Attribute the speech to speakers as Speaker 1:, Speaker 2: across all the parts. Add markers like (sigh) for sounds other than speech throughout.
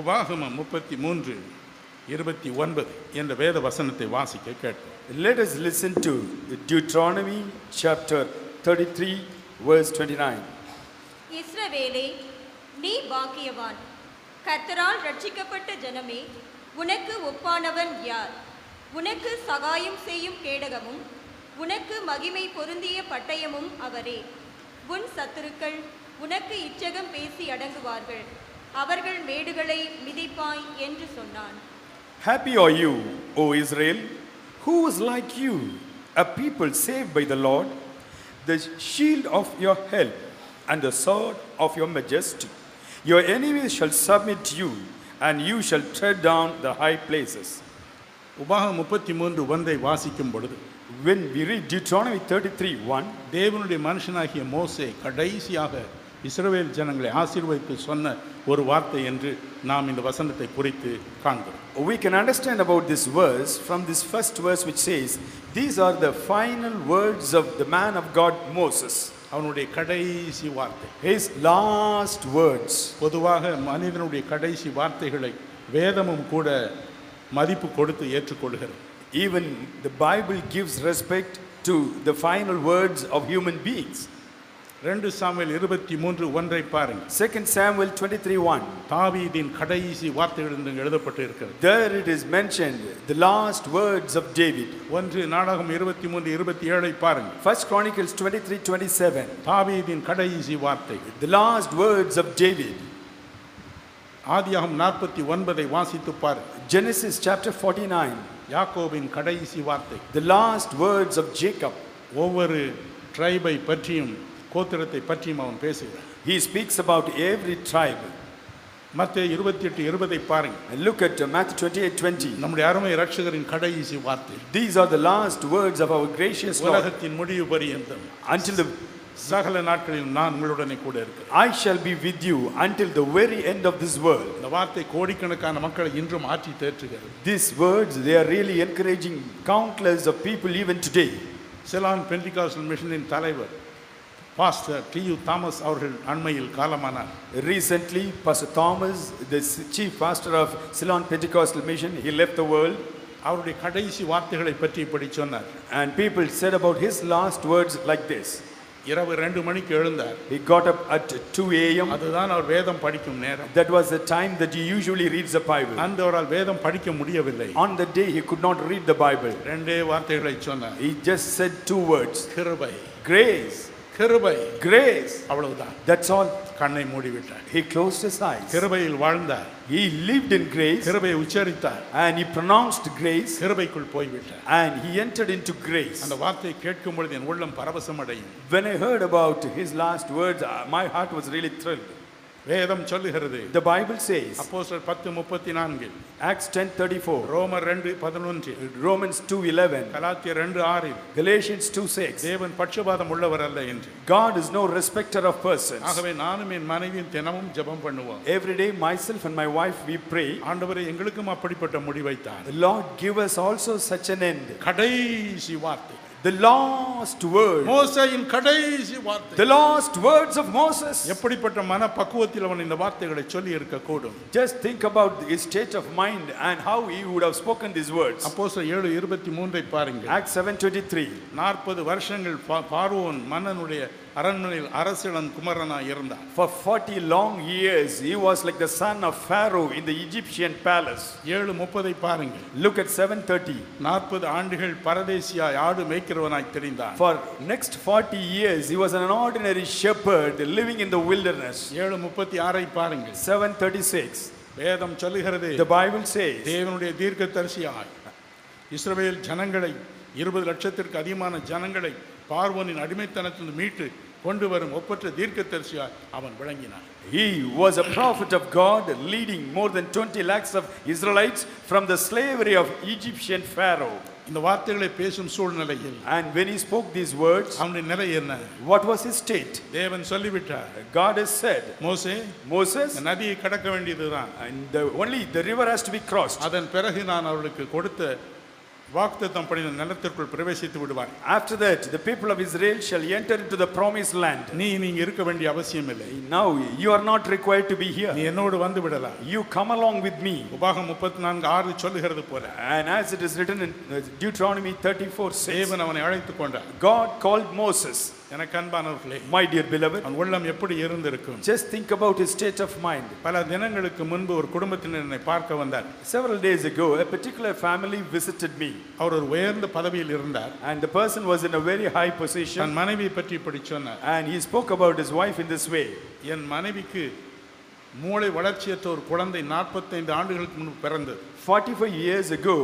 Speaker 1: உபாகமம் முப்பத்தி மூன்று இருபத்தி ஒன்பது என்ற வேத வசனத்தை வாசிக்க கேட்டோம்
Speaker 2: Let us listen to Deuteronomy chapter 33, verse 29.
Speaker 3: இஸ்ரவேலே நீ பாக்கியவான் கர்த்தரால் ரட்சிக்கப்பட்ட ஜனமே உனக்கு ஒப்பானவன் யார் உனக்கு சகாயம் செய்யும் கேடகமும் உனக்கு மகிமை பொருந்திய பட்டயமும் அவரே உன் சத்துருக்கள் உனக்கு இச்சகம் பேசி அடங்குவார்கள் அவர்கள் மேடுகளை மிதிப்பாய் என்று சொன்னான்
Speaker 2: Happy are you, O Israel, who is like you, a people saved by the Lord, the shield of your help and the sword of your majesty. Your enemies shall submit to you, and you shall tread down the high places.
Speaker 1: உபாகம் முப்பத்தி மூன்று ஒன்றை வாசிக்கும் பொழுது
Speaker 2: When we read Deuteronomy 33 1,
Speaker 1: தேவனுடைய மனுஷனாகிய மோசே கடைசியாக இஸ்ரவேல் ஜனங்களை ஆசீர்வதித்து சொன்ன ஒரு வார்த்தை என்று நாம் இந்த வசனத்தை குறித்து காண்கிறோம்
Speaker 2: we can understand about this verse from this first verse, which says, These are the final words of the man of God Moses.
Speaker 1: அவனுடைய கடைசி வார்த்தை
Speaker 2: His last words.
Speaker 1: பொதுவாக மனிதனுடைய கடைசி வார்த்தைகளை வேதமும் கூட மதிப்பு கொடுத்து ஏற்றுக்கொள்கிறது
Speaker 2: Even the Bible gives respect to the final words of human beings.
Speaker 1: ரெண்டு சாமுவேல் இருபத்தி மூன்று ஒன்றை பாருங்க
Speaker 2: 2 Samuel 23 1.
Speaker 1: தாவீதின் கடைசி வார்த்தைகள் என்று இங்கே எழுதப்பட்டு இருக்கிறது
Speaker 2: There it is mentioned the last words of David.
Speaker 1: ஒன்று நாடகம் இருபத்தி மூன்று இருபத்தி ஏழை பாருங்க
Speaker 2: 1 Chronicles 23 27.
Speaker 1: தாவீதின் கடைசி வார்த்தை
Speaker 2: The last words of David.
Speaker 1: ஆதியாகம் நாற்பத்தி ஒன்பதை வாசித்து பாருங்க
Speaker 2: Genesis chapter 49.
Speaker 1: யாக்கோபின் கடைசி வார்த்தை
Speaker 2: The last words of Jacob.
Speaker 1: ஒவ்வொரு ட்ரைபை பற்றியும் கோத்திரத்தை பற்றியும் அவன் பேசுகிறான்
Speaker 2: He speaks about every tribe.
Speaker 1: மத்திய இருபத்தி எட்டு இருபதை பாருங்க
Speaker 2: And look at uh, Matthew 28 20.
Speaker 1: நம்முடைய அருமை ரட்சகரின் கடைசி வார்த்தை
Speaker 2: These are the last words of our gracious Lord.
Speaker 1: உலகத்தின் முடிவு பரியந்தம்
Speaker 2: Until the
Speaker 1: சகல நாட்களில் நான் உங்களுடனே கூட இருக்கிறேன்
Speaker 2: I shall be with you until the very end of this world.
Speaker 1: இந்த வார்த்தை கோடிக்கணக்கான மக்களை இன்றும் ஆற்றி தேற்றுகிறது
Speaker 2: These words, they are really encouraging countless of people even today.
Speaker 1: Ceylon Pentecostal மிஷனின் தலைவர் பாஸ்டர் டி யு தாமஸ் அவர்கள் அண்மையில் காலமானார்
Speaker 2: Recently, Pastor Thomas, the s- chief pastor of Ceylon Pentecostal Mission, he left the world
Speaker 1: அவருடைய கடைசி வார்த்தைகளை பற்றி இப்படி சொன்னார்
Speaker 2: and people said about his last words like this.
Speaker 1: இரவு ரெண்டு மணிக்கு எழுந்தார்
Speaker 2: He got up at 2 a.m.
Speaker 1: அதுதான் அவர் வேதம் படிக்கும் நேரம்
Speaker 2: That was the time that he usually reads the Bible.
Speaker 1: அந்த அவரால் வேதம் படிக்க முடியவில்லை
Speaker 2: On that day, he could not read the Bible.
Speaker 1: ரெண்டே வார்த்தைகளை சொன்னார்
Speaker 2: He just said two words
Speaker 1: கிருபை
Speaker 2: Grace,
Speaker 1: கிருபை
Speaker 2: grace.
Speaker 1: அவ்வளவுதான்
Speaker 2: That's all.
Speaker 1: கண்ணை மூடிவிட்டார்
Speaker 2: He closed his eyes.
Speaker 1: கிருபையில் வாழ்ந்தார்
Speaker 2: He lived in grace
Speaker 1: கிருபையை உச்சரித்தார்
Speaker 2: and he pronounced grace
Speaker 1: கிருபைக்குள் போய்விட்டார்
Speaker 2: and he entered into grace.
Speaker 1: அந்த வார்த்தையை கேட்கும் பொழுது என் உள்ளம் பரவசம் அடையும்
Speaker 2: When I heard about his last words, uh, my heart was really thrilled.
Speaker 1: வேதம் சொல்லுகிறது
Speaker 2: The Bible says,
Speaker 1: அப்போஸ்தலர் பத்து முப்பத்தி நான்கில்
Speaker 2: Acts 10:34,
Speaker 1: ரோமர் ரெண்டு பதினொன்றில்
Speaker 2: Romans 2:11,
Speaker 1: கலாத்தியர் ரெண்டு ஆறில்
Speaker 2: Galatians 2:6.
Speaker 1: தேவன் பட்சபாதம் உள்ளவர் அல்ல என்று
Speaker 2: God is no respecter of persons.
Speaker 1: ஆகவே நானும் என் மனைவியும் தினமும் ஜெபம் பண்ணுவோம்
Speaker 2: Every day, myself and my wife, we pray,
Speaker 1: ஆண்டவரே எங்களுக்கும் அப்படிப்பட்ட முடிவைத்தார்
Speaker 2: the Lord give us also such an end.
Speaker 1: கடைசி வார்த்தை
Speaker 2: The last word,
Speaker 1: மோசையின் கடைசி வார்த்தை
Speaker 2: the last words of Moses.
Speaker 1: எப்படிப்பட்ட மன பக்குவத்தில் அவன் இந்த வார்த்தைகளை சொல்லி இருக்கக்கூடும்
Speaker 2: Just think about his state of mind and how he would have spoken these words.
Speaker 1: அப்போஸ்தலர் ஏழு இருபத்தி மூன்றை பாருங்க
Speaker 2: Acts 7:23.
Speaker 1: நாற்பது வருஷங்கள் பா- பார்வோன் மன்னனுடைய அரண்மனையில் அரசிடம் குமரனாய் இருந்தார்
Speaker 2: For 40 long years, he was like the son of Pharaoh in the Egyptian palace.
Speaker 1: ஏழு முப்பதை பாருங்க
Speaker 2: Look at 7:30.
Speaker 1: நாற்பது ஆண்டுகள் பரதேசியாய் ஆடு மேய்க்கிறவனாய் தெரிந்தான்
Speaker 2: For next 40 years, he was an ordinary shepherd living in the wilderness.
Speaker 1: ஏழு முப்பத்தி ஆறை பாருங்கள்
Speaker 2: 7:36.
Speaker 1: வேதம் சொல்லுகிறது
Speaker 2: The Bible says,
Speaker 1: தேவனுடைய தீர்க்கதரிசியாய் இஸ்ரவேல் ஜனங்களை இருபது லட்சத்திற்கு அதிகமான ஜனங்களை பார்வோனின் அடிமைத்தனத்திலிருந்து மீட்டு கொண்டு வரும் ஒப்பற்ற தீர்க்கதரிசியாய் அவன் விளங்கினான்
Speaker 2: he was a prophet of God, leading more than 20 lakhs of Israelites from the slavery of Egyptian Pharaoh.
Speaker 1: இந்த வார்த்தைகளை பேசும் சூழ்நிலையில்
Speaker 2: And when he spoke these words,
Speaker 1: அவனுடைய நிலை என்ன
Speaker 2: what was his state?
Speaker 1: தேவன் சொல்லிவிட்டார்
Speaker 2: God has said,
Speaker 1: மோசே இந்த
Speaker 2: Moses,
Speaker 1: நதியை கடக்க வேண்டியதுதான்
Speaker 2: and the, only the river has to be crossed.
Speaker 1: அதன் பிறகு நான் அவர்களுக்கு கொடுத்த வாக்குத்தத்தம் பண்ணின நிலத்திற்குள் பிரவேசித்து விடுவார்
Speaker 2: After that, the people of Israel shall enter into the promised land.
Speaker 1: நீ நீங்க இருக்க வேண்டிய அவசியம் இல்லை
Speaker 2: Now you are not required to be
Speaker 1: நீ
Speaker 2: here.
Speaker 1: என்னோடு வந்து விடலாம்
Speaker 2: You come along with me.
Speaker 1: உபாகம் முப்பத்தி நான்கு ஆறு சொல்லுகிறது போல
Speaker 2: And as it is written in uh, Deuteronomy 34 6,
Speaker 1: தேவன் அவனை அழைத்துக் கொண்டார்
Speaker 2: God called Moses,
Speaker 1: எனக்கு அன்பானவர்களே
Speaker 2: my dear beloved.
Speaker 1: அவன் உள்ளம் எப்படி இருந்திருக்கும்
Speaker 2: Just think about his state of mind.
Speaker 1: பல தினங்களுக்கு முன்பு ஒரு குடும்பத்தினர் என்னை பார்க்க வந்தார்
Speaker 2: Several days ago, a particular family visited me,
Speaker 1: அவர் ஒரு உயர்ந்த பதவியில் இருந்தார்
Speaker 2: and the person was in a very high position.
Speaker 1: தன் மனைவியை பற்றி இப்படி சொன்னார்
Speaker 2: And he spoke about his wife in this way
Speaker 1: என் மனைவிக்கு மூளை வளர்ச்சியற்ற ஒரு குழந்தை நாற்பத்தைந்து ஆண்டுகளுக்கு முன்பு பிறந்தது
Speaker 2: 45 years ago,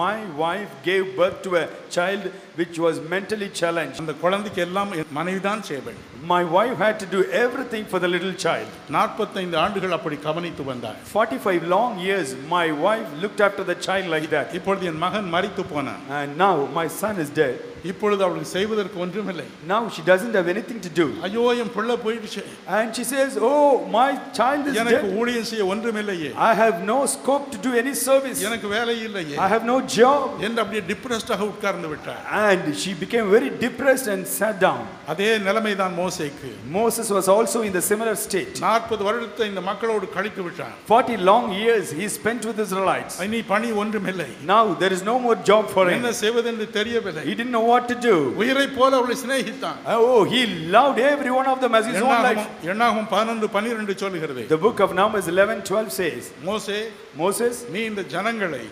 Speaker 2: my wife gave birth to a child which was mentally challenged.
Speaker 1: அந்த குழந்தைக்கு எல்லாம் என் மனைவிதான் செய்ய வேண்டும்
Speaker 2: My wife had to do everything for the little child.
Speaker 1: நாற்பத்தைந்து ஆண்டுகள் அப்படி கவனித்து வந்தார்
Speaker 2: 45 long years, my wife looked after the child like that.
Speaker 1: இப்பொழுது என் மகன் மறித்து போனான்
Speaker 2: And now my son is dead.
Speaker 1: இப்பொழுது அவளுக்கு செய்வதற்கு ஒன்றுமில்லை
Speaker 2: Now she doesn't have anything to do.
Speaker 1: ஐயோ என் பிள்ளை போயிடுச்சு
Speaker 2: And she says, Oh, my child is
Speaker 1: எனக்கு
Speaker 2: dead.
Speaker 1: ஊழியம் செய்ய ஒன்றுமில்லையே
Speaker 2: I have no scope to do any service.
Speaker 1: எனக்கு வேலை இல்லையே
Speaker 2: I have no job.
Speaker 1: என்று அப்படியே டிப்ரெஸ்டாக உட்கார்ந்து விட்டார்
Speaker 2: And she became very depressed and sat down.
Speaker 1: அதே நிலைமைதான் மோசேக்கு
Speaker 2: Moses was also in the similar state.
Speaker 1: நாற்பது வருடத்தை இந்த மக்களோடு கழித்து விட்டார்
Speaker 2: 40 long years he spent with Israelites.
Speaker 1: இனி பணி ஒன்றுமில்லை
Speaker 2: Now there is no more job for
Speaker 1: என்ன
Speaker 2: him.
Speaker 1: செய்வதென்று தெரியவில்லை
Speaker 2: He didn't know what to do.
Speaker 1: உயிரை போல அவளை சிநேகித்தான்
Speaker 2: Oh, he loved every one of them as his own life.
Speaker 1: எண்ணாகமம் எண்ணாகமம் பதினொன்று பன்னிரெண்டு சொல்லுகிறது
Speaker 2: The book of Numbers 11 12 says,
Speaker 1: மோசே
Speaker 2: Moses,
Speaker 1: நீ இந்த ஜனங்களை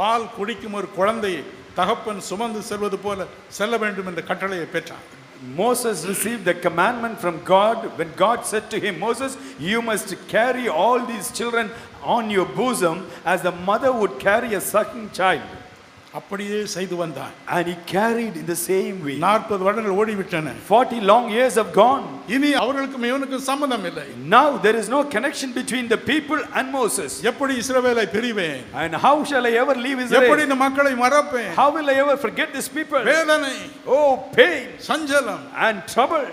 Speaker 1: பால் குடிக்கும் ஒரு குழந்தையை தகப்பன் சுமந்து செல்வது போல செல்ல வேண்டும் என்ற கட்டளையை பெற்றான்
Speaker 2: Moses received the commandment from God when God said to him, Moses, you must carry all these children on your bosom as the mother would carry a sucking child.
Speaker 1: அப்படியே செய்து வந்தான்
Speaker 2: And he carried in the same way.
Speaker 1: நாற்பது வருடங்கள் ஓடிவிட்டன
Speaker 2: 40 long years have gone.
Speaker 1: இனி அவர்களுக்கும் இவனுக்கும் சம்மந்தம் இல்லை
Speaker 2: Now there is no connection between the people and Moses.
Speaker 1: எப்படி இஸ்ரவேலை பிரிவேன்
Speaker 2: And how shall I ever leave
Speaker 1: எப்படி
Speaker 2: Israel?
Speaker 1: இந்த மக்களை மறப்பேன்
Speaker 2: How will I ever forget these people?
Speaker 1: வேதனை
Speaker 2: Oh, pain
Speaker 1: சஞ்சலம்
Speaker 2: and trouble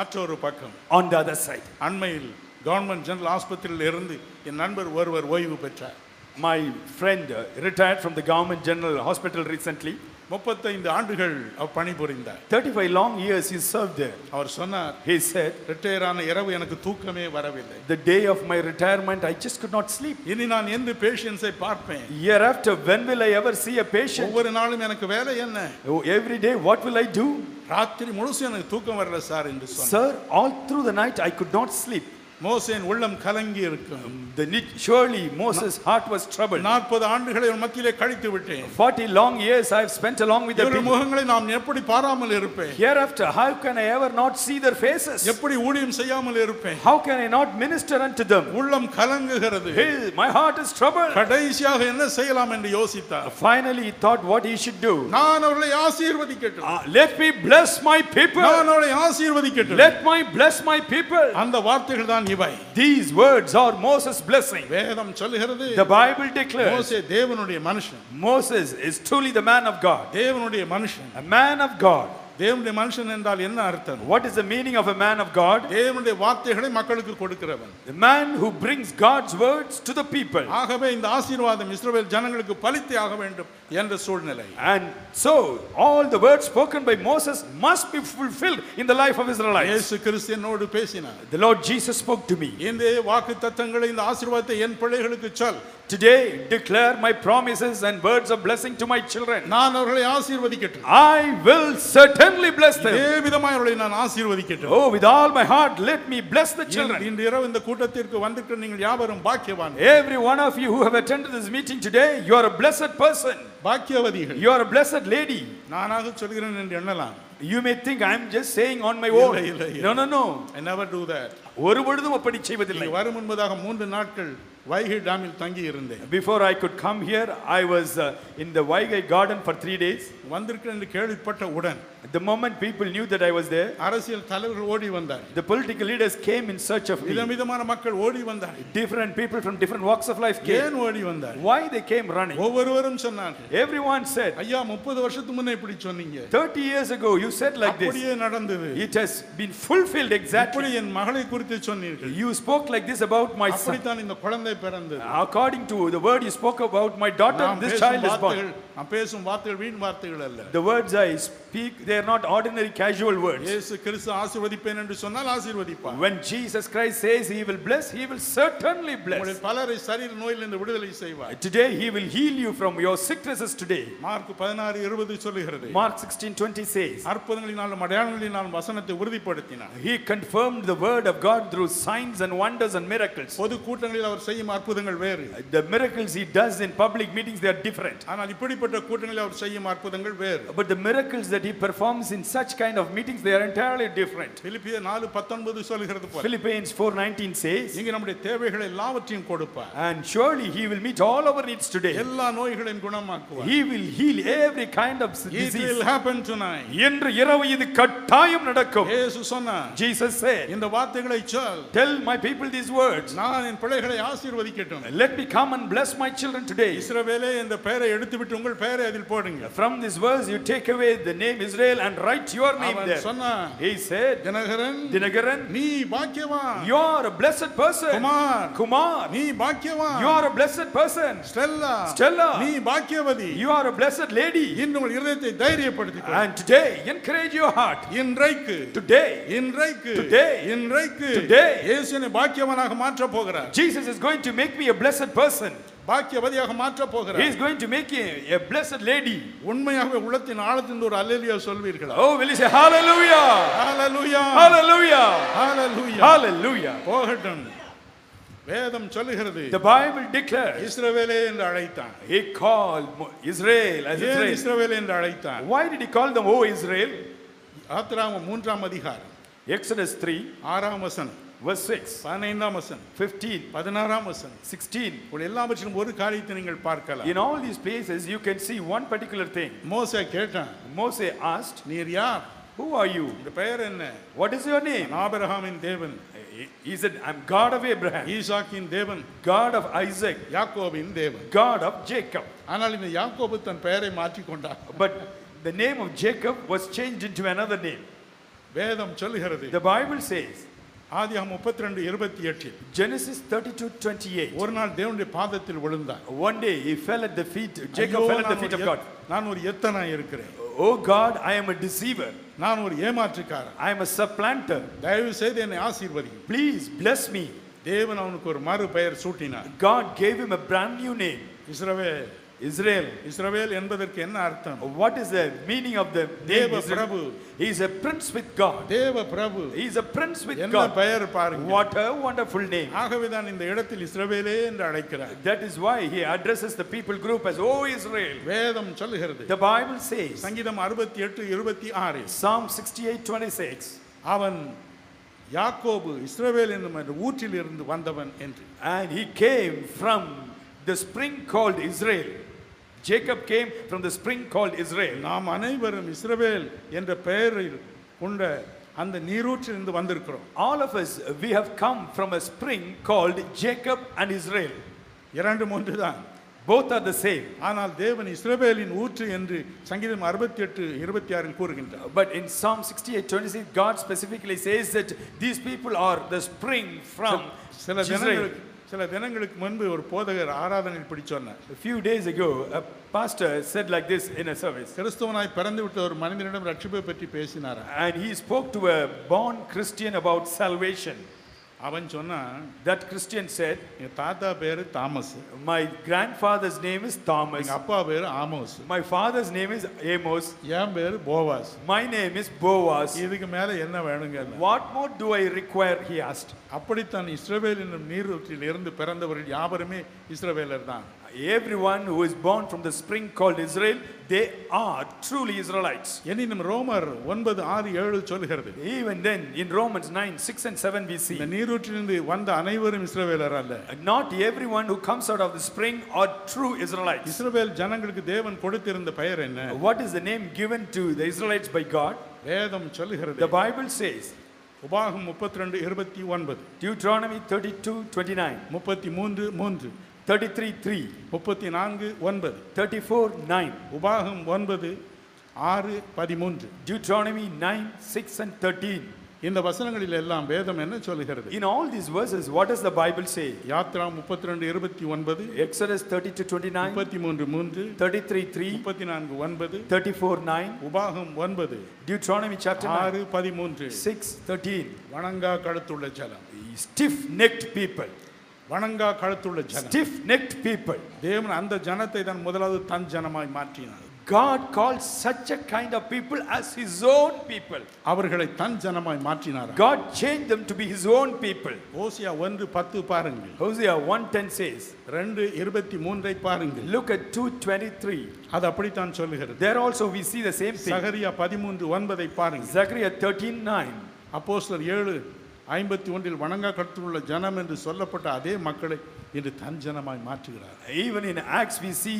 Speaker 1: மற்றொரு பக்கம்
Speaker 2: on the other side.
Speaker 1: அண்மையில் கவர்மெண்ட் ஜெனரல் ஆஸ்பத்திரியில் இருந்து என் நண்பர் ஒருவர் ஓய்வு பெற்றார்
Speaker 2: My friend uh, retired from the government general hospital recently.
Speaker 1: முப்பத்தைந்து ஆண்டுகள் அவர் பணிபுரிந்தார்
Speaker 2: 35 long years he served there.
Speaker 1: அவர் சொன்னார்
Speaker 2: He said,
Speaker 1: ரிட்டையர் ஆன இரவு எனக்கு தூக்கமே வரவில்லை
Speaker 2: The day of my retirement, I just could not sleep.
Speaker 1: இனி நான் எந்த பேஷன்ஸை பார்ப்பேன்
Speaker 2: Year after, when will I ever see a patient?
Speaker 1: ஒவ்வொரு நாளும் எனக்கு வேலை என்ன
Speaker 2: Oh, every day, what will I do?
Speaker 1: ராத்திரி முழுசும் எனக்கு தூக்கம் வரல சார் என்று சொன்னார்
Speaker 2: Sir, all through the night, I could not sleep.
Speaker 1: மோசேன் உள்ளம் கலங்கி இருக்கும்
Speaker 2: The need, surely Moses' heart was troubled.
Speaker 1: நாற்பது ஆண்டுகளை இவன் மத்தியிலே கழித்து விட்டேன்
Speaker 2: 40 long years I have spent along with the
Speaker 1: இவர்கள்
Speaker 2: people.
Speaker 1: முகங்களை நாம் எப்படி பாராமல் இருப்பேன்
Speaker 2: Hereafter, how can I ever not see their faces?
Speaker 1: எப்படி ஊழியம் செய்யாமல் இருப்பேன்
Speaker 2: How can I not minister unto them?
Speaker 1: உள்ளம் கலங்குகிறது
Speaker 2: Hey, my heart is troubled.
Speaker 1: கடைசியாக என்ன செய்யலாம் என்று யோசித்தார்
Speaker 2: Finally, he thought what he should do.
Speaker 1: நான் அவர்களை ஆசீர்வதிக்கட்டும்
Speaker 2: Ah, let me bless my people.
Speaker 1: நான் அவர்களை ஆசீர்வதிக்கட்டும்
Speaker 2: Let my bless my people.
Speaker 1: அந்த வார்த்தைகள் தான் இவை
Speaker 2: These words are Moses' blessing.
Speaker 1: வேதம் சொல்லுகிறது
Speaker 2: The Bible declares
Speaker 1: மோசே தேவனுடைய மனுஷன்
Speaker 2: Moses is truly the man of God,
Speaker 1: தேவனுடைய மனுஷன்
Speaker 2: a man of God.
Speaker 1: தேவனுடைய மனுஷன் என்றால் என்ன அர்த்தம்
Speaker 2: What is the meaning of a man of God?
Speaker 1: தேவனுடைய வார்த்தைகளை மக்களுக்கு கொடுக்கிறவன்
Speaker 2: The man who brings God's words to the people.
Speaker 1: ஆகவே இந்த ஆசீர்வாதம் இஸ்ரவேல் ஜனங்களுக்கு பலித்தே ஆக வேண்டும் என்ற சூழ்நிலை
Speaker 2: And so all the words spoken by Moses must be fulfilled in the life of Israelites.
Speaker 1: இயேசு கிறிஸ்து என்னோடு பேசினார்
Speaker 2: The Lord Jesus spoke to me.
Speaker 1: இந்த வாக்கு தத்தங்களை இந்த ஆசீர்வாதத்தை என் பிள்ளைகளுக்கு சொல்
Speaker 2: Today declare my promises and words of blessing to my children.
Speaker 1: நான் அவர்களை ஆசீர்வதிக்கட்டும்
Speaker 2: I will certainly bless
Speaker 1: இதே
Speaker 2: them.
Speaker 1: விதமாய் அவர்களை நான் ஆசீர்வதிக்கட்டும்
Speaker 2: Oh, with all my heart, let me bless the
Speaker 1: இன்று-
Speaker 2: children.
Speaker 1: இன்று இரவு இந்த கூட்டத்திற்கு வந்திருக்கிற நீங்கள் யாவரும் பாக்கியவான்
Speaker 2: Every one of you who have attended this meeting today, you are a blessed person.
Speaker 1: பாக்கியவதிகள்
Speaker 2: You are a blessed lady.
Speaker 1: நானாக சொல்கிறேன் என்று எண்ணலாம்
Speaker 2: You may think I am just saying on my own.
Speaker 1: இல்லை, இல்லை, இல்லை.
Speaker 2: No, no, no.
Speaker 1: I never do that
Speaker 2: ஒரு பொழுதும் அப்படி செய்வதில்லை.
Speaker 1: நீங்கள் வரும் முன்பதாக மூன்று நாட்கள் வைகை டேமில் தங்கி இருந்தேன்
Speaker 2: Before I could come here, I was uh, in the Vaigai garden for three days.
Speaker 1: வந்திருக்கிறேன் என்று கேள்விப்பட்ட உடன்
Speaker 2: The moment people knew that I was there,
Speaker 1: அரசியல் தலைவர்கள் ஓடி வந்தார்
Speaker 2: the political leaders came in search of me.
Speaker 1: விதவிதமான மக்கள் ஓடி வந்தார்கள்
Speaker 2: Different people from different walks of life
Speaker 1: ஏன்
Speaker 2: came.
Speaker 1: ஓடி வந்தார்
Speaker 2: Why they came running?
Speaker 1: ஒவ்வொருவரும் சொன்னார்கள்
Speaker 2: Everyone said,
Speaker 1: ஐயா முப்பது வருஷத்துக்கு முன்ன இப்படி சொன்னீங்க
Speaker 2: 30 years ago you said like this.
Speaker 1: அப்படியே நடந்தது
Speaker 2: It has been fulfilled exactly.
Speaker 1: அப்படி என் மகளை குறித்து சொன்னீர்கள்
Speaker 2: You spoke like this about my son.
Speaker 1: அப்படித்தான் இந்த குழந்தை பிறந்தது
Speaker 2: According to the word you spoke about my daughter,
Speaker 1: நான்
Speaker 2: this
Speaker 1: பேசும்
Speaker 2: child is born.
Speaker 1: வார்த்தைகள் நான் பேசும் வார்த்தைகள் வீண் வார்த்தைகள் அல்ல
Speaker 2: The words I speak, they are not ordinary casual words.
Speaker 1: இயேசு கிறிஸ்து ஆசீர்வதிப்பேன் என்று சொன்னால் ஆசீர்வதிப்பார்
Speaker 2: When Jesus Christ says he will bless, he will certainly bless.
Speaker 1: உங்களில் பலரை சரீர நோயிலிருந்து விடுதலை செய்வார்
Speaker 2: Today he will heal you from your sicknesses today.
Speaker 1: Mark பதினாறு இருபது சொல்லுகிறது
Speaker 2: Mark 16:20 says,
Speaker 1: அற்புதங்களினாலும் அடையாளங்களினாலும் வசனத்தை உறுதிப்படுத்தினார்
Speaker 2: he confirmed the word of God through signs and wonders and miracles.
Speaker 1: பொது கூட்டங்களில் அவர் செய்யும் அற்புதங்கள் வேறு
Speaker 2: The miracles he does in public meetings they are different.
Speaker 1: ஆனால் இப்படிப்பட்ட கூட்டங்களில் அவர் செய்யும் அற்புதங்கள் வேறு
Speaker 2: But the miracles that he performs in such kind of meetings they are entirely different.
Speaker 1: பிலிப்பிய நாலு பத்தொன்பது சொல்கிறது போல
Speaker 2: Philippians 4:19 says,
Speaker 1: இங்கு நம்முடைய தேவைகளை எல்லாவற்றையும் கொடுப்பார்
Speaker 2: and surely he will meet all our needs today.
Speaker 1: எல்லா நோய்களையும் குணமாக்குவார்
Speaker 2: He will heal every kind of
Speaker 1: It
Speaker 2: disease.
Speaker 1: will happen tonight.
Speaker 2: இன்று இரவு இது கட்டாயம் நடக்கும்.
Speaker 1: இயேசு சொன்னார்
Speaker 2: Jesus said,
Speaker 1: இந்த வார்த்தைகளை சொல்
Speaker 2: Tell my people these words.
Speaker 1: நான் என் பிள்ளைகளை ஆசீர்வதிக்கட்டும்
Speaker 2: Let me come and bless my children today.
Speaker 1: இஸ்ரவேலே இந்த பெயரை எடுத்துவிட்டு உங்கள் பெயரை அதில் போடுங்க
Speaker 2: From this verse, you take away the name Israel and write your name
Speaker 1: அவன்
Speaker 2: there.
Speaker 1: சொன்னான்
Speaker 2: He said,
Speaker 1: தினகரன்
Speaker 2: Dinagaran,
Speaker 1: நீ பாக்கியவான்
Speaker 2: you are a blessed person.
Speaker 1: Kumar
Speaker 2: Kumar,
Speaker 1: நீ பாக்கியவான்
Speaker 2: you are a blessed person.
Speaker 1: Stella
Speaker 2: Stella.
Speaker 1: நீ பாக்கியவதி
Speaker 2: You are a blessed lady.
Speaker 1: இன்று உங்கள் இருதயத்தை தைரியப்படுத்திக்
Speaker 2: And today, encourage your heart.
Speaker 1: இன்றைக்கு
Speaker 2: Today,
Speaker 1: இன்றைக்கு
Speaker 2: Today.
Speaker 1: இன்றைக்கு
Speaker 2: Today.
Speaker 1: இயேசு என்னை பாக்கியவனாக மாற்றப் போகிறார்
Speaker 2: Jesus is going to make me a blessed person.
Speaker 1: பாக்கியவதியாக மாற்றப்
Speaker 2: He
Speaker 1: போகிறார்
Speaker 2: is going to make me a blessed lady.
Speaker 1: உண்மையாகவே உள்ளத்தின் ஆழத்தின் ஒரு அல்லலியா சொல்வீர்களா
Speaker 2: Oh, will you say hallelujah?
Speaker 1: ஹalleluya
Speaker 2: Hallelujah!
Speaker 1: ஹalleluya
Speaker 2: Hallelujah!
Speaker 1: போகட்டும் வேதம் சொல்லுகிறது
Speaker 2: The Bible declares
Speaker 1: இஸ்ரவேலே என்று அழைத்தான்
Speaker 2: He called Mo- Israel as
Speaker 1: ஏன்
Speaker 2: Israel.
Speaker 1: இஸ்ரவேல் என்று அழைத்தான்
Speaker 2: Why did He call them, O Israel?
Speaker 1: ஆத்திராம மூன்றாம் அதிகாரம்
Speaker 2: Exodus 3,
Speaker 1: ஆறாம் வசனம்
Speaker 2: verse 6,
Speaker 1: பதினைந்தாம் வசனம்
Speaker 2: 15,
Speaker 1: பதினாறாம் வசனம்
Speaker 2: 16.
Speaker 1: உங்கள் எல்லாவற்றிலும் ஒரு காரியத்தை நீங்கள் பார்க்கலாம்
Speaker 2: In all these places, you can see one particular thing.
Speaker 1: மோசே கேட்டான்
Speaker 2: Moses asked,
Speaker 1: நீர் யார்
Speaker 2: Who are you?
Speaker 1: உங்க பெயர் என்ன
Speaker 2: What is your name?
Speaker 1: ஆபிரகாமின் தேவன்
Speaker 2: He- He said, I'm God of Abraham,
Speaker 1: ஈசாக்கின் தேவன்
Speaker 2: God of Isaac,
Speaker 1: யாக்கோபின் தேவன்
Speaker 2: God of Jacob.
Speaker 1: ஆனால் இந்த யாக்கோபு தன் பெயரை மாற்றிக்கொண்டான்
Speaker 2: But the name of Jacob was changed into another name.
Speaker 1: வேதம் சொல்லுகிறது
Speaker 2: The Bible says,
Speaker 1: ஆதியாகமம் முப்பத்தி ரெண்டு இருபத்தி எட்டில்
Speaker 2: Genesis 32 28.
Speaker 1: ஒரு நாள் தேவனுடைய பாதத்தில் விழுந்தான்
Speaker 2: One day he fell at the feet,
Speaker 1: ஐயோ,
Speaker 2: Jacob fell at
Speaker 1: நான்
Speaker 2: the feet
Speaker 1: ஒரு
Speaker 2: of
Speaker 1: எத்-
Speaker 2: God.
Speaker 1: நான் ஒரு எத்தனா இருக்கிறேன்
Speaker 2: Oh God, I am a deceiver.
Speaker 1: நான் ஒரு ஏமாற்றுக்காரன்
Speaker 2: I am a supplanter.
Speaker 1: தயவு செய்து என்னை ஆசீர்வதி
Speaker 2: Please bless me.
Speaker 1: தேவன் அவனுக்கு ஒரு மறு பெயர் சூட்டினார்
Speaker 2: God gave him a brand new name,
Speaker 1: Israel
Speaker 2: Israel.
Speaker 1: இஸ்ரவேல் என்பதற்கு என்ன அர்த்தம்
Speaker 2: What is the meaning of the name
Speaker 1: தேவ
Speaker 2: Israel?
Speaker 1: Prabhu.
Speaker 2: He is a prince with God.
Speaker 1: தேவ பிரபு
Speaker 2: He is a prince with
Speaker 1: என்ன
Speaker 2: God.
Speaker 1: பெயர் பாருங்க
Speaker 2: What a wonderful name.
Speaker 1: ஆகவேதான் இந்த இடத்தில் இஸ்ரவேலே என்று அழைக்கிறார்
Speaker 2: That is why he addresses the people group as, O Israel.
Speaker 1: வேதம் சொல்லுகிறது
Speaker 2: The Bible says,
Speaker 1: சங்கீதம் அறுபத்தி எட்டு இருபத்தி ஆறு
Speaker 2: Psalm 68 26,
Speaker 1: அவன் யாக்கோபு இஸ்ரவேல் என்னும் அந்த ஊற்றில் இருந்து வந்தவன் என்று
Speaker 2: And he came from the spring called Israel. Jacob came from the spring called Israel.
Speaker 1: நாம் அனைவரும் இஸ்ரவேல் என்ற பெயரில் கொண்ட அந்த நீரூற்றில் இருந்து வந்திருக்கிறோம்
Speaker 2: All of us, we have come from a spring called Jacob and Israel.
Speaker 1: இரண்டு மூன்று தான்
Speaker 2: Both are the same.
Speaker 1: ஆனால் தேவன் இஸ்ரவேலின் ஊற்று என்று சங்கீதம் அறுபத்தி எட்டு இருபத்தி ஆறில் கூறுகின்றார்
Speaker 2: But in Psalm 68 26, God specifically says that these people are the spring from
Speaker 1: சில
Speaker 2: Israel.
Speaker 1: தினங்களுக்கு சில தினங்களுக்கு முன்பு ஒரு போதகர் ஆராதனை இப்படி சொன்னார்
Speaker 2: A few days ago, a pastor said like this in a service.
Speaker 1: கிறிஸ்தவனாய் பிறந்து விட்ட ஒரு மனிதனிடம் ரட்சிப்பை பற்றி பேசினாரா
Speaker 2: And he spoke to a born Christian about salvation.
Speaker 1: அவன் சொன்னான்
Speaker 2: That Christian said,
Speaker 1: என் தாத்தா பேரு Thomas
Speaker 2: My grandfather's name is Thomas.
Speaker 1: எங்க அப்பா பேரு Amos
Speaker 2: My father's name is Amos.
Speaker 1: என் பேரு Boaz
Speaker 2: My name is Boaz.
Speaker 1: இதுக்கு மேல என்ன வேணுங்க
Speaker 2: What more do I require? He asked.
Speaker 1: அப்படித்தான் இஸ்ரவேல் என்னும் நீரூற்றில் இருந்து பிறந்தவர்கள் யாவருமே இஸ்ரவேலர் தான்
Speaker 2: Everyone who is born from the spring called Israel, They are truly Israelites.
Speaker 1: எனினும் ரோமர் ஒன்பது ஆறு ஏழு சொல்கிறது
Speaker 2: Even then, in Romans 9, 6 and 7, we
Speaker 1: இந்த
Speaker 2: see
Speaker 1: நீரூற்றிலிருந்து வந்த அனைவரும் இஸ்ரவேலர் அல்ல
Speaker 2: not everyone who comes out of the spring are true Israelites.
Speaker 1: இஸ்ரவேல் ஜனங்களுக்கு தேவன் கொடுத்திருந்த பெயர் என்ன
Speaker 2: What is the name given to the Israelites by God?
Speaker 1: வேதம்
Speaker 2: The
Speaker 1: சொல்லுகிறது
Speaker 2: Bible says,
Speaker 1: உபாகம் முப்பத்தி ரெண்டு இருபத்தி ஒன்பது
Speaker 2: Deuteronomy 32, 29,
Speaker 1: முப்பத்தி மூன்று மூன்று
Speaker 2: 33, 3,
Speaker 1: முப்பத்தி நான்கு ஒன்பது
Speaker 2: 34, 9,
Speaker 1: உபாகம் ஒன்பது ஆறு பதிமூன்று
Speaker 2: Deuteronomy 9, 6 and 13.
Speaker 1: இந்த வசனங்களில் எல்லாம் வேதம் என்ன சொல்லுகிறது
Speaker 2: In all these verses, what does the Bible say?
Speaker 1: Yatra முப்பத்தி ரெண்டு இருபத்தி ஒன்பது
Speaker 2: Exodus 32, 29,
Speaker 1: முப்பத்தி மூன்று மூன்று
Speaker 2: 33, 3,
Speaker 1: முப்பத்தி நான்கு ஒன்பது
Speaker 2: 34, 9,
Speaker 1: உபாகம் ஒன்பது
Speaker 2: Deuteronomy chapter 9,
Speaker 1: ஆறு பதிமூன்று
Speaker 2: 6, 13.
Speaker 1: வணங்கா கழுத்துள்ள ஜனம்
Speaker 2: Stiff necked people.
Speaker 1: வணங்கா கழுத்துள்ள ஜனம்
Speaker 2: Stiff necked people.
Speaker 1: தேவன் அந்த ஜனத்தை தான் முதலாவது தன் ஜனமாய் மாற்றினார்
Speaker 2: God calls such a kind of people as His own people.
Speaker 1: அவர்களை தன் ஜனமாய் மாற்றினார்
Speaker 2: God changed them to be His own people.
Speaker 1: ஓசியா ஒன்று பத்து பாருங்கள்
Speaker 2: Hosea 1:10 says,
Speaker 1: ரெண்டு இருபத்தி மூன்றை பாருங்கள்
Speaker 2: look at 2:23.
Speaker 1: அது அப்படித்தான் சொல்லுகிறது
Speaker 2: There also we see the same thing.
Speaker 1: சகரியா பதிமூன்று ஒன்பதை பாருங்கள்
Speaker 2: Zechariah 13:9.
Speaker 1: அப்போஸ்தலர் ஏழு ஐம்பத்தி ஒன்றில் வணங்கா கழுத்துள்ள ஜனம் என்று சொல்லப்பட்ட அதே மக்களை இன்று தன் ஜனமாய் மாற்றுகிறார்
Speaker 2: Even in Acts we see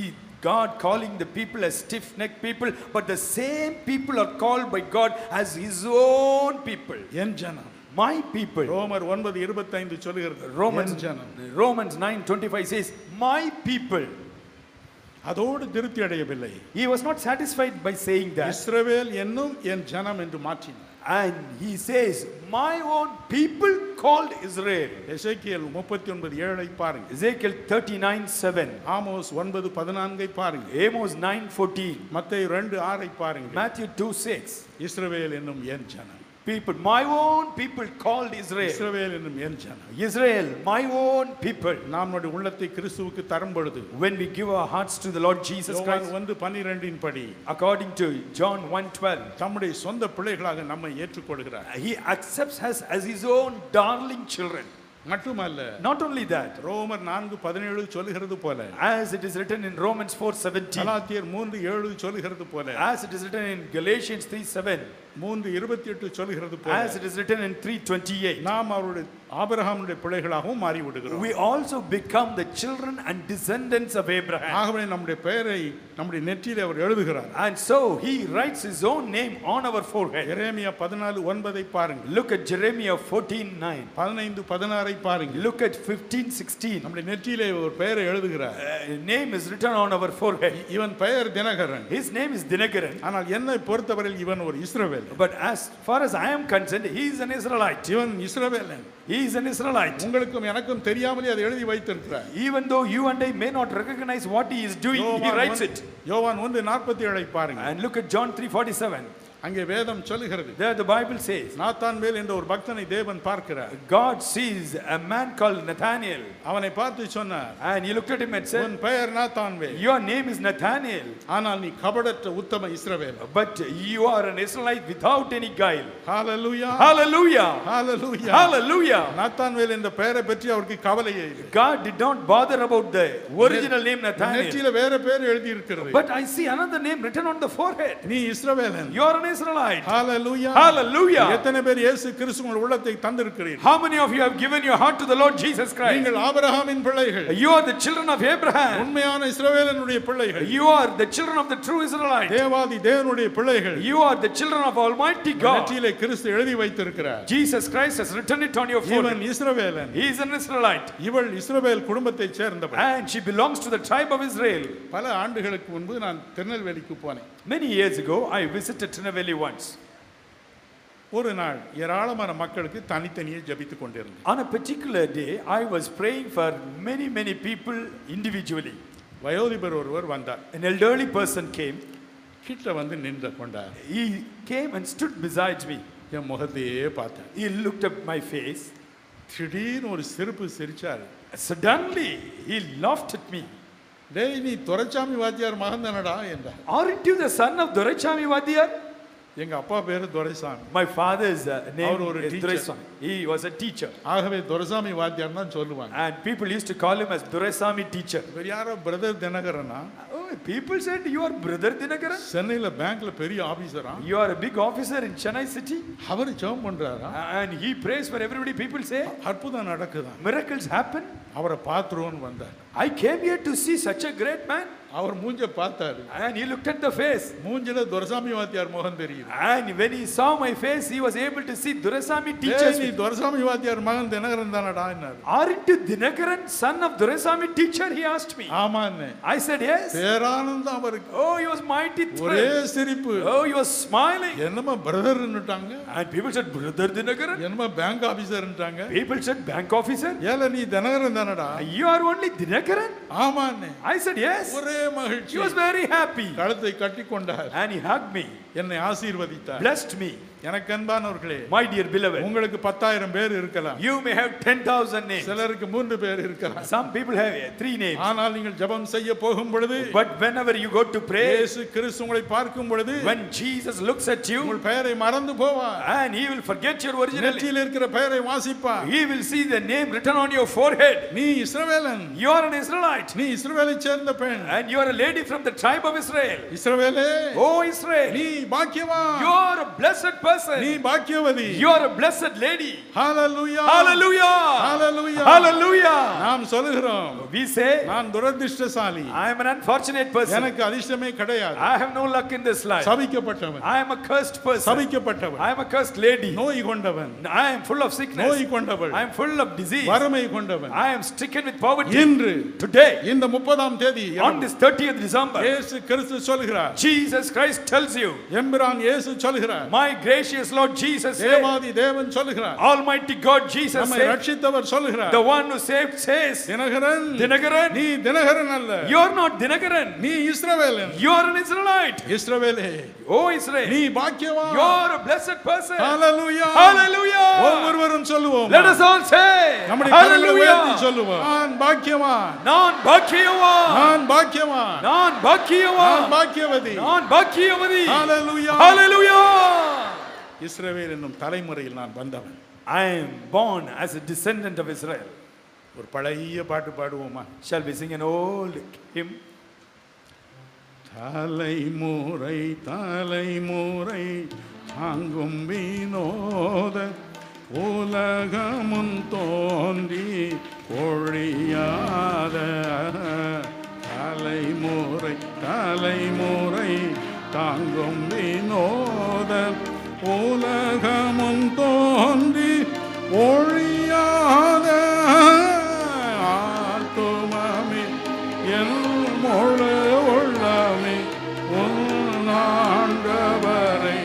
Speaker 2: God calling the people as stiff-necked people, but the same people are called by God as His own people.
Speaker 1: என் ஜனம்
Speaker 2: My people.
Speaker 1: ரோமர் ஒன்பது இருபத்தைந்து சொல்லுகிறது
Speaker 2: Romans
Speaker 1: என் ஜனம்
Speaker 2: Romans 9:25 says, "My people."
Speaker 1: அதோடு திருப்தி அடையவில்லை
Speaker 2: He was not satisfied by saying that,
Speaker 1: இஸ்ரவேல் என்னும் என் ஜனம் என்று மாற்றினார்
Speaker 2: and he says, "My own people called Israel."
Speaker 1: எசேக்கியேல் முப்பத்தி ஒன்பது ஏழை பாருங்கள்
Speaker 2: Ezekiel 39:7,
Speaker 1: ஆமோஸ் ஒன்பது பதினான்கை பாருங்கள்
Speaker 2: Amos 9:14,
Speaker 1: மத்தேயு ரெண்டு ஆறை பாருங்கள்
Speaker 2: Matthew 2:6.
Speaker 1: இஸ்ரவேல் என்னும் என் ஜனம்
Speaker 2: People, my own people called Israel.
Speaker 1: இஸ்ரவேல் என்னும் என் ஜனம்
Speaker 2: Israel, my own people.
Speaker 1: நாம் நம்முடைய உள்ளத்தை கிறிஸ்துவுக்கு தரும் பொழுது
Speaker 2: When we give our hearts to the Lord Jesus
Speaker 1: யோவான்
Speaker 2: Christ,
Speaker 1: ஒன்று பன்னிரெண்டின் படி
Speaker 2: according to John 1:12,
Speaker 1: தம்முடைய சொந்த பிள்ளைகளாக நம்மை ஏற்றுக்கொள்கிறார்
Speaker 2: he accepts us as his own darling children.
Speaker 1: மட்டுமல்ல
Speaker 2: Not only that,
Speaker 1: ரோமர் நான்கு பதினேழு சொல்லுகிறது போல
Speaker 2: as it is written in Romans 4:17,
Speaker 1: கலாத்தியர் மூன்று ஏழு சொல்லுகிறது போல
Speaker 2: as it is written in Galatians 3:7,
Speaker 1: மூன்று இருபத்தி எட்டு சொல்லுகிறது போல
Speaker 2: as it is written in 3:28,
Speaker 1: நாம் அவருடைய ஆபிரகாமுடைய பிள்ளைகளாகவும் மாறிவிடுகிறோம்
Speaker 2: we also become the children and descendants of Abraham.
Speaker 1: ஆகவே நம்முடைய பெயரை நம்முடைய நெற்றியிலே அவர் எழுதுகிறார்
Speaker 2: And so he writes his own name on our forehead.
Speaker 1: எரேமியா பதினாலு ஒன்பதை பாருங்கள்
Speaker 2: Look at Jeremiah 14:9.
Speaker 1: பதினைந்து பதினாறை பாருங்கள்
Speaker 2: Look at 15:16.
Speaker 1: நம்முடைய நெற்றியிலே ஒரு பெயரை எழுதுகிறார்
Speaker 2: Uh, name is written on our forehead.
Speaker 1: இவன் பெயர் Dinakaran
Speaker 2: His name is Dinakaran.
Speaker 1: ஆனால் என்னை பொறுத்தவரையில் இவன் ஒரு இஸ்ரவேல்
Speaker 2: But as far as I am concerned, he is an Israelite.
Speaker 1: இவன் இஸ்ரவேலன்
Speaker 2: He is an Israelite.
Speaker 1: உங்களுக்கும் எனக்கும் தெரியாமலே அதை எழுதி வைத்திருக்கிறார்
Speaker 2: Even though you and I may not recognize what he is doing, he
Speaker 1: யோவான்
Speaker 2: writes
Speaker 1: ஒன்று-
Speaker 2: it.
Speaker 1: யோவான் ஒன்று நாற்பத்தி ஏழை பாருங்கள்
Speaker 2: And look at John 3:47.
Speaker 1: அங்கே வேதம் சொல்லுகிறது
Speaker 2: There the Bible says,
Speaker 1: Nathanael என்ற ஒரு பக்தனை தேவன் பார்க்கிறார்
Speaker 2: God sees a man called Nathanael,
Speaker 1: அவனை பார்த்து சொன்னார்
Speaker 2: and he looked at him and said,
Speaker 1: உன் பெயர் Nathanael
Speaker 2: "Your name is Nathanael,
Speaker 1: ஆனால் நீ கபடற்ற உத்தம இஸ்ரவேல்
Speaker 2: but you are an Israelite without any guile."
Speaker 1: ஹalleluya
Speaker 2: Hallelujah!
Speaker 1: ஹalleluya
Speaker 2: Hallelujah!
Speaker 1: நாத்தான் வேல் என்ற பெயரை பற்றி அவருக்கு கவலையே இல்லை
Speaker 2: God did not bother about the original name Nathanael,
Speaker 1: நெற்றியில வேற பேர் எழுதி இருக்கிறது
Speaker 2: but I see another name written on the forehead.
Speaker 1: நீ இஸ்ரவேலன்
Speaker 2: You are an Israelite.
Speaker 1: Hallelujah
Speaker 2: Hallelujah!
Speaker 1: எத்தனை பேர் இயேசு கிறிஸ்து உங்கள் உள்ளத்தை தந்திருக்கிறீர்கள்
Speaker 2: How many of you have given your heart to the Lord Jesus Christ?
Speaker 1: நீங்கள் ஆபிரகாமின் பிள்ளைகள்
Speaker 2: You are the children of Abraham.
Speaker 1: உண்மையான இஸ்ரவேலனுடைய பிள்ளைகள்
Speaker 2: You are the children of the true Israelite.
Speaker 1: தேவாதி தேவனுடைய பிள்ளைகள்
Speaker 2: You are the children of Almighty God.
Speaker 1: நெற்றியிலே கிறிஸ்து எழுதி வைத்திருக்கிறார்
Speaker 2: Jesus Christ has written it on your
Speaker 1: இவன்
Speaker 2: forehead.
Speaker 1: இஸ்ரவேலன்
Speaker 2: He is an Israelite
Speaker 1: இவள் இஸ்ரவேல் குடும்பத்தைச் சேர்ந்தவள்
Speaker 2: and she belongs to the tribe of Israel.
Speaker 1: பல ஆண்டுகளுக்கு முன்பு நான் திருநெல்வேலிக்கு போனேன்
Speaker 2: Many years ago, I visited Trinaveli once.
Speaker 1: ஒரு நாள் ஏராளமான மக்களுக்கு தனித்தனியே ஜெபித்துக் கொண்டிருந்தேன்
Speaker 2: On a particular day, I was praying for many, many people individually.
Speaker 1: வயோதிபர் ஒருவர் வந்தார்
Speaker 2: An elderly person came.
Speaker 1: கிட்ட வந்து நின்று கொண்டார்
Speaker 2: He came and stood beside me.
Speaker 1: என் முகத்தையே பார்த்தார்
Speaker 2: He looked at my face.
Speaker 1: திடீர்னு ஒரு சிரிப்பு சிரிச்சார்
Speaker 2: Suddenly, he laughed at me.
Speaker 1: டேய் நீ துரைச்சாமி வாத்தியார் மகன் தானடா என்றார்
Speaker 2: Aren't you the son of Dorachami Vadia?
Speaker 1: எங்க அப்பா பேரு Duraisamy
Speaker 2: My father's uh, name
Speaker 1: Avaru oru
Speaker 2: is
Speaker 1: teacher.
Speaker 2: Duraiswamy. He was a teacher.
Speaker 1: ஆகவே துரைசாமி வாத்தியார் தான் சொல்லுவாங்க
Speaker 2: And people used to call him as Duraiswamy teacher.
Speaker 1: இவர் யாரோ பிரதர் தினகரனா
Speaker 2: Oh, people said, you are brother Dinakaran?
Speaker 1: சென்னையில பேங்க்ல பெரிய ஆபீசரா
Speaker 2: You are a big officer in Chennai city?
Speaker 1: அவர் ஜெபம் பண்றாரா
Speaker 2: And he prays for everybody. People say,
Speaker 1: அற்புதம் நடக்குதான்
Speaker 2: miracles happen.
Speaker 1: அவரை பார்த்துருவோன்னு வந்தார்
Speaker 2: I came here to see such a great man.
Speaker 1: அவர் மூஞ்ச பார்த்தாரு
Speaker 2: And he looked at the face.
Speaker 1: மூஞ்சில துரைசாமி வாத்தியார் முகம் தெரியுது
Speaker 2: And when he saw my face, he was able to see Duraiswamy
Speaker 1: டேய், நீ
Speaker 2: teacher.
Speaker 1: துரைசாமி வாத்தியார் மகன் தினகரன் தானடா என்னாரு
Speaker 2: Aren't you Dinakaran, son of Duraiswamy teacher? He asked me.
Speaker 1: ஆமான்னு
Speaker 2: I said, yes.
Speaker 1: பேரானந்தம் அவருக்கு
Speaker 2: Oh, he was mighty
Speaker 1: ஒரே
Speaker 2: thrilled.
Speaker 1: சிரிப்பு
Speaker 2: Oh, he was smiling.
Speaker 1: என்னமா பிரதர்ன்னுட்டாங்க
Speaker 2: And people said, brother Dinakaran.
Speaker 1: என்னமா பேங்க் ஆபீசர்ன்னுட்டாங்க
Speaker 2: People said, bank officer.
Speaker 1: ஏல நீ தினகரன் தானடா
Speaker 2: You are only Dinakaran.
Speaker 1: ஆமான்னு
Speaker 2: I said, yes.
Speaker 1: ஒரே
Speaker 2: He
Speaker 1: மகிழ்ச்சி
Speaker 2: was very happy.
Speaker 1: கழுத்தை கட்டி கொண்டார்
Speaker 2: And he hugged me,
Speaker 1: என்னை ஆசீர்வதித்தார்
Speaker 2: blessed me.
Speaker 1: எனக்கு அன்பானவர்களே
Speaker 2: My dear beloved,
Speaker 1: உங்களுக்கு பத்தாயிரம் பேர் இருக்கலாம்
Speaker 2: you may have 10,000 names.
Speaker 1: சிலருக்கு மூன்று பேர் இருக்கலாம்
Speaker 2: Some people have eh, three names.
Speaker 1: ஆனால் நீங்கள் ஜெபம் செய்ய போகும் பொழுது
Speaker 2: But whenever you go to pray,
Speaker 1: இயேசு கிறிஸ்து உங்களை பார்க்கும் பொழுது
Speaker 2: when Jesus looks at you,
Speaker 1: உங்கள் பெயரை மறந்து போவார்
Speaker 2: and he will forget your original name,
Speaker 1: நெற்றியில் இருக்கிற பெயரை வாசிப்பார்
Speaker 2: he will see the name written on your forehead.
Speaker 1: நீ இஸ்ரவேலன்
Speaker 2: You are an Israelite,
Speaker 1: நீ இஸ்ரவேலை சேர்ந்த பெண்
Speaker 2: and you are a lady from the tribe of Israel.
Speaker 1: இஸ்ரவேலே
Speaker 2: Oh, Israel,
Speaker 1: நீ பாக்கியவான்
Speaker 2: you are a blessed
Speaker 1: நீ
Speaker 2: person.
Speaker 1: பாக்கியவதி
Speaker 2: You are a blessed lady.
Speaker 1: Hallelujah
Speaker 2: Hallelujah!
Speaker 1: Hallelujah.
Speaker 2: Hallelujah!
Speaker 1: நாம் சொல்லுகிறோம்
Speaker 2: We say,
Speaker 1: நான் துரதிர்ஷ்டசாலி
Speaker 2: I am an unfortunate person.
Speaker 1: எனக்கு அதிர்ஷ்டமே கிடையாது
Speaker 2: I have no luck in this life.
Speaker 1: சபிக்கப்பட்டவன்
Speaker 2: I am a cursed person.
Speaker 1: சபிக்கப்பட்டவன்
Speaker 2: I am a cursed lady.
Speaker 1: நோய் கொண்டவன்
Speaker 2: I am full of sickness.
Speaker 1: நோய் கொண்டவள்
Speaker 2: I am full of disease.
Speaker 1: வறுமை கொண்டவன்
Speaker 2: I am stricken with poverty.
Speaker 1: இன்று
Speaker 2: Today,
Speaker 1: இந்த முப்பதாம் தேதி
Speaker 2: on this 30th December,
Speaker 1: இயேசு கிறிஸ்து சொல்கிறார்
Speaker 2: Jesus Christ tells you,
Speaker 1: எம்பிரான் இயேசு சொல்கிறார்
Speaker 2: My gracious Lord Jesus, said,
Speaker 1: தேவாதி தேவன் சொல்கிறார்
Speaker 2: Almighty God Jesus,
Speaker 1: நம்மை
Speaker 2: said,
Speaker 1: ரட்சித்தவர் சொல்கிறார்
Speaker 2: the one who saved says,
Speaker 1: Dinakaran
Speaker 2: Dinakaran,
Speaker 1: நீ தினகரன் அல்ல
Speaker 2: you are not Dinakaran.
Speaker 1: நீ இஸ்ரவேலன்
Speaker 2: You are an Israelite.
Speaker 1: இஸ்ரவேலே
Speaker 2: Oh Israel,
Speaker 1: நீ
Speaker 2: you
Speaker 1: பாக்கியவான்
Speaker 2: are a blessed person.
Speaker 1: Hallelujah.
Speaker 2: Hallelujah.
Speaker 1: ஒவ்வொருவரும் சொல்லுவோம்
Speaker 2: Let us all say,
Speaker 1: நம்முடைய கரங்களை உயர்த்தி
Speaker 2: Hallelujah.
Speaker 1: சொல்லுவோம் நான் பாக்கியவான்
Speaker 2: நான் பாக்கியவான்
Speaker 1: நான் பாக்கியவான்
Speaker 2: நான்
Speaker 1: நான்
Speaker 2: பாக்கியவான்
Speaker 1: பாக்கியவதி
Speaker 2: நான் பாக்கியவதி
Speaker 1: Hallelujah.
Speaker 2: ஹalleluya
Speaker 1: இஸ்ரவேல் என்னும் தலைமுறையில் நான் வந்தவன்
Speaker 2: I am born as a descendant of Israel
Speaker 1: ஒரு பழைய பாட்டு பாடுவோமா
Speaker 2: shall we sing an old hymn
Speaker 1: தலைமுறை தலைமுறை தாங்கும் வினோத உலகமும் தோன்றி ஒழியாத தலைமுறை தலைமுறை தாங்கும் வினோத உலகமும் தோன்றி ஒழியாத ஆத்துமமே என் முழு உள்ளமே உன்னாண்டவரை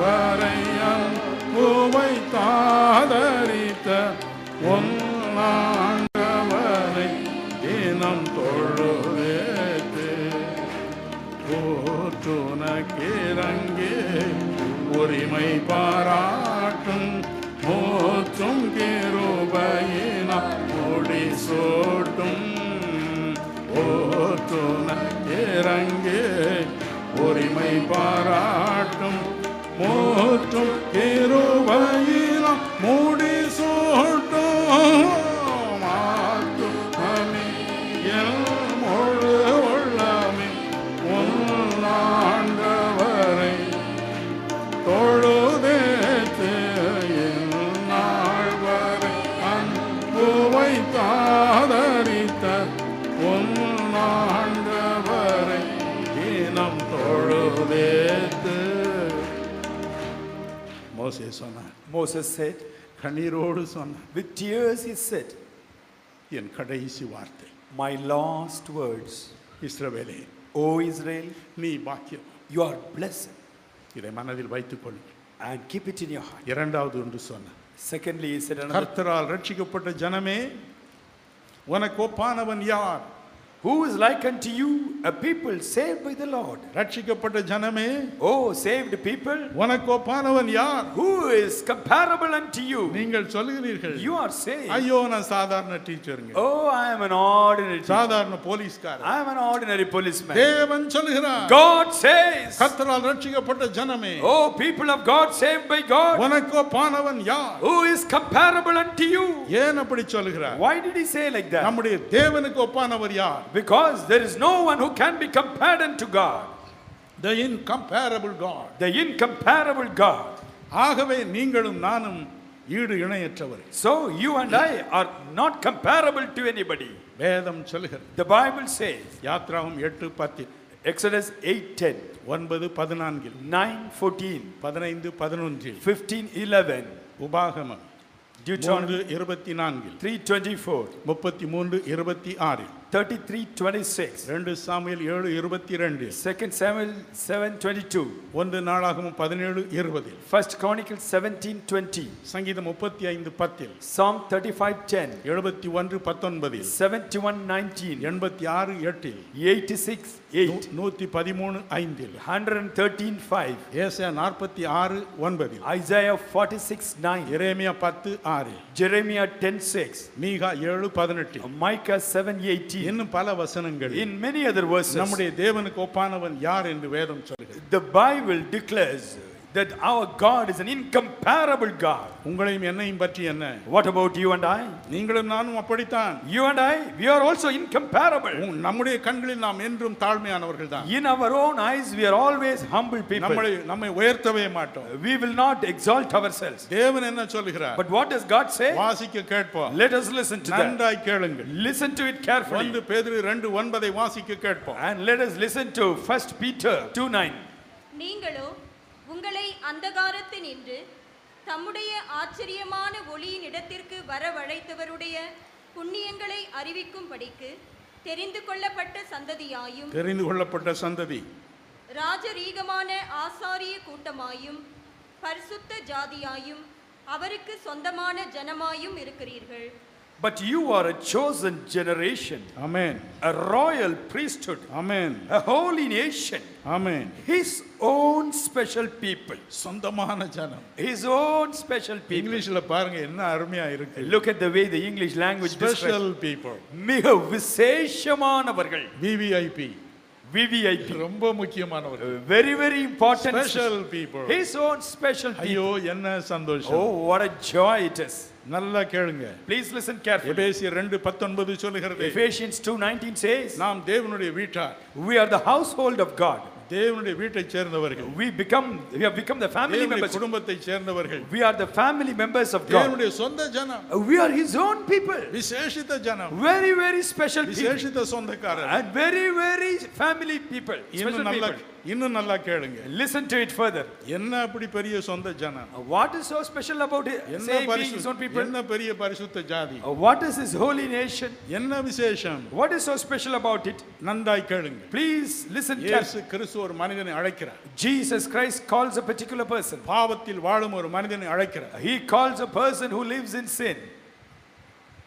Speaker 1: தொழுதேத்தையன் பூவை தாதரித்த உன்னாண்டவரை தினம் தொழுதேத்தே போற்றுனக்கிறங்கே உரிமை பாராட்டும் போற்றும் கிருபையினா ஒளி சோட்டும் போற்றுனக்கிறங்கே உரிமை பாராட்டும் போற்றும் கிருபையினா மூடி சோட்டும் மாற்றும் அமே என் முழு உள்ளமே உன்னாண்டவரை தொழுதேத்து நாள் வரை அன்புவை தாதரித்த உன்னாண்டவரை இனம் தொழுதேத்து மோசே சொன்னார்
Speaker 2: Moses said
Speaker 1: கண்ணீரோடு சொன்னார்
Speaker 2: with tears he said
Speaker 1: என் கடைசி வார்த்தை
Speaker 2: my last words
Speaker 1: இஸ்ரவேலே
Speaker 2: O Israel
Speaker 1: நீ பாக்கியம்
Speaker 2: you are blessed
Speaker 1: இதை மனதில் வைத்துக் கொள்ளுங்கள்
Speaker 2: and keep it in your heart
Speaker 1: இரண்டாவது ஒன்று சொன்னார்
Speaker 2: secondly he said another
Speaker 1: கர்த்தரால் ரட்சிக்கப்பட்ட ஜனமே உனக்கு ஒப்பானவன் யார்
Speaker 2: Who is like unto you, a people saved by the Lord?
Speaker 1: ரட்சிக்கப்பட்ட ஜனமே
Speaker 2: Oh, saved people,
Speaker 1: உனக்கு ஒப்பானவன் யார்
Speaker 2: who is comparable unto you?
Speaker 1: நீங்கள் சொல்கிறீர்கள்
Speaker 2: You are saved.
Speaker 1: ஐயோ நான் சாதாரண டீச்சருங்க
Speaker 2: Oh, I am an ordinary.
Speaker 1: சாதாரண போலீஸ்காரர்
Speaker 2: I am an ordinary policeman.
Speaker 1: தேவன் சொல்கிறார்
Speaker 2: God says,
Speaker 1: கர்த்தரால் ரட்சிக்கப்பட்ட ஜனமே
Speaker 2: Oh, people of God, saved by God,
Speaker 1: உனக்கு ஒப்பானவன் யார்
Speaker 2: who is comparable unto you?
Speaker 1: ஏன் அப்படி சொல்கிறார்
Speaker 2: Why did he say like that?
Speaker 1: நம்முடைய தேவனுக்கு ஒப்பானவர் யார்
Speaker 2: Because there is no one who can be compared unto God,
Speaker 1: the incomparable God
Speaker 2: the incomparable God.
Speaker 1: ஆகவே நீங்களும் நானும் ஈடு இணையற்றவர்
Speaker 2: So you and I are not comparable to anybody.
Speaker 1: வேதம் சொல்கிறது
Speaker 2: The Bible says,
Speaker 1: யாத்ராவும் எட்டு பத்தில்
Speaker 2: Exodus 8 10,
Speaker 1: ஒன்பது பதினான்கில்
Speaker 2: 9 14,
Speaker 1: பதினைந்து பதினொன்றில்
Speaker 2: 15 11,
Speaker 1: உபாகமம் மூன்று
Speaker 2: Deuteronomy
Speaker 1: இருபத்தி நான்கில்
Speaker 2: 3 24,
Speaker 1: முப்பத்தி மூன்று இருபத்தி ஆறில்
Speaker 2: 33 26,
Speaker 1: ரெண்டு சாமியில் ஏழு இருபத்தி ரெண்டு
Speaker 2: 2 Samuel 7 22,
Speaker 1: ஒன்று நாளாகவும் பதினேழு இருபதில்
Speaker 2: 1 Chronicles 17 20,
Speaker 1: சங்கீதம் முப்பத்தி ஐந்து பத்தில்
Speaker 2: Psalm 35 10,
Speaker 1: எழுபத்தி ஒன்று பத்தொன்பதில்
Speaker 2: 71 19,
Speaker 1: எண்பத்தி ஆறு எட்டில்
Speaker 2: 86 8,
Speaker 1: நூற்றி பதிமூணு ஐந்தில்
Speaker 2: 113 5,
Speaker 1: ஏசியா நாற்பத்தி ஆறு ஒன்பதில்
Speaker 2: Isaiah 46 9,
Speaker 1: எரேமியா பத்து ஆறு
Speaker 2: Jeremiah 10 6,
Speaker 1: மீகா ஏழு பதினெட்டில்
Speaker 2: Micah 7 18,
Speaker 1: இன்னும் பல வசனங்கள்
Speaker 2: In many other verses,
Speaker 1: நம்முடைய தேவனுக்கு ஒப்பானவன் யார் என்று வேதம் சொல்கிறது
Speaker 2: the Bible declares that our God is an incomparable God.
Speaker 1: உங்களையும் என்னையும் பற்றி என்ன
Speaker 2: What about you and I?
Speaker 1: நீங்களும் நானும் அப்படித்தான்
Speaker 2: You and I, we are also incomparable.
Speaker 1: உங்- நம்முடைய கண்களில் நாம் என்றும் தாழ்மையானவர்கள் தான்
Speaker 2: In our own eyes, we are always humble people.
Speaker 1: நம்மளை நம்மை உயர்த்தவே மாட்டோம்
Speaker 2: We will not exalt ourselves.
Speaker 1: தேவன் என்ன சொல்கிறார்
Speaker 2: But what does God say?
Speaker 1: வாசிக்க கேட்போம்
Speaker 2: Let us listen to that.
Speaker 1: நன்றாய் கேளுங்கள்
Speaker 2: Listen to it
Speaker 1: வந்து
Speaker 2: carefully.
Speaker 1: பேதுரு ரெண்டு ஒன்பதை வாசிக்க கேட்போம்
Speaker 2: And let us listen to 1 Peter 2 9.
Speaker 3: நீங்களோ உங்களை அந்தகாரத்து நின்று தம்முடைய ஆச்சரியமான ஒளியின் இடத்திற்கு வரவழைத்தவருடைய புண்ணியங்களை அறிவிக்கும்படிக்கு தெரிந்து கொள்ளப்பட்ட சந்ததியாயும்
Speaker 1: தெரிந்து கொள்ளப்பட்ட சந்ததி
Speaker 3: ராஜரீகமான ஆசாரிய கூட்டமாயும் பரிசுத்த ஜாதியாயும் அவருக்கு சொந்தமான ஜனமாயும் இருக்கிறீர்கள்
Speaker 2: But you are a chosen generation,
Speaker 1: amen
Speaker 2: a royal priesthood,
Speaker 1: amen
Speaker 2: a holy nation.
Speaker 1: Amen
Speaker 2: His own special people.
Speaker 1: சொந்தமான ஜனம்
Speaker 2: His own special people.
Speaker 1: இங்கிலீஷ்ல பாருங்க என்ன அருமையா இருக்கு
Speaker 2: Look at the way the English language
Speaker 1: special
Speaker 2: describes.
Speaker 1: People
Speaker 2: மிக விசேஷமானவர்கள்
Speaker 1: VVIP
Speaker 2: VVIP
Speaker 1: ரொம்ப முக்கியமானவர்கள்
Speaker 2: very very important
Speaker 1: special people
Speaker 2: his own special
Speaker 1: ஐயோ என்ன
Speaker 2: ஓ
Speaker 1: சந்தோஷம்
Speaker 2: what a joy it is
Speaker 1: நல்லா கேளுங்க
Speaker 2: ப்ளீஸ் லிசன் கேர்ஃபுல்லி
Speaker 1: எபேசியர் ரெண்டு பத்தொன்பது சொல்லுகிறது
Speaker 2: எஃபேஷியன்ஸ் டூ நைன்டீன் சேஸ்
Speaker 1: நாம் தேவனுடைய வீட்டார்
Speaker 2: we are the household of God
Speaker 1: தேவனுடைய வீட்டை சேர்ந்தவர்கள்
Speaker 2: we become we have become the family
Speaker 1: தேவனுடைய
Speaker 2: மெம்பர்ஸ்
Speaker 1: குடும்பத்தை சேர்ந்தவர்கள்
Speaker 2: we are the family members of God
Speaker 1: தேவனுடைய சொந்த ஜனம்
Speaker 2: we are his own people
Speaker 1: விசேஷித்த ஜனம்
Speaker 2: வெரி வெரி ஸ்பெஷல் பீப்புள்
Speaker 1: விசேஷித்த சொந்தக்காரர்
Speaker 2: And very, very family people. Special
Speaker 1: இன்னும் நல்லா
Speaker 2: people.
Speaker 1: இன்னும் நல்லா கேளுங்க
Speaker 2: Listen to it further.
Speaker 1: என்ன அப்படி பெரிய சொந்த ஜனம்
Speaker 2: Uh, What is so special about it?
Speaker 1: என்ன
Speaker 2: saying being his own
Speaker 1: பரிசு
Speaker 2: people?
Speaker 1: என்ன பெரிய பரிசுத்த ஜாதி
Speaker 2: Uh, What is his holy nation?
Speaker 1: என்ன விசேஷம்
Speaker 2: What is so special about it?
Speaker 1: நன்றாய் கேளுங்க
Speaker 2: Please listen
Speaker 1: இயேசு
Speaker 2: carefully.
Speaker 1: கிறிஸ்து ஒரு மனிதனை அழைக்கிறார்
Speaker 2: Jesus Christ calls a particular person.
Speaker 1: பாவத்தில் வாழும் ஒரு மனிதனை அழைக்கிறார்
Speaker 2: He calls a person who lives in sin.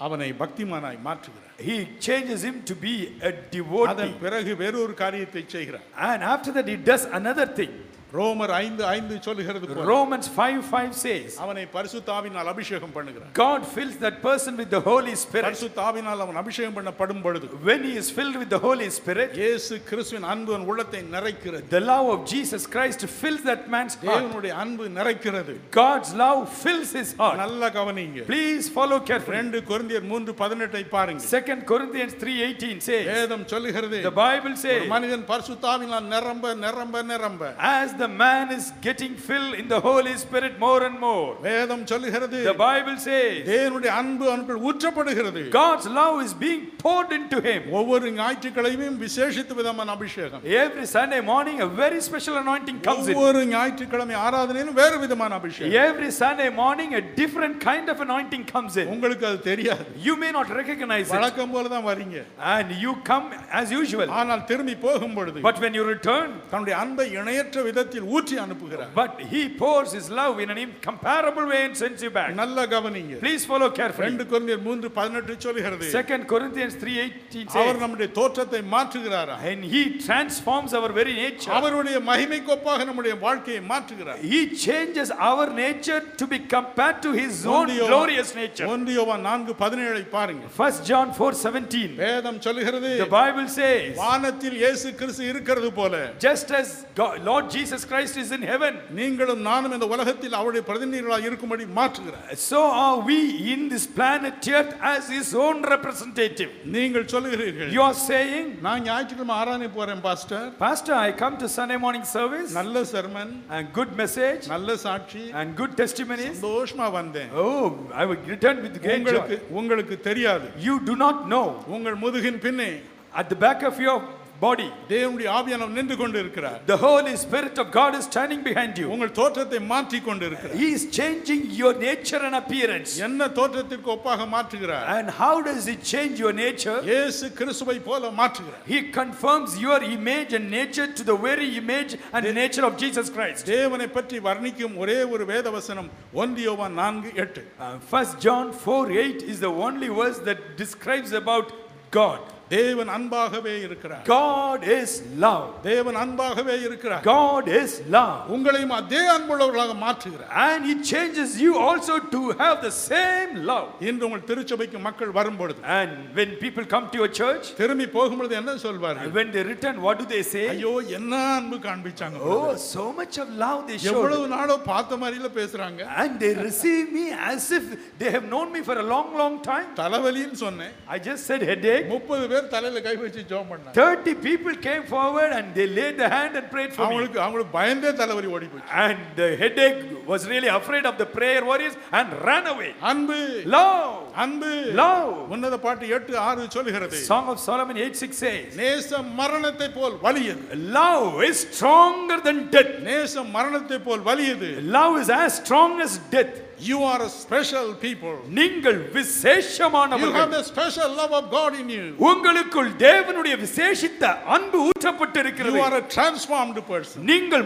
Speaker 1: அவனை பக்திமானாய் மாற்றுகிறார்
Speaker 2: He changes him to be a
Speaker 1: அதன்
Speaker 2: devotee.
Speaker 1: பிறகு வேறொரு காரியத்தை செய்கிறார்
Speaker 2: And after that, he does another thing.
Speaker 1: ரோமர் ஐந்து ஐந்து சொல்லுகிறது போல
Speaker 2: Romans 5 5 says,
Speaker 1: அவனை பரிசுத்தாவினால் அபிஷேகம் பண்ணுகிறார்
Speaker 2: God fills that person with the Holy Spirit.
Speaker 1: பரிசுத்தாவினால் அவன் அபிஷேகம் பண்ணப்படும் பொழுது
Speaker 2: When he is filled with the Holy Spirit,
Speaker 1: இயேசு கிறிஸ்துவின் அன்பு அவன் உள்ளத்தை நிறைக்கிறது
Speaker 2: The love of Jesus Christ fills that man's heart.
Speaker 1: தேவனுடைய அன்பு நிறைக்கிறது
Speaker 2: God's love fills his heart.
Speaker 1: நல்லா கவனிங்க
Speaker 2: Please follow carefully.
Speaker 1: ரெண்டு கொரிந்தியர் மூன்று பதினெட்டை பாருங்க
Speaker 2: Second Corinthians 3:18 says,
Speaker 1: வேதம் சொல்லுகிறது
Speaker 2: the Bible
Speaker 1: ஒரு
Speaker 2: says,
Speaker 1: மனிதன் பரிசுத்தாவினால் நிரம்ப நிரம்ப நிரம்ப
Speaker 2: as the man is getting filled in the Holy Spirit more and more,
Speaker 1: வேதம் சொல்லுகிறது
Speaker 2: the Bible says,
Speaker 1: தேவனுடைய அன்பு அன்பு ஊற்றப்படுகிறது
Speaker 2: God's love is being poured into him.
Speaker 1: ஒவ்வொரு ஞாயிற்றுக்கிழமையும் விசேஷித்த விதமான அபிஷேகம்
Speaker 2: Every Sunday morning, a very special anointing comes in.
Speaker 1: ஒவ்வொரு ஞாயிற்றுக்கிழமை ஆராதனையிலும் வேறு விதமான அபிஷேகம்
Speaker 2: Every Sunday morning, a different kind of anointing comes in.
Speaker 1: உங்களுக்கு அது தெரியாது
Speaker 2: You may not recognize it,
Speaker 1: வழக்கம் போல தான் வரீங்க
Speaker 2: and you come as usual.
Speaker 1: ஆனால் திரும்பி போகும் பொழுது
Speaker 2: But when you return,
Speaker 1: தன்னுடைய அன்பை இணையற்ற விதத்தில் உங்களிடத்தில் ஊற்றி அனுப்புகிறார்
Speaker 2: But he pours his love in an incomparable way and sends you back.
Speaker 1: நல்லா கவனிங்க
Speaker 2: Please follow
Speaker 1: ரெண்டு
Speaker 2: carefully.
Speaker 1: கொரிந்தியர் மூன்று பதினெட்டு சொல்கிறது
Speaker 2: Second Corinthians 3:18
Speaker 1: அவர்
Speaker 2: says,
Speaker 1: நம்முடைய தோற்றத்தை மாற்றுகிறாரா
Speaker 2: and he transforms our very nature.
Speaker 1: அவருடைய மகிமைக்கொப்பாக நம்முடைய வாழ்க்கையை மாற்றுகிறார்
Speaker 2: He changes our nature to be compared to his own
Speaker 1: ஒன்றியோவான்-
Speaker 2: glorious nature.
Speaker 1: ஒன்றியோவான் நான்கு பதினேழை பாருங்க
Speaker 2: First John 4:17.
Speaker 1: வேதம் சொல்கிறது
Speaker 2: The Bible says,
Speaker 1: வானத்தில் இயேசு கிறிஸ்து இருக்கிறது போல
Speaker 2: just as God, Lord Jesus Christ is in heaven,
Speaker 1: நீங்களும் நானும் இந்த உலகத்தில் அவருடைய பிரதிநிதிகளாக இருக்கும்படி மாற்றுகிறார்
Speaker 2: so are we in this planet earth as his own representative.
Speaker 1: நீங்கள் சொல்கிறீர்கள்
Speaker 2: You are saying,
Speaker 1: நான் ஞாயிற்றுக்கிழமை ஆராய போறேன் pastor
Speaker 2: Pastor, I come to Sunday morning service
Speaker 1: நல்ல சர்மன்
Speaker 2: and good message
Speaker 1: நல்ல சாட்சி
Speaker 2: and good testimonies.
Speaker 1: சந்தோஷமா வந்தேன்
Speaker 2: Oh, I will return with great
Speaker 1: உங்களுக்கு
Speaker 2: joy.
Speaker 1: உங்களுக்கு தெரியாது
Speaker 2: You do not know.
Speaker 1: உங்கள் முதுகின் பின்னே
Speaker 2: At the back of your body,
Speaker 1: தேவனுடைய ஆவியானவர் நின்று கொண்டு இருக்கிறார்
Speaker 2: the Holy Spirit of God is standing behind you.
Speaker 1: உங்கள் தோற்றத்தை மாற்றி கொண்டு இருக்கிறார்
Speaker 2: He is changing your nature and appearance.
Speaker 1: என்ன தோற்றத்திற்கு ஒப்பாக மாற்றுகிறார்
Speaker 2: And how does He change your nature?
Speaker 1: இயேசு கிறிஸ்துவை போல மாற்றுகிறார்
Speaker 2: He confirms your image and nature to the very image and nature of Jesus Christ.
Speaker 1: தேவனை பற்றி வர்ணிக்கும் ஒரே ஒரு வேதவசனம் ஒன்றியோவா நான்கு எட்டு
Speaker 2: First John 4 8 is the only verse that describes about God.
Speaker 1: தேவன் அன்பாகவே இருக்கிறார்
Speaker 2: God is love.
Speaker 1: தேவன் அன்பாகவே இருக்கிறார்
Speaker 2: God is love.
Speaker 1: உங்களையும் அதே அன்புள்ளவர்களாக மாற்றுகிறார்
Speaker 2: And He changes you also to have the same love.
Speaker 1: இன்று உங்கள் திருச்சபைக்கு மக்கள் வரும்பொழுது
Speaker 2: And when people come to your church,
Speaker 1: திரும்பி போகும்பொழுது என்ன சொல்வார்கள்
Speaker 2: when they return, what do they say?
Speaker 1: ஐயோ என்ன அன்பு காண்பிச்சாங்க
Speaker 2: Oh, so much of love they
Speaker 1: எவ்வளவு
Speaker 2: showed.
Speaker 1: நாளோ பார்த்த மாதிரில பேசுறாங்க
Speaker 2: And they receive me as if they have known me for a long, long time.
Speaker 1: தலைவலின்னு சொன்னேன்
Speaker 2: I just said headache.
Speaker 1: முப்பது பேர் தலையில கை வச்சு ஜோம் பண்ணாங்க
Speaker 2: 30 people came forward and they laid their hand and prayed for me.
Speaker 1: அவங்களுக்கு அவங்களுக்கு பயந்தே தலைவலி ஓடி போச்சு
Speaker 2: And the headache was really afraid of the prayer warriors and ran away.
Speaker 1: அன்பு
Speaker 2: Love.
Speaker 1: அன்பு
Speaker 2: Love.
Speaker 1: உன்னத பாட்டு எட்டு ஆறு சொல்கிறது
Speaker 2: Song of Solomon 8:6 says,
Speaker 1: நேச மரணத்தை போல் வலியது
Speaker 2: Love is stronger than death.
Speaker 1: நேச மரணத்தை போல் வலியது
Speaker 2: Love is as strong as death.
Speaker 1: You are special people
Speaker 2: நீங்கள்
Speaker 1: யூ ஹேவ்
Speaker 2: விசேஷமானவர்கள்
Speaker 1: the special love of God in you
Speaker 2: உங்களுக்குள் தேவனுடைய விசேஷித்த அன்பு
Speaker 1: யூ
Speaker 2: ஊற்றப்பட்டிருக்கிறது
Speaker 1: ஆர் அ டிரான்ஸ்ஃபார்ம்டு பர்சன்
Speaker 2: நீங்கள்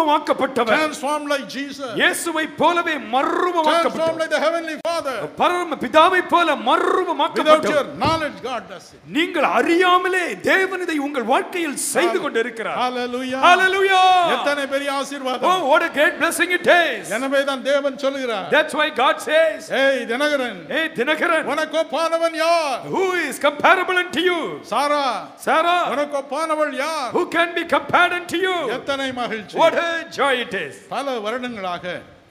Speaker 2: மறுரூபமாக்கப்பட்டவர்
Speaker 1: டிரான்ஸ்ஃபார்ம் லைக் ஜீசஸ்
Speaker 2: இயேசுவை போலவே
Speaker 1: டிரான்ஸ்ஃபார்ம்
Speaker 2: மறுரூபமாக்கப்பட்டவர்
Speaker 1: லைக் த ஹெவன்லி ஃபாதர்
Speaker 2: பரம பிதாவை போல
Speaker 1: வித்வுட்
Speaker 2: மறுரூபமாக்கப்பட்டவர்
Speaker 1: your knowledge God does it
Speaker 2: நீங்கள் அறியாமலே தேவன் இதை உங்கள் வாழ்க்கையில் செய்து கொண்டிருக்கிறார்
Speaker 1: ஹalleluya
Speaker 2: Hallelujah!
Speaker 1: எத்தனை பெரிய
Speaker 2: Oh,
Speaker 1: ஆசீர்வாதம்
Speaker 2: what a great blessing it is!
Speaker 1: எனவே தான் தேவன் சொல்கிறார்
Speaker 2: That's why God says,
Speaker 1: ஏய் தினகரன்
Speaker 2: Hey, Dinakaran,
Speaker 1: உனக்கொப்பானவன் யார்
Speaker 2: who is comparable unto you?
Speaker 1: Sarah
Speaker 2: Sarah,
Speaker 1: உனக்கொப்பானவள் யார்
Speaker 2: who can be compared unto you?
Speaker 1: எத்தனை மகிழ்ச்சி
Speaker 2: Oh. What a joy it is!
Speaker 1: பல வருடங்களாக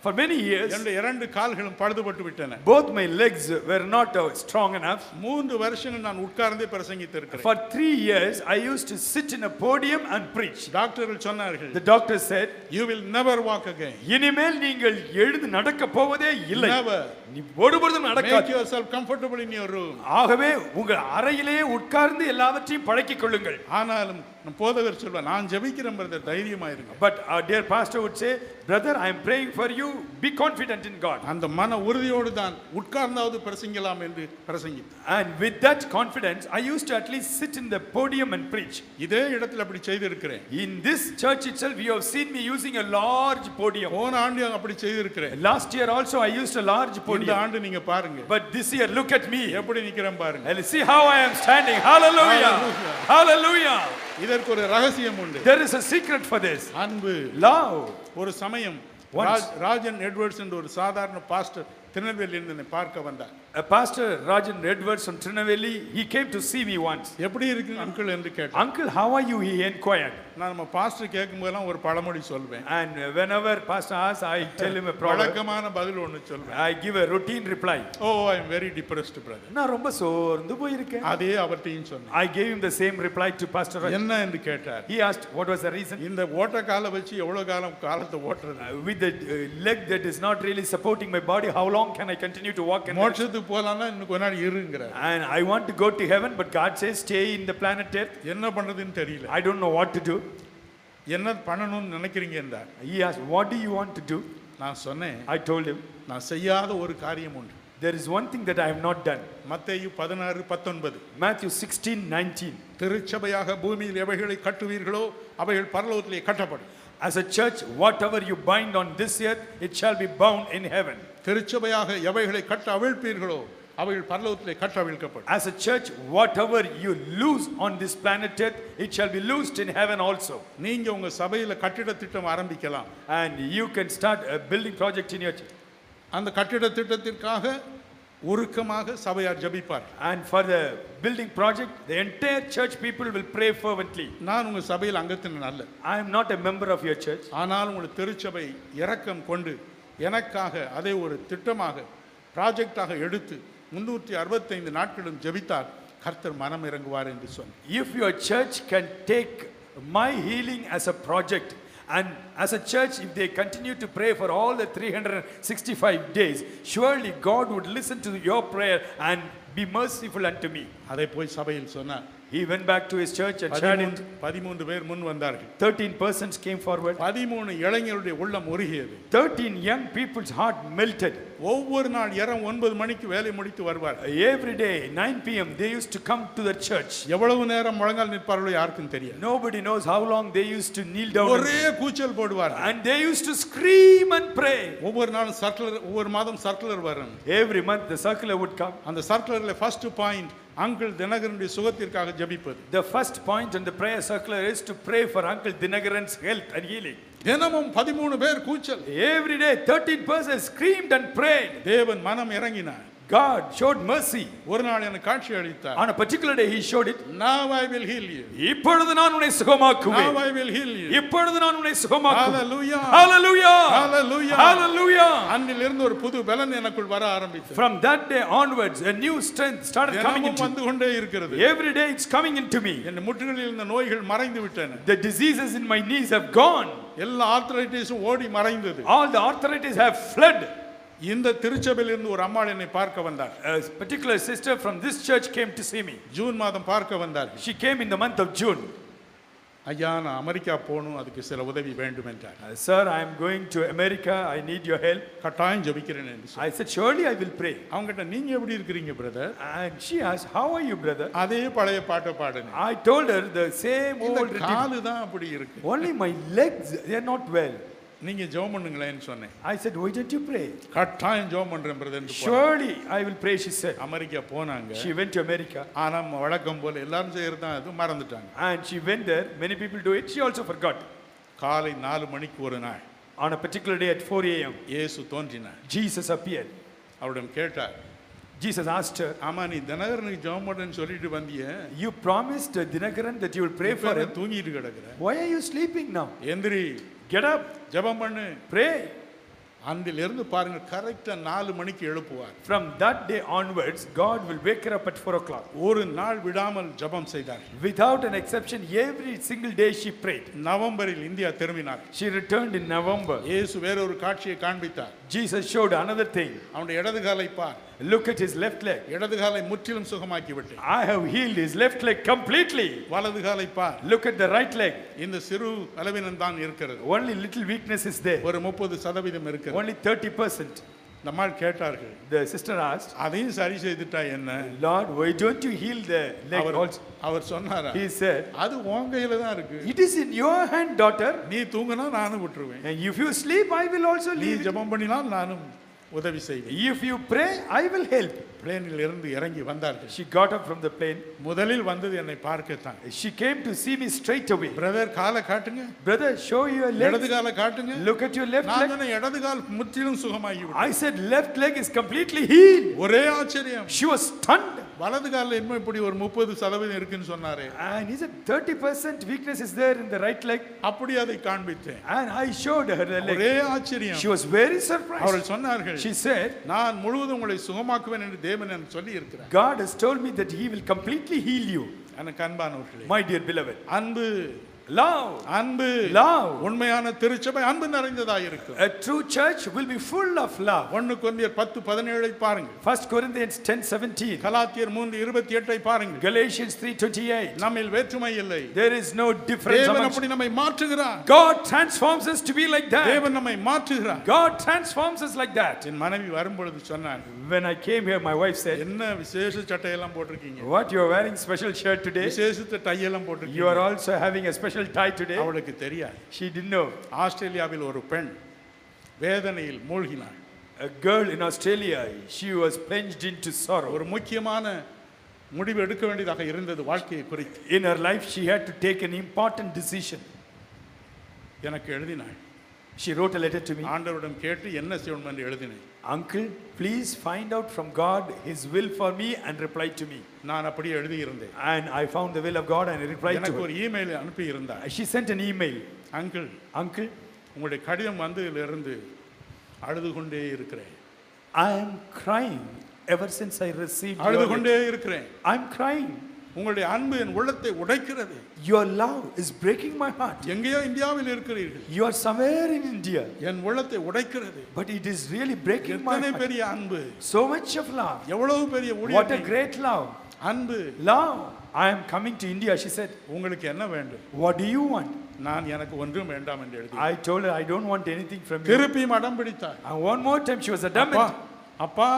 Speaker 2: For many years,
Speaker 1: என்னுடைய இரண்டு கால்களும் பழுதுபட்டு விட்டன
Speaker 2: both my legs were not uh, strong enough.
Speaker 1: மூன்று வருஷங்கள் நான் உட்கார்ந்தே பிரசங்கித்து இருக்கிறேன்
Speaker 2: For three years, I used to sit in a podium and preach.
Speaker 1: டாக்டர்கள் சொன்னார்கள்
Speaker 2: The doctor said,
Speaker 1: you will never walk again
Speaker 2: இனிமேல் நீங்கள் எழுந்து நடக்க போவதே இல்லை
Speaker 1: Never.
Speaker 2: நீ ஒருபொழுதும்
Speaker 1: மேக்
Speaker 2: நடக்காது
Speaker 1: yourself comfortable in your room
Speaker 2: ஆகவே உங்கள் அறையிலே உட்கார்ந்து எல்லாவற்றையும் பழக்கிக் கொள்ளுங்கள்
Speaker 1: ஆனாலும் நம் போதகர் சொல்வார் நான் ஜெபிக்கிறேன் பிரதர் தைரியமா இருங்க
Speaker 2: but dear pastor would say brother I am praying for you be confident in god
Speaker 1: அந்த மன உறுதியோடு தான் உட்கார்ந்தாவது பிரசங்கிக்கலாம் என்று பிரசங்கித்தார்
Speaker 2: and with that confidence i used to at least sit in the podium and preach
Speaker 1: இதே இடத்துல அப்படி செய்திருக்கிறேன்
Speaker 2: in this church itself you have seen me using a large podium
Speaker 1: போன ஆண்டு அப்படி செய்திருக்கிறேன்
Speaker 2: last year also i used a large
Speaker 1: இந்த
Speaker 2: podium
Speaker 1: ஆண்டு நீங்க பாருங்க
Speaker 2: but this year look at me
Speaker 1: எப்படி நிக்கிறேன் பாருங்க
Speaker 2: and see how i am standing hallelujah
Speaker 1: Hallelujah.
Speaker 2: hallelujah
Speaker 1: இதற்கு ஒரு ரகசியம் உண்டு
Speaker 2: there is a secret for this
Speaker 1: அன்பு
Speaker 2: love
Speaker 1: ஒரு சமயம்
Speaker 2: Once-
Speaker 1: ராஜ்- ராஜன் எட்வர்ட்ஸ் என்ற ஒரு சாதாரண பாஸ்டர் திருநெல்வேலியிலிருந்து என்னை பார்க்க வந்தார்
Speaker 2: a pastor rajan edwards from trinaveli he came to see me once
Speaker 1: எப்படி இருக்கு அங்கிள் என்று கேட்டார்
Speaker 2: Uncle, how are you? He inquired.
Speaker 1: நான் நம்ம பாஸ்டர் கேட்கும் போதெல்லாம் ஒரு பழமொழி சொல்வேன்
Speaker 2: And whenever Pastor asks, I tell him a problem.
Speaker 1: வழக்கமான பதில் ஒன்று சொல்வேன் Oh,
Speaker 2: I give a routine reply.
Speaker 1: Oh I am very depressed brother
Speaker 2: நான் ரொம்ப சோர்ந்து போயிருக்கேன்.
Speaker 1: அதே அவர்கிட்டையும் சொன்னேன்
Speaker 2: I gave him the same reply to Pastor. Raj.
Speaker 1: என்ன என்று கேட்டார்
Speaker 2: He asked, what was the reason?
Speaker 1: இந்த ஓட்ட காலை வச்சு எவ்வளவு காலம் காலத்தை ஓட்டுறது
Speaker 2: (laughs) Uh, With the uh, leg that is not really supporting my body, how long can I continue to walk? And
Speaker 1: மோட்சத்துக்கு போலாம்னா இன்னும் கொஞ்ச நாள் இருங்கிறார்
Speaker 2: and I want to go to heaven, but God says, stay in the planet Earth.
Speaker 1: என்ன பண்றதுன்னு தெரியல
Speaker 2: I don't know what to do.
Speaker 1: என்ன பண்ணணும்னு நினைக்கிறீங்க என்றார்
Speaker 2: He asked, what do you want to do?
Speaker 1: நான் சொன்னேன்
Speaker 2: I told him,
Speaker 1: நான் செய்யாத ஒரு காரியம் உண்டு
Speaker 2: there is one thing that I have not done.
Speaker 1: மத்தேயு பதினாறு பத்தொன்பது
Speaker 2: Matthew 16, 19.
Speaker 1: திருச்சபையாக பூமியில் எவைகளை கட்டுவீர்களோ அவைகள் பரலோகத்திலே கட்டப்படும்
Speaker 2: As a church, whatever you bind on this earth, it shall be bound in heaven.
Speaker 1: திருச்சபையாக எவைகளை கட்ட அவிழ்ப்பீர்களோ அவைகள் பரலோகத்திலே கட்ட அவிழ்க்கப்படும்
Speaker 2: As a church, whatever you lose on this planet earth, it shall be loosed in heaven also.
Speaker 1: நீங்க உங்க சபையில கட்டிட திட்டம் ஆரம்பிக்கலாம்
Speaker 2: And you can start a building project in your church.
Speaker 1: அந்த கட்டிட திட்டத்திற்காக உருக்கமாக சபையார் ஜெபிப்பார்
Speaker 2: And for the building project, the entire church people will pray fervently.
Speaker 1: நான் உங்க சபையில் அங்கத்தினர் அல்ல
Speaker 2: I am not a member of your church,
Speaker 1: ஆனால் உங்கள் திருச்சபை இரக்கம் கொண்டு எனக்காக அதை ஒரு திட்டமாக ப்ராஜெக்டாக எடுத்து முன்னூற்றி அறுபத்தைந்து நாட்களும் ஜெபித்தார் கர்த்தர் மனம் இறங்குவார் என்று சொன்னார்
Speaker 2: If your church can take my healing as a project, and as a church, if they continue to pray for all the 365 days, surely God would listen to your prayer and be merciful unto me.
Speaker 1: அதை போய் சபையில் சொன்னார்
Speaker 2: He went back to his church and shared it.
Speaker 1: பதிமூன்று பதிமூன்று பேர் முன் வந்தார்கள்
Speaker 2: 13 persons came forward.
Speaker 1: பதிமூணு இளைஞருடைய உள்ளம் உருகியது
Speaker 2: 13 young people's heart melted.
Speaker 1: ஒவ்வொரு நாள் இரவு ஒன்பது மணிக்கு வேலை முடித்து வருவார்
Speaker 2: Every day, 9 p.m., they used to come to the church.
Speaker 1: எவ்வளவு நேரம் முழங்கால் நிற்பார்களோ யாருக்கும் தெரியாது
Speaker 2: Nobody knows how long they used to kneel down. and-
Speaker 1: ஒரே கூச்சல் போடுவார்
Speaker 2: And they used to scream and pray.
Speaker 1: ஒவ்வொரு நாளும் சர்க்குலர் ஒவ்வொரு மாதம் சர்க்குலர் வரும்
Speaker 2: Every month, the circular would come.
Speaker 1: அந்த சர்க்குலரில் ஃபர்ஸ்ட் பாயிண்ட் அங்கிள் தினகரனுடைய சுகத்திற்காக ஜெபிப்பது
Speaker 2: The first point in the prayer circular is to pray for Uncle Dinagaran's health and healing.
Speaker 1: தினமும் பதிமூணு பேர் கூச்சல்
Speaker 2: Every day, 13 persons screamed and prayed.
Speaker 1: தேவன் மனம் இறங்கினார்
Speaker 2: God showed mercy.
Speaker 1: ஒரு நாள் எனக்கு காட்சி அளித்தார்
Speaker 2: On a particular day, He showed it.
Speaker 1: Now I will heal you
Speaker 2: இப்பொழுது நான் உன்னை சுகமாக்குவேன்
Speaker 1: now I will heal you
Speaker 2: இப்பொழுது நான் உன்னை சுகமாக்குவேன்
Speaker 1: Hallelujah.
Speaker 2: Hallelujah.
Speaker 1: Hallelujah.
Speaker 2: Hallelujah.
Speaker 1: அன்றிலிருந்து ஒரு புது பலன் எனக்குள் வர ஆரம்பித்தது
Speaker 2: From that day onwards, a new strength started coming
Speaker 1: தினமும்
Speaker 2: into me.
Speaker 1: வந்து கொண்டே இருக்கிறது
Speaker 2: Every day, it's coming into me.
Speaker 1: என் முட்டுகளில் இருந்த நோய்கள் மறைந்து விட்டன
Speaker 2: The diseases in my knees have gone.
Speaker 1: எல்லா ஆர்த்தரைட்டிஸும் ஓடி மறைந்தது
Speaker 2: All the arthritis have fled.
Speaker 1: இந்த திருச்சபையில் இருந்து ஒரு அம்மாள் என்னை பார்க்க வந்தார்
Speaker 2: A particular sister from this church came to see me.
Speaker 1: June மாதம் பார்க்க வந்தார்
Speaker 2: She came in the month of June.
Speaker 1: ஐயா நான் அமெரிக்கா போகணும் அதுக்கு சில உதவி வேண்டும் என்றார்
Speaker 2: Uh, Sir, I am going to America. I need your help.
Speaker 1: கட்டாயம் ஜெபிக்கிறேன் என்று சொன்னார்
Speaker 2: I said, Surely I will pray.
Speaker 1: அவங்ககிட்ட நீங்க எப்படி இருக்கிறீங்க brother
Speaker 2: And she asked, How are you, brother?
Speaker 1: அதே பழைய பாட்டை பாடுங்க
Speaker 2: I told her the same
Speaker 1: இந்த
Speaker 2: old routine.
Speaker 1: காலு தான் அப்படி இருக்கு
Speaker 2: Only my legs, they are not well.
Speaker 1: நீங்க ஜெபம் பண்ணுங்களேன்னு சொன்னேன்
Speaker 2: I said, Why don't you pray?
Speaker 1: கட்டாயம் ஜெபம் பண்றேன் brother
Speaker 2: Surely I will pray, she said.
Speaker 1: America போனாங்க
Speaker 2: She went to America
Speaker 1: ஆனா ம- வழக்கம் போல எல்லாரும் செய்யறது தான் அது மறந்துட்டாங்க
Speaker 2: and she went there. Many people do it. She also forgot.
Speaker 1: காலை நாலு மணிக்கு ஒரு நாள்
Speaker 2: On a particular day at 4 a.m.,
Speaker 1: இயேசு தோன்றினார்
Speaker 2: Jesus appeared.
Speaker 1: அவரிடம் கேட்டார்
Speaker 2: Jesus asked her,
Speaker 1: ஆமா நீ தினகரனுக்கு ஜெபம் பண்ணுன்னு சொல்லிட்டு வந்தியே
Speaker 2: You promised uh, Dinakaran that you will pray for him.
Speaker 1: தூங்கிட்டு கிடக்குற
Speaker 2: Why are you sleeping now?
Speaker 1: எந்திரி
Speaker 2: Get up,
Speaker 1: ஜெபம் பண்ணு
Speaker 2: pray.
Speaker 1: அன்றிலிருந்து பாருங்க கரெக்டா நாலு மணிக்கு எழுப்புவார்
Speaker 2: From that day onwards, God will wake her up at 4 o'clock.
Speaker 1: ஒரு நாள் விடாமல் ஜெபம் செய்தார்
Speaker 2: Without an exception, every single day she prayed.
Speaker 1: நவம்பரில் இந்தியா திரும்பினார்
Speaker 2: She returned in November.
Speaker 1: இயேசு வேறொரு காட்சியை காண்பித்தார்
Speaker 2: Jesus showed another thing.
Speaker 1: அவனுடைய இடது காலை பார்
Speaker 2: Look at his left leg.
Speaker 1: இடது காலை முற்றிலும் சுகமாக்கி விட்டேன்
Speaker 2: I have healed his left leg completely.
Speaker 1: வலது காலை பார்
Speaker 2: Look at the right leg.
Speaker 1: இந்த சிறு அளவினம் தான் இருக்கிறது
Speaker 2: Only little weakness is there.
Speaker 1: ஒரு முப்பது சதவீதம் இருக்கிறது
Speaker 2: Only 30%.
Speaker 1: நம்மால் கேட்டார்கள்
Speaker 2: The sister asked,
Speaker 1: அதையும் சரி செய்துட்டா என்ன
Speaker 2: Lord, why don't you heal the leg
Speaker 1: our
Speaker 2: also?
Speaker 1: அவர் சொன்னாரா
Speaker 2: He said,
Speaker 1: அது உன் கையில தான் இருக்கு
Speaker 2: It is in your hand, daughter.
Speaker 1: நீ தூங்கினா நானும் விட்டுருவேன்
Speaker 2: And if you sleep, I will also
Speaker 1: நீ
Speaker 2: leave. it.
Speaker 1: ஜெபம் பண்ணினால் நானும் உதவி செய்வேன்
Speaker 2: If you pray, I will help.
Speaker 1: பிளேனில் இருந்து இறங்கி வந்தார்கள்
Speaker 2: She got up from the plane.
Speaker 1: முதலில் வந்தது என்னை பார்க்கத்தான்
Speaker 2: She came to see me straight away.
Speaker 1: Brother காலை காட்டுங்க
Speaker 2: Brother, show your
Speaker 1: இடது
Speaker 2: leg.
Speaker 1: காலை காட்டுங்க
Speaker 2: Look at your left
Speaker 1: நான்
Speaker 2: leg.
Speaker 1: தானே இடது கால் முற்றிலும் சுகமாகி விட்டது.
Speaker 2: I said, left leg is completely healed.
Speaker 1: ஒரே ஆச்சரியம்
Speaker 2: She was stunned.
Speaker 1: வலது காலில் இன்னும் இப்படி ஒரு முப்பது சதவீதம் இருக்குன்னு சொன்னாரே
Speaker 2: And he said, 30% weakness is there in the right leg.
Speaker 1: அப்படி அதை காண்பித்தேன்
Speaker 2: And I showed her the leg.
Speaker 1: ஒரே ஆச்சரியம்
Speaker 2: She was very surprised.
Speaker 1: அவர்கள் சொன்னார்கள்
Speaker 2: She said,
Speaker 1: நான் முழுவதும் உங்களை சுகமாக்குவேன் என்று தேவன் எனக்கு சொல்லி இருக்கிறார்
Speaker 2: God has told me that He will completely heal you,
Speaker 1: எனக்கு அன்பானவர்களே
Speaker 2: my dear beloved.
Speaker 1: அன்பு
Speaker 2: Love.
Speaker 1: அன்பு
Speaker 2: Love.
Speaker 1: உண்மையான திருச்சபை அன்பு நிறைந்ததாக இருக்கும்
Speaker 2: A true church will be full of love.
Speaker 1: ஒன்னு கொந்தியர் பத்து பதினேழை பாருங்க
Speaker 2: 1 Corinthians 10 17.
Speaker 1: கலாத்தியர் மூன்று இருபத்தி எட்டை பாருங்க
Speaker 2: Galatians 3:28.
Speaker 1: நம்மில் வேற்றுமை இல்லை
Speaker 2: There is no difference.
Speaker 1: தேவன்
Speaker 2: amongst-
Speaker 1: அப்படி நம்மை மாற்றுகிறார்
Speaker 2: God transforms us to be like that.
Speaker 1: தேவன் நம்மை மாற்றுகிறார்
Speaker 2: God transforms us like that.
Speaker 1: என் மனைவி வரும்பொழுது சொன்னார்
Speaker 2: When I came here, my wife said,
Speaker 1: என்ன விசேஷ சட்டையெல்லாம் போட்டிருக்கீங்க
Speaker 2: "What you are wearing special shirt today?
Speaker 1: விசேஷத்தை டையெல்லாம்
Speaker 2: You are
Speaker 1: போட்டிருக்கீங்க
Speaker 2: also having a special she'll die today?
Speaker 1: அவளுக்கு தெரியாது
Speaker 2: She didn't know.
Speaker 1: ஆஸ்திரேலியாவில் ஒரு பெண் வேதனையில் மூழ்கினாள்
Speaker 2: A girl in Australia, she was plunged into sorrow.
Speaker 1: ஒரு முக்கியமான முடிவு எடுக்க வேண்டியதாக இருந்தது வாழ்க்கையை குறித்து
Speaker 2: In her life, she had to take an important decision.
Speaker 1: எனக்கு எழுதினாள்
Speaker 2: She wrote a letter to me
Speaker 1: ஆண்டவரிடம் கேட்டு என்ன செய்யணும் என்று எழுதினேன்
Speaker 2: Uncle, please find out from God His will for me and reply to me.
Speaker 1: நான் அப்படியே எழுதியிருந்தேன்
Speaker 2: And I found the will of God and I replied to
Speaker 1: எனக்கு
Speaker 2: her.
Speaker 1: ஒரு இமெயில் அனுப்பி இருந்தார்
Speaker 2: She sent an email
Speaker 1: uncle
Speaker 2: Uncle,
Speaker 1: உங்களுடைய கடிதம் வந்ததிலிருந்து அழுது கொண்டே இருக்கிறேன்
Speaker 2: I am crying ever since I received your
Speaker 1: அழுது
Speaker 2: letter.
Speaker 1: கொண்டே இருக்கிறேன்
Speaker 2: I'm crying.
Speaker 1: உங்களுடைய அன்பு என் உள்ளத்தை உடைக்கிறது
Speaker 2: Your love is breaking my heart.
Speaker 1: எங்கேயோ இந்தியாவில் இருக்கிறீர்கள்
Speaker 2: You are somewhere in India,
Speaker 1: என் உள்ளத்தை உடைக்கிறது
Speaker 2: but it is really breaking my
Speaker 1: எத்தனை
Speaker 2: heart.
Speaker 1: பெரிய அன்பு
Speaker 2: So much of love.
Speaker 1: எவ்வளவு பெரிய
Speaker 2: What a
Speaker 1: ஊழியம்
Speaker 2: great love.
Speaker 1: அன்பு
Speaker 2: Love. I am coming to India, she said.
Speaker 1: உங்களுக்கு என்ன வேண்டும்
Speaker 2: What do you want?
Speaker 1: நான் எனக்கு ஒன்றும் வேண்டாம் என்று எழுதி
Speaker 2: I told her I don't want anything from you.
Speaker 1: திருப்பியும் அடம் பிடித்தார்
Speaker 2: And one more time she was
Speaker 1: அப்பா
Speaker 2: adamant.
Speaker 1: அப்பா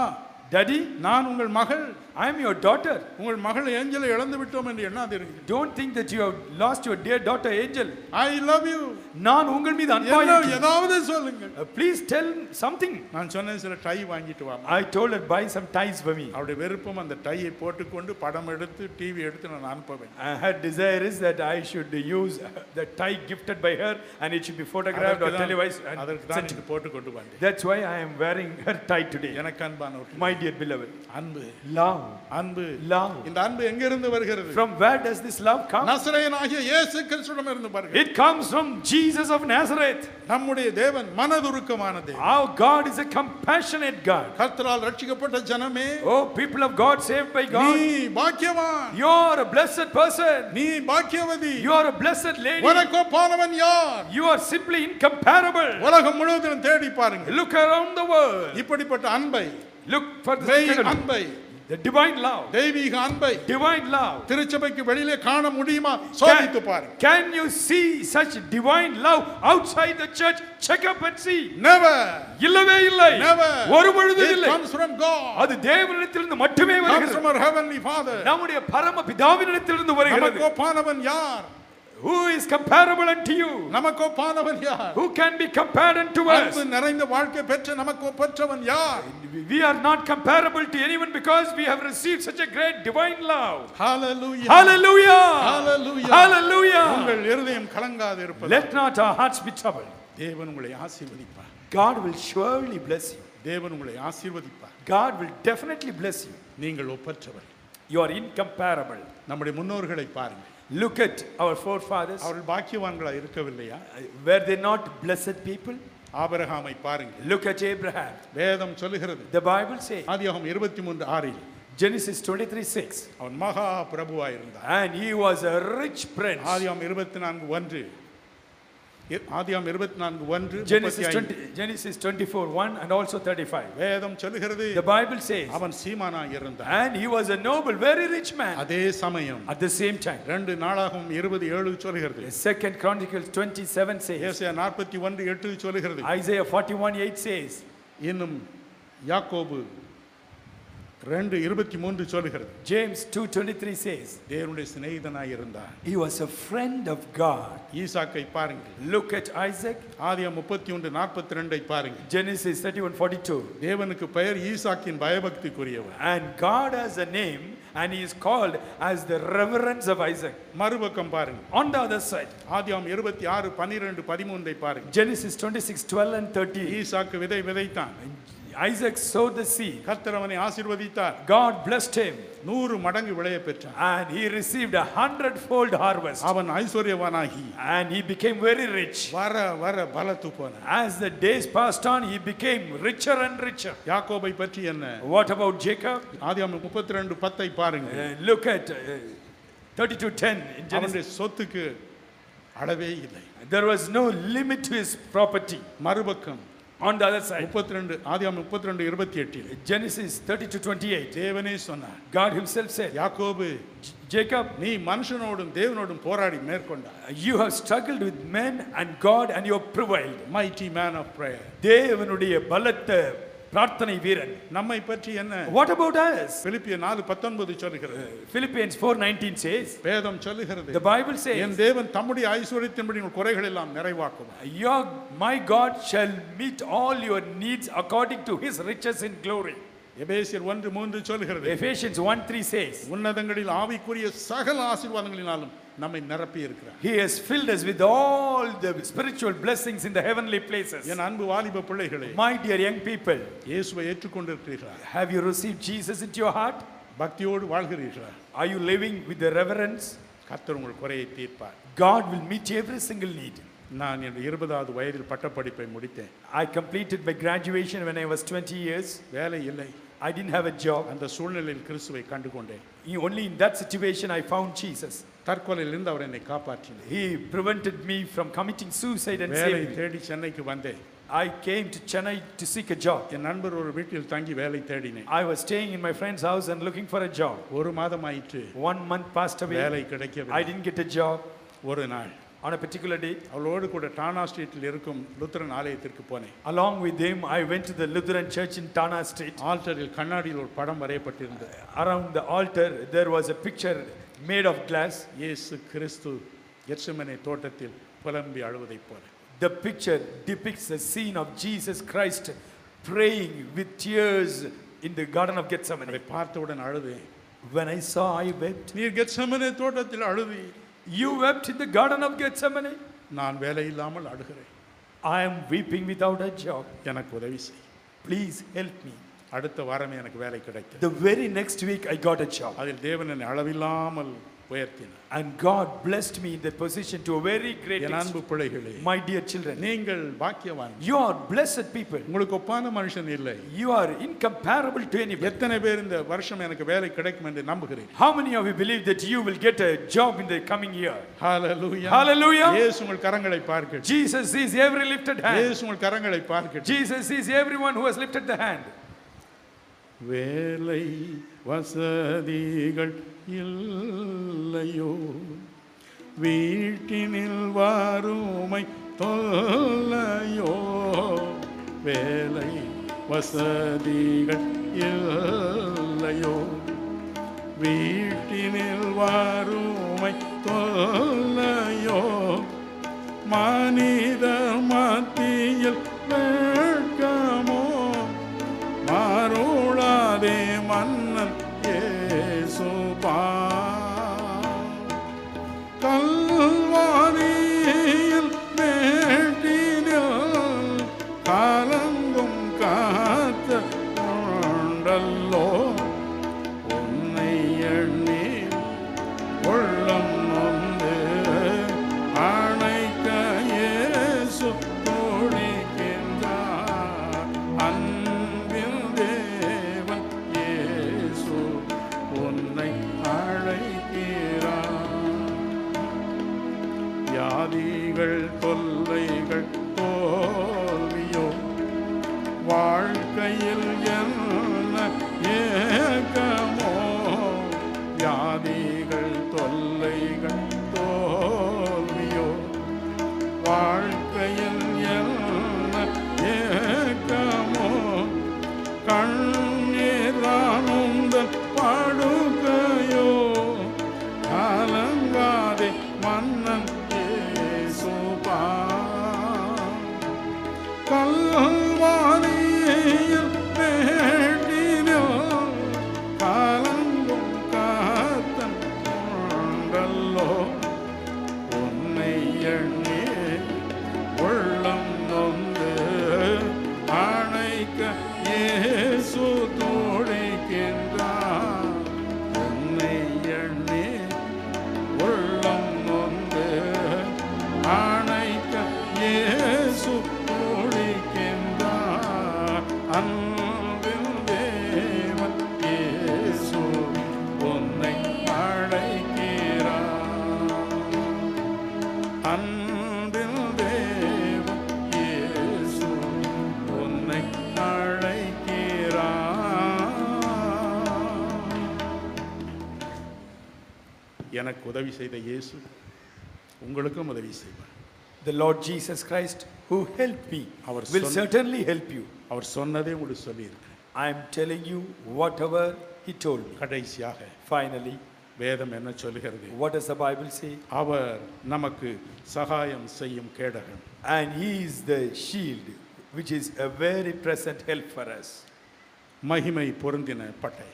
Speaker 2: Daddy,
Speaker 1: நான் உங்கள் மகள்
Speaker 2: I am your daughter.
Speaker 1: உங்கள் மகள் ஏஞ்சலை இழந்து விட்டோம் என்று எண்ணாதீர்கள்
Speaker 2: Don't think that you have lost your dear daughter Angel.
Speaker 1: I love you
Speaker 2: நான் உங்கள் மீது அன்பா
Speaker 1: என்ன
Speaker 2: இருக்கிறேன்.
Speaker 1: ஏதாவது சொல்லுங்கள்
Speaker 2: Uh, Please tell something.
Speaker 1: நான் சொன்னேன் சில டை வாங்கிட்டு வா
Speaker 2: I told her buy some ties for me.
Speaker 1: அவருடைய விருப்பம் அந்த டையை போட்டுக்கொண்டு படம் எடுத்து டிவி எடுத்து நான் அனுப்புவேன்
Speaker 2: Uh, Her desire is that I should use uh, the tie gifted by her and it should be photographed or televised and
Speaker 1: அதற்கு
Speaker 2: sent.
Speaker 1: தான்
Speaker 2: to me.
Speaker 1: இது போட்டு கொண்டு வந்தேன்
Speaker 2: That's why I am wearing her tie today.
Speaker 1: எனக்கு அன்பானவர்கள்
Speaker 2: My dear beloved,
Speaker 1: அன்பு
Speaker 2: love,
Speaker 1: அன்பு
Speaker 2: love.
Speaker 1: இந்த அன்பு எங்கிருந்து வருகிறது
Speaker 2: From where does this love come?
Speaker 1: நசரேயனாகிய இயேசு கிறிஸ்துவிடம் இருந்து பாருங்கள்
Speaker 2: It comes from Jesus of Nazareth.
Speaker 1: நம்முடைய தேவன் மனதுருக்கமான தேவன்
Speaker 2: Our God is a compassionate God.
Speaker 1: கர்த்தரால் ரட்சிக்கப்பட்ட ஜனமே
Speaker 2: Oh, people of God, saved by
Speaker 1: நீ
Speaker 2: God,
Speaker 1: பாக்கியவான்
Speaker 2: you are a blessed person.
Speaker 1: நீ பாக்கியவதி
Speaker 2: You are a blessed lady.
Speaker 1: உனக்கு ஒப்பானவன் யார்
Speaker 2: You are simply incomparable.
Speaker 1: உலகம் முழுவதும் தேடி பாருங்கள்
Speaker 2: Look around the world.
Speaker 1: இப்படிப்பட்ட அன்பை
Speaker 2: Look for
Speaker 1: மெய்
Speaker 2: the
Speaker 1: அன்பை
Speaker 2: the divine love.
Speaker 1: தெய்வீக அன்பை
Speaker 2: Divine love.
Speaker 1: திருச்சபைக்கு வெளியிலே காண முடியுமா சோதித்து
Speaker 2: Can,
Speaker 1: பாருங்க
Speaker 2: can you see such divine love outside the church? Check up and see.
Speaker 1: Never
Speaker 2: இல்லவே இல்லை
Speaker 1: நெவர்
Speaker 2: ஒரு பொழுதும் இல்லை
Speaker 1: comes from God
Speaker 2: அது தேவனிடத்திலிருந்து மட்டுமே
Speaker 1: comes
Speaker 2: வருகிறது
Speaker 1: from our heavenly father
Speaker 2: நம்முடைய பரம பிதாவினிடத்திலிருந்து
Speaker 1: நமக்கு
Speaker 2: வருகிறது
Speaker 1: ஒப்பானவன் யார்
Speaker 2: who is comparable unto you
Speaker 1: நமக்கு ஒப்பானவன் யார்
Speaker 2: who can be compared unto us
Speaker 1: அன்பு நிறைந்த வாழ்க்கை பெற்ற நமக்கு ஒப்பற்றவன் யார்
Speaker 2: we are not comparable to anyone because we have received such a great divine love
Speaker 1: Hallelujah.
Speaker 2: Hallelujah!
Speaker 1: Hallelujah.
Speaker 2: Hallelujah!
Speaker 1: உங்கள் இருதயம் கலங்காது இருப்பது
Speaker 2: Let not our hearts be troubled.
Speaker 1: தேவன் உங்களை ஆசீர்வதிப்பார்
Speaker 2: God will surely bless you.
Speaker 1: தேவன் உங்களை ஆசீர்வதிப்பார்
Speaker 2: God will definitely bless you.
Speaker 1: நீங்கள் ஒப்பற்றவர்
Speaker 2: You are incomparable.
Speaker 1: நம்முடைய முன்னோர்களை பாருங்கள்
Speaker 2: Look at our forefathers.
Speaker 1: அவர்கள் பாக்கியவான்களா இருக்கவில்லையா
Speaker 2: Were they not blessed people?
Speaker 1: ஆபிரகாமை பாருங்கள்
Speaker 2: Look at Abraham.
Speaker 1: வேதம் சொல்லுகிறது
Speaker 2: The Bible says,
Speaker 1: ஆதியாகமம் இருபத்தி மூன்று ஆறில்
Speaker 2: Genesis 23 6,
Speaker 1: அவன் மகா பிரபுவாய் இருந்தார்
Speaker 2: and he was a rich prince.
Speaker 1: ஆதியாகமம் இருபத்தி நான்கு ஒன்று இ- ஆதியாகமம் இருபத்தி நான்கு ஒன்று முப்பத்தி
Speaker 2: Genesis,
Speaker 1: ஐந்து.
Speaker 2: 20, Genesis 24 1 and also 35.
Speaker 1: வேதம் சொல்லுகிறது
Speaker 2: The Bible says,
Speaker 1: அவன் சீமானாய் இருந்தார்
Speaker 2: and he was a noble, very rich man.
Speaker 1: அதே சமயம்
Speaker 2: At the same time,
Speaker 1: ரெண்டு நாளாகவும் இருபது ஏழு சொல்கிறது
Speaker 2: Second Chronicles 27 says,
Speaker 1: ஏசாயா நாற்பத்தி ஒன்று எட்டு சொல்கிறது
Speaker 2: Isaiah 41 8 says,
Speaker 1: இன்னும் யாக்கோபு ரெண்டு இருபத்தி மூன்று சொல்கிறது
Speaker 2: James 2 23 says,
Speaker 1: தேவனுடைய சிநேகிதனாய் இருந்தார்
Speaker 2: He was a friend of God.
Speaker 1: ஈசாக்கை பாருங்கள்
Speaker 2: Look at Isaac,
Speaker 1: ஆதியா முப்பத்தி ஒன்று நாற்பத்தி ரெண்டை பாருங்கள்
Speaker 2: Genesis 31 42.
Speaker 1: தேவனுக்கு பெயர் ஈசாக்கின் பயபக்திக்குரியவர்
Speaker 2: And God has a name, and he is called as the reverence of Isaac.
Speaker 1: மறுபக்கம் பாருங்கள்
Speaker 2: On the other side,
Speaker 1: ஆதியாம் இருபத்தி ஆறு பன்னிரெண்டு பதிமூன்றை பாருங்கள்
Speaker 2: Genesis 26 12 and 13.
Speaker 1: ஈசாக்கு விதை விதைத்தான்
Speaker 2: Isaac sowed the seed,
Speaker 1: கர்த்தர் அவனை ஆசீர்வதித்தார்
Speaker 2: God blessed him,
Speaker 1: நூறு மடங்கு விளைய பெற்றான்
Speaker 2: and he received a hundredfold harvest,
Speaker 1: அவன் ஐஸ்வர்யவானாகி
Speaker 2: and he became very rich.
Speaker 1: வர வர பலத்து போனான்
Speaker 2: As the days passed on, he became richer and richer.
Speaker 1: யாக்கோபை பற்றி என்ன
Speaker 2: What about Jacob?
Speaker 1: ஆதியாம் முப்பத்தி ரெண்டு பத்தை பாருங்கள்
Speaker 2: Uh, look at uh, 32:10 in Genesis.
Speaker 1: அவனுடைய சொத்துக்கு அளவே இல்லை
Speaker 2: There was no limit to his property.
Speaker 1: மறுபக்கம்
Speaker 2: On the other side,
Speaker 1: முப்பத்தி ரெண்டு ஆதியாம் முப்பத்தி ரெண்டு இருபத்தி எட்டில்
Speaker 2: Genesis 32:28,
Speaker 1: தேவனே சொன்னார்
Speaker 2: God Himself said,
Speaker 1: யாக்கோபு
Speaker 2: "J- "Jacob,
Speaker 1: நீ மனுஷனோடும் தேவனோடும் போராடி மேற்கொண்டார்
Speaker 2: you have struggled with men and God, and you have prevailed."
Speaker 1: Mighty man of prayer
Speaker 2: தேவனுடைய பலத்த பிரார்த்தனை வீரன்
Speaker 1: நம்மை பற்றி என்ன
Speaker 2: what about us
Speaker 1: பிலிப்பிய நாலு பத்தொன்பது சொல்லுகிறது
Speaker 2: philippians 4:19 says
Speaker 1: வேதம் சொல்லுகிறது
Speaker 2: the bible
Speaker 1: என்
Speaker 2: says
Speaker 1: தேவன் தம்முடைய ஐஸ்வர்யத்தின்படி உங்கள் குறைகள் எல்லாம் நிறைவாக்குவார்
Speaker 2: your my god shall meet all your needs according to his riches in glory
Speaker 1: எபேசியர் ஒன்று மூன்று சொல்லுகிறது
Speaker 2: ephesians 1:3 says
Speaker 1: உன்னதங்களில் ஆவிக்குரிய சகல ஆசீர்வாதங்களினாலும் நம்மை நிரப்பி இருக்கிறார்
Speaker 2: he has filled us with all the spiritual blessings in the heavenly places
Speaker 1: என் அன்பு வாலிப பிள்ளைகளே
Speaker 2: my dear young people
Speaker 1: இயேசுவை ஏற்றுக்கொண்டிருக்கிறீர்களா
Speaker 2: have you received jesus into your heart
Speaker 1: பக்தியோடு வாழ்கிறீர்களா
Speaker 2: are you living with the reverence
Speaker 1: கர்த்தர் உங்கள் குறையை தீர்ப்பார்
Speaker 2: god will meet every single need
Speaker 1: நான் என் இருபதாவது வயதில் பட்டப்படிப்பை முடித்தேன்
Speaker 2: i completed my graduation when i was 20 years
Speaker 1: வேலை இல்லை
Speaker 2: i didn't have a job
Speaker 1: அந்த சூழ்நிலையில் கிறிஸ்துவை கண்டு கொண்டேன்
Speaker 2: You- Only in that situation I found Jesus.
Speaker 1: தற்கொலையிலிருந்து அவர் என்னை காப்பாற்றினார்
Speaker 2: He prevented me from committing suicide and
Speaker 1: வேலை
Speaker 2: saved me.
Speaker 1: தேடி சென்னைக்கு வந்தேன்
Speaker 2: I came to Chennai to seek a job.
Speaker 1: என் நண்பர் ஒரு வீட்டில் தங்கி வேலை தேடினேன்
Speaker 2: I was staying in my friend's house and looking for a job.
Speaker 1: ஒரு மாதம் ஆயிற்று
Speaker 2: One month passed away.
Speaker 1: வேலை
Speaker 2: I
Speaker 1: கிடைக்கவில்லை
Speaker 2: didn't get a job.
Speaker 1: ஒரு நாள்
Speaker 2: On a particular day,
Speaker 1: அவளோடு கூட டானா ஸ்ட்ரீட்டில் இருக்கும் லுத்தரன் ஆலயத்திற்கு போனேன்
Speaker 2: along with him, I went to the Lutheran church in Tana Street.
Speaker 1: ஆல்டரில் கண்ணாடியில் ஒரு படம் வரையப்பட்டிருந்தது
Speaker 2: Around the altar, there was a picture made of glass.
Speaker 1: இயேசு கிறிஸ்து எச்சமனை தோட்டத்தில் புலம்பி அழுவதைப் போல
Speaker 2: The picture depicts the scene of Jesus Christ praying with tears in the Garden of
Speaker 1: அதை
Speaker 2: Gethsemane.
Speaker 1: பார்த்தவுடன் அழுதேன்
Speaker 2: When I saw, I wept.
Speaker 1: நீர் கெச்சமனை தோட்டத்தில் அழுதி
Speaker 2: You wept in the garden of Gethsemane.
Speaker 1: நான் வேலை இல்லாமல் அழுகிறேன்
Speaker 2: I am weeping without a job.
Speaker 1: எனக்கு உதவி செய்
Speaker 2: Please help me.
Speaker 1: அடுத்த வாரமே எனக்கு வேலை கிடைத்தது
Speaker 2: The very next week, I got a job.
Speaker 1: அதில் தேவன் என்னை அளவில்லாமல் உயர்த்தினார்
Speaker 2: And God blessed me in that position to a very great
Speaker 1: N
Speaker 2: extent.
Speaker 1: அன்பு பிள்ளைகளே
Speaker 2: My dear children,
Speaker 1: நீங்கள் பாக்கியவான்
Speaker 2: you are blessed people.
Speaker 1: உங்களுக்கு ஒப்பான மனுஷன் இல்லை
Speaker 2: You are incomparable to anybody.
Speaker 1: எத்தனை பேர் இந்த வருஷம் எனக்கு வேலை கிடைக்கும் என்று நம்புகிறேன்
Speaker 2: How many of you believe that you will get a job in the coming year?
Speaker 1: Hallelujah.
Speaker 2: Hallelujah.
Speaker 1: இயேசு உங்கள் கரங்களை பார்க்கட்டும்
Speaker 2: Jesus sees every lifted hand.
Speaker 1: இயேசு உங்கள் கரங்களை பார்க்கட்டும்
Speaker 2: Jesus sees everyone who has lifted the hand.
Speaker 1: வேலை வசதிகள் இல்லையோ வீட்டினில் வாருமை தொல்லையோ வேலை வசதிகள் இல்லையோ வீட்டினில் வாருமை தொல்லையோ மனித மத்தியில் வெட்கமோ மாறுளாதே மன்னன் ஏசுபா கல்வாரியில் மேட்டினால் காலங்கும் காத்த உண்டல்லோ உன்னை எண்ணி உள்ளம் நொந்து அணைக்க இயேசு துடிக்கின்றார் அன்பின் தேவன் இயேசு உன்னை அழைக்கிறார் வியாதிகள் தொல்லைகள் தோல்வியோ வாழ்க்கையில் என்ன ஏக்கமோ வியாதிகள் தொல்லைகள் தோல்வியோ வாழ்க்கையில் என்ன ஏக்கமோ கண்ணீரானுந்த பாடுகையோ கலங்காதே மன்னன் ஏசுபா கல்வாரியில் வேண்டினோ கலங்கும் காத்தன் கொண்டல்லோ உன்னை எண்ணி உள்ளம் நொந்து அணைக்க இயேசு துடிக்கின்றார் உன்னை எண்ணி உள்ளம் நொந்து அணைக்க இயேசு துடிக்கின்றார் அன்பின் தேவன் இயேசு உன்னை அழைக்கிறார் அன்பில் தேவன் இயேசு உன்னை அழைக்கிறார் எனக்கு உதவி செய்த இயேசு உங்களுக்கும் உதவி செய்வார்
Speaker 2: The Lord Jesus Christ, who helped me,
Speaker 1: Our
Speaker 2: will
Speaker 1: son-
Speaker 2: certainly help you.
Speaker 1: அவர் சொன்னதே உங்களுக்கு சொல்லியிருக்கிறேன்
Speaker 2: I am telling you whatever He told me.
Speaker 1: கடைசியாக
Speaker 2: Finally,
Speaker 1: வேதம் என்ன சொல்கிறது
Speaker 2: what does the Bible say?
Speaker 1: அவர் நமக்கு சகாயம் செய்யும் கேடகன்
Speaker 2: And He is the shield, which is a very present help for us.
Speaker 1: மகிமை பொருந்தின பட்டை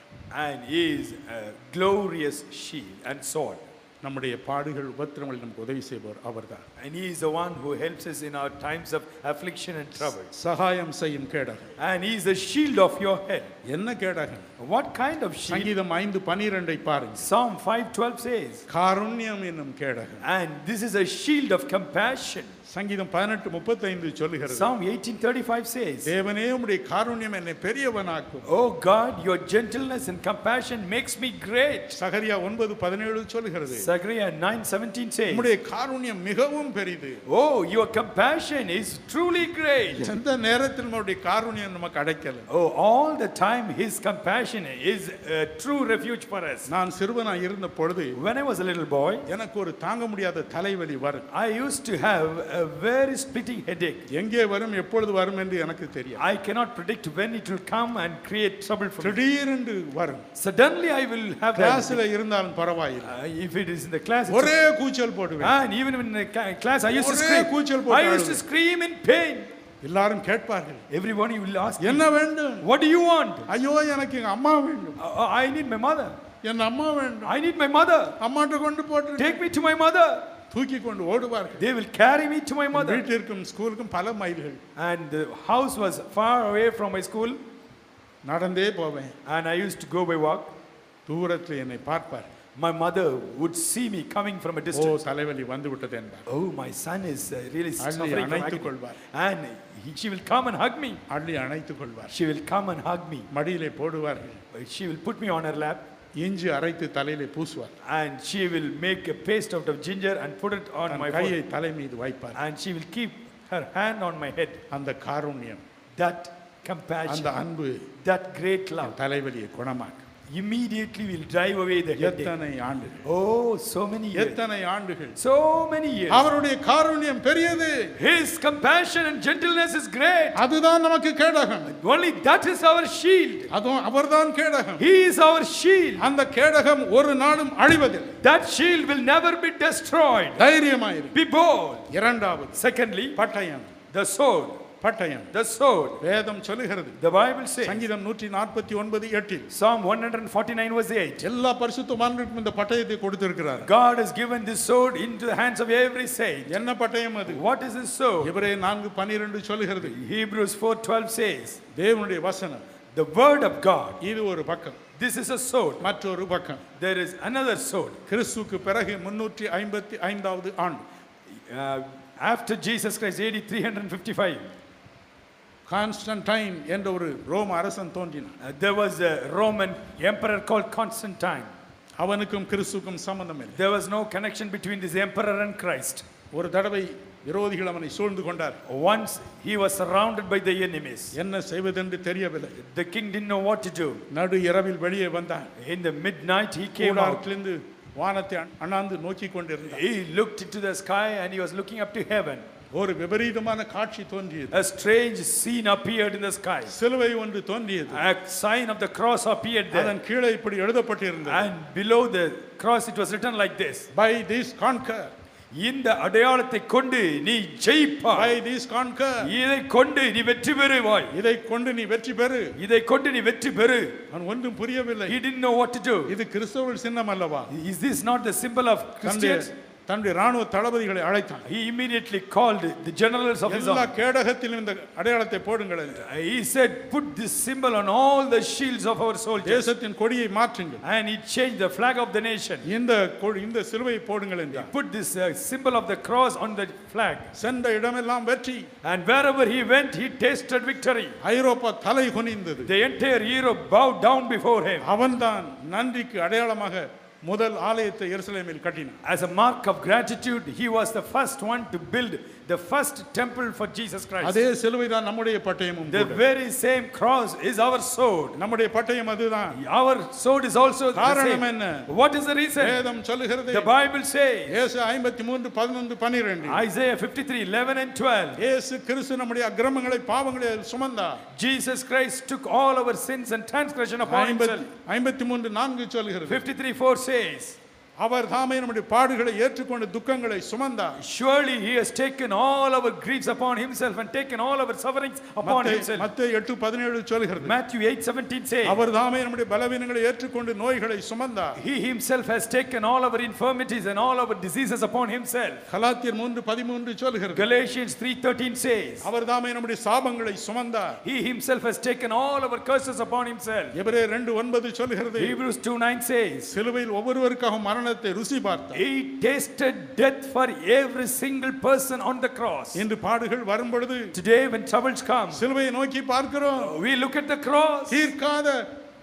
Speaker 2: And He is a glorious shield and sword.
Speaker 1: நம்முடைய பாடுகள் உபத்திரங்களில் நமக்கு உதவி செய்பவர் அவர்தான்
Speaker 2: And He is the one who helps us in our times of affliction and trouble.
Speaker 1: சகாயம் செய்யும் கேடகன்
Speaker 2: And He is the shield of your head.
Speaker 1: என்ன கேடகன்
Speaker 2: What kind of shield?
Speaker 1: சங்கீதம் ஐந்து பனிரெண்டை பாருங்க
Speaker 2: Psalm 5:12 says,
Speaker 1: காருண்யம் என்னும் கேடகன்
Speaker 2: and this is a shield of compassion.
Speaker 1: சங்கீதம் பதினெட்டு முப்பத்தைந்து சொல்லுகிறது
Speaker 2: Psalm 18:35 says,
Speaker 1: தேவனே உம்முடைய காருண்யம் என்னை பெரியவனாக்கும்
Speaker 2: Oh God, your gentleness and compassion makes me great.
Speaker 1: சகரியா ஒன்பது பதினேழு சொல்லுகிறது
Speaker 2: Zechariah 9:17 says,
Speaker 1: உம்முடைய காருண்யம் மிகவும் பெரிது
Speaker 2: Oh, your compassion is truly great.
Speaker 1: எந்த நேரத்தில் நம்முடைய காருண்யம் நமக்கு அடைக்கல
Speaker 2: Oh, all the time His compassion is a true refuge for us.
Speaker 1: நான் சிறுவனா இருந்த பொழுது
Speaker 2: When I was a little boy,
Speaker 1: எனக்கு ஒரு தாங்க முடியாத தலைவலி வரும்
Speaker 2: I used to have a very splitting headache.
Speaker 1: எங்கே வரும் எப்பொழுது வரும் என்று எனக்கு தெரியும்
Speaker 2: I cannot predict when it will come and create trouble for me.
Speaker 1: திடீரென்று வரும்
Speaker 2: Suddenly, I will have that.
Speaker 1: கிளாஸ்ல இருந்தாலும் பரவாயில்லை
Speaker 2: Uh, if it is in the class, it's
Speaker 1: ஒரே கூச்சல் போடுவேன்
Speaker 2: and even in the ca- class, I used to
Speaker 1: ஒரே கூச்சல்
Speaker 2: scream.
Speaker 1: போட்டு
Speaker 2: I used to
Speaker 1: அழுவேன்.
Speaker 2: scream in pain.
Speaker 1: எல்லாரும் கேட்பார்கள்
Speaker 2: Everyone you will ask,
Speaker 1: என்ன வேண்டும்
Speaker 2: what do you want?
Speaker 1: ஐயோ எனக்கு எங்க அம்மா வேண்டும்
Speaker 2: Uh, uh, I need my mother.
Speaker 1: என் அம்மா வேண்டும்
Speaker 2: I need my mother.
Speaker 1: அம்மாட்ட கொண்டு போட்டு
Speaker 2: Take me to my mother.
Speaker 1: தூக்கி கொண்டு ஓடுவார்கள்
Speaker 2: They will carry me to my mother.
Speaker 1: வீட்டிற்கும் ஸ்கூலுக்கும் பல மைல்கள்
Speaker 2: And the house was far away from my school,
Speaker 1: நடந்தே போவேன்
Speaker 2: and I used to go by walk.
Speaker 1: தூரத்தில் என்னை பார்ப்பார்
Speaker 2: My mother would see me coming from a
Speaker 1: O
Speaker 2: distance.
Speaker 1: தலைவலி வந்து விட்டது என்பார்
Speaker 2: Oh, my son is uh, really suffering from
Speaker 1: அணைத்துக்
Speaker 2: agony.
Speaker 1: கொள்வார்.
Speaker 2: And he, she will come and hug me.
Speaker 1: அள்ளி அணைத்துக் கொள்வார்
Speaker 2: She will come and hug me.
Speaker 1: மடியிலே போடுவார்கள்
Speaker 2: She will put me on her lap.
Speaker 1: இஞ்சி அரைத்து தலையிலே பூசுவார்
Speaker 2: And she will make a paste out of ginger and put it on
Speaker 1: than
Speaker 2: my
Speaker 1: கையை
Speaker 2: forehead.
Speaker 1: தலை மீது வைப்பார்
Speaker 2: And she will keep her hand on my head.
Speaker 1: அந்த காருண்யம்
Speaker 2: That compassion,
Speaker 1: அந்த அன்பு
Speaker 2: that great love,
Speaker 1: தலைவலியை குணமாக்கும்
Speaker 2: immediately will drive away the headache.
Speaker 1: எத்தனை ஆண்டுகள்
Speaker 2: Oh, so many years.
Speaker 1: எத்தனை ஆண்டுகள்
Speaker 2: So many years.
Speaker 1: அவருடைய காருண்யம் பெரியது
Speaker 2: His compassion and gentleness is great.
Speaker 1: அதுதான் நமக்கு கேடகம்
Speaker 2: Only that is our shield.
Speaker 1: அதுவும் அவர்தான் கேடகம்
Speaker 2: He is our shield.
Speaker 1: அந்த கேடகம் ஒரு நாளும் அழிவதில்லை
Speaker 2: That shield will never be destroyed.
Speaker 1: தைரியமாயிரு
Speaker 2: Be bold.
Speaker 1: இரண்டாவது
Speaker 2: Secondly,
Speaker 1: பட்டயம்
Speaker 2: the sword.
Speaker 1: பட்டயம்
Speaker 2: The sword.
Speaker 1: வேதம் சொல்லுகிறது
Speaker 2: The Bible says.
Speaker 1: சங்கீதம் நூற்றி நாற்பத்தி ஒன்பது எட்டில்
Speaker 2: Psalm 149 verse 8.
Speaker 1: எல்லா பரிசுத்தமானவர்களுக்கும் இந்த பட்டயத்தை கொடுத்திருக்கிறார்
Speaker 2: God has given this sword into the hands of every saint.
Speaker 1: என்ன பட்டயம் அது
Speaker 2: What is this sword?
Speaker 1: எபிரே நான்கு பன்னிரெண்டு சொல்லுகிறது
Speaker 2: Hebrews 4:12 says,
Speaker 1: தேவனுடைய வசனம்
Speaker 2: "The word of God.
Speaker 1: இது ஒரு பக்கம்
Speaker 2: This is a sword.
Speaker 1: மற்றொரு பக்கம்
Speaker 2: There is another sword."
Speaker 1: கிறிஸ்துக்கு பிறகு முன்னூற்றி ஐம்பத்தி ஐந்தாவது ஆண்டு
Speaker 2: Uh, after Jesus Christ AD 355,
Speaker 1: Constantine என்ற ஒரு ரோம அரசன் தோன்றினான்
Speaker 2: uh, there was a Roman emperor called Constantine.
Speaker 1: அவனுக்கும் கிறிஸ்துக்கும் சம்பந்தம் இல்லை
Speaker 2: There was no connection between this emperor and Christ.
Speaker 1: ஒரு தடவை விரோதிகள் அவனை சூழ்ந்து கொண்டார்
Speaker 2: Once he was surrounded by the enemies.
Speaker 1: என்ன செய்வதென்று தெரியவில்லை
Speaker 2: The king didn't know what to do.
Speaker 1: நடு இரவில் வெளியே வந்தான்
Speaker 2: In the midnight he
Speaker 1: Oh,
Speaker 2: came out.
Speaker 1: கூடாரத்திலிருந்து வானத்தை அண்- அண்ணாந்து நோக்கி கொண்டிருந்தான்
Speaker 2: He looked into the sky and he was looking up to heaven.
Speaker 1: ஒரு விபரீதமான காட்சி தோன்றியது
Speaker 2: A strange scene appeared in the sky.
Speaker 1: சிலுவை ஒன்று தோன்றியது
Speaker 2: A sign of the cross appeared there.
Speaker 1: அதன் கீழே இப்படி எழுதப்பட்டிருந்தது
Speaker 2: And below the cross it was written like this.
Speaker 1: By this conquer
Speaker 2: இந்த அடையாளத்தை கொண்டு நீ
Speaker 1: பை
Speaker 2: ஜெயிப்பாய்
Speaker 1: திஸ் கான்கர்
Speaker 2: இதை கொண்டு நீ வெற்றி பெறுவாய்
Speaker 1: இதை கொண்டு நீ வெற்றி பெறு
Speaker 2: இதை கொண்டு நீ வெற்றி பெறு
Speaker 1: அவன் ஒன்றும் புரியவில்லை
Speaker 2: He didn't know what to do.
Speaker 1: இது கிறிஸ்தவர்கள் சின்னம் அல்லவா
Speaker 2: Is this not the symbol of
Speaker 1: தன்னுடைய
Speaker 2: Christians?
Speaker 1: தன்னுடைய ராணுவ தளபதிகளை அழைத்தான்
Speaker 2: He immediately called the generals of his
Speaker 1: எல்லா
Speaker 2: army.
Speaker 1: கேடகத்திலும் இந்த அடையாளத்தை போடுங்கள் என்றார்.
Speaker 2: He said, put this symbol on all the shields of our soldiers.
Speaker 1: தேசத்தின் கொடியை மாற்றுங்கள்
Speaker 2: And he changed the flag of the nation.
Speaker 1: இந்த கொ- இந்த சிலுவையை போடுங்கள் என்றார்
Speaker 2: put this uh, symbol of the cross on the flag.
Speaker 1: சென்ற இடமெல்லாம் வெற்றி
Speaker 2: And wherever he went, he tasted victory.
Speaker 1: ஐரோப்பா தலை குனிந்தது
Speaker 2: The entire Europe bowed down before him.
Speaker 1: அவன்தான் நன்றிக்கு அடையாளமாக முதல் ஆலயத்தை எருசலேமில் கட்டினார்
Speaker 2: As a mark of gratitude, he was the first one to build the first temple for Jesus Christ.
Speaker 1: அதே சிலுவை தான் நம்முடைய பட்டயமும்
Speaker 2: The
Speaker 1: கூட.
Speaker 2: very same cross is our sword.
Speaker 1: நம்முடைய பட்டயம் அதுதான்
Speaker 2: Our sword is also the
Speaker 1: காரணம்
Speaker 2: same.
Speaker 1: என்ன?
Speaker 2: What is the reason?
Speaker 1: வேதம் சொல்லுகிறது
Speaker 2: The Bible says,
Speaker 1: இயேசு ஐம்பத்தி மூன்று பதினொன்று பன்னிரெண்டு
Speaker 2: Isaiah 53 11 and 12.
Speaker 1: இயேசு கிறிஸ்து நம்முடைய அக்கிரமங்களை பாவங்களை சுமந்தார்
Speaker 2: Jesus Christ took all our sins and transgression upon himself.
Speaker 1: ஐம்பத்தி- ஐம்பத்தி மூன்று நான்கு சொல்கிறது
Speaker 2: 53 4 says,
Speaker 1: அவர் தாமே நம்முடைய பாடுகளை ஏற்றுக்கொண்டு துக்கங்களை சுமந்தார்
Speaker 2: Surely he has taken all our griefs upon himself and taken all our sufferings upon
Speaker 1: மத்தேயு-
Speaker 2: himself.
Speaker 1: மத்தேயு எட்டு பதினேழு சொல்கிறது
Speaker 2: Matthew 8 17 says,
Speaker 1: அவர் தாமே நம்முடைய பலவீனங்களை ஏற்றுக்கொண்டு நோய்களை சுமந்தார்
Speaker 2: He himself has taken all our infirmities and all our diseases upon himself.
Speaker 1: கலாத்தியர் மூன்று பதிமூன்று சொல்கிறது
Speaker 2: Galatians 3:13 says,
Speaker 1: அவர் தாமே நம்முடைய சாபங்களை சுமந்தார்
Speaker 2: He himself has taken all our curses upon himself.
Speaker 1: எபிரேயர் ரெண்டு ஒன்பது சொல்கிறது
Speaker 2: Hebrews 2:9 says,
Speaker 1: சிலுவையில் ஒவ்வொருவருக்காக மரணத்தை ருசி பார்த்தார்
Speaker 2: He tasted death for every single person on the cross.
Speaker 1: இன்று பாடுகள் வரும் பொழுது
Speaker 2: Today when troubles come,
Speaker 1: சிலுவையை நோக்கி பார்க்கிறோம்
Speaker 2: we look at the cross
Speaker 1: தீர்க்காத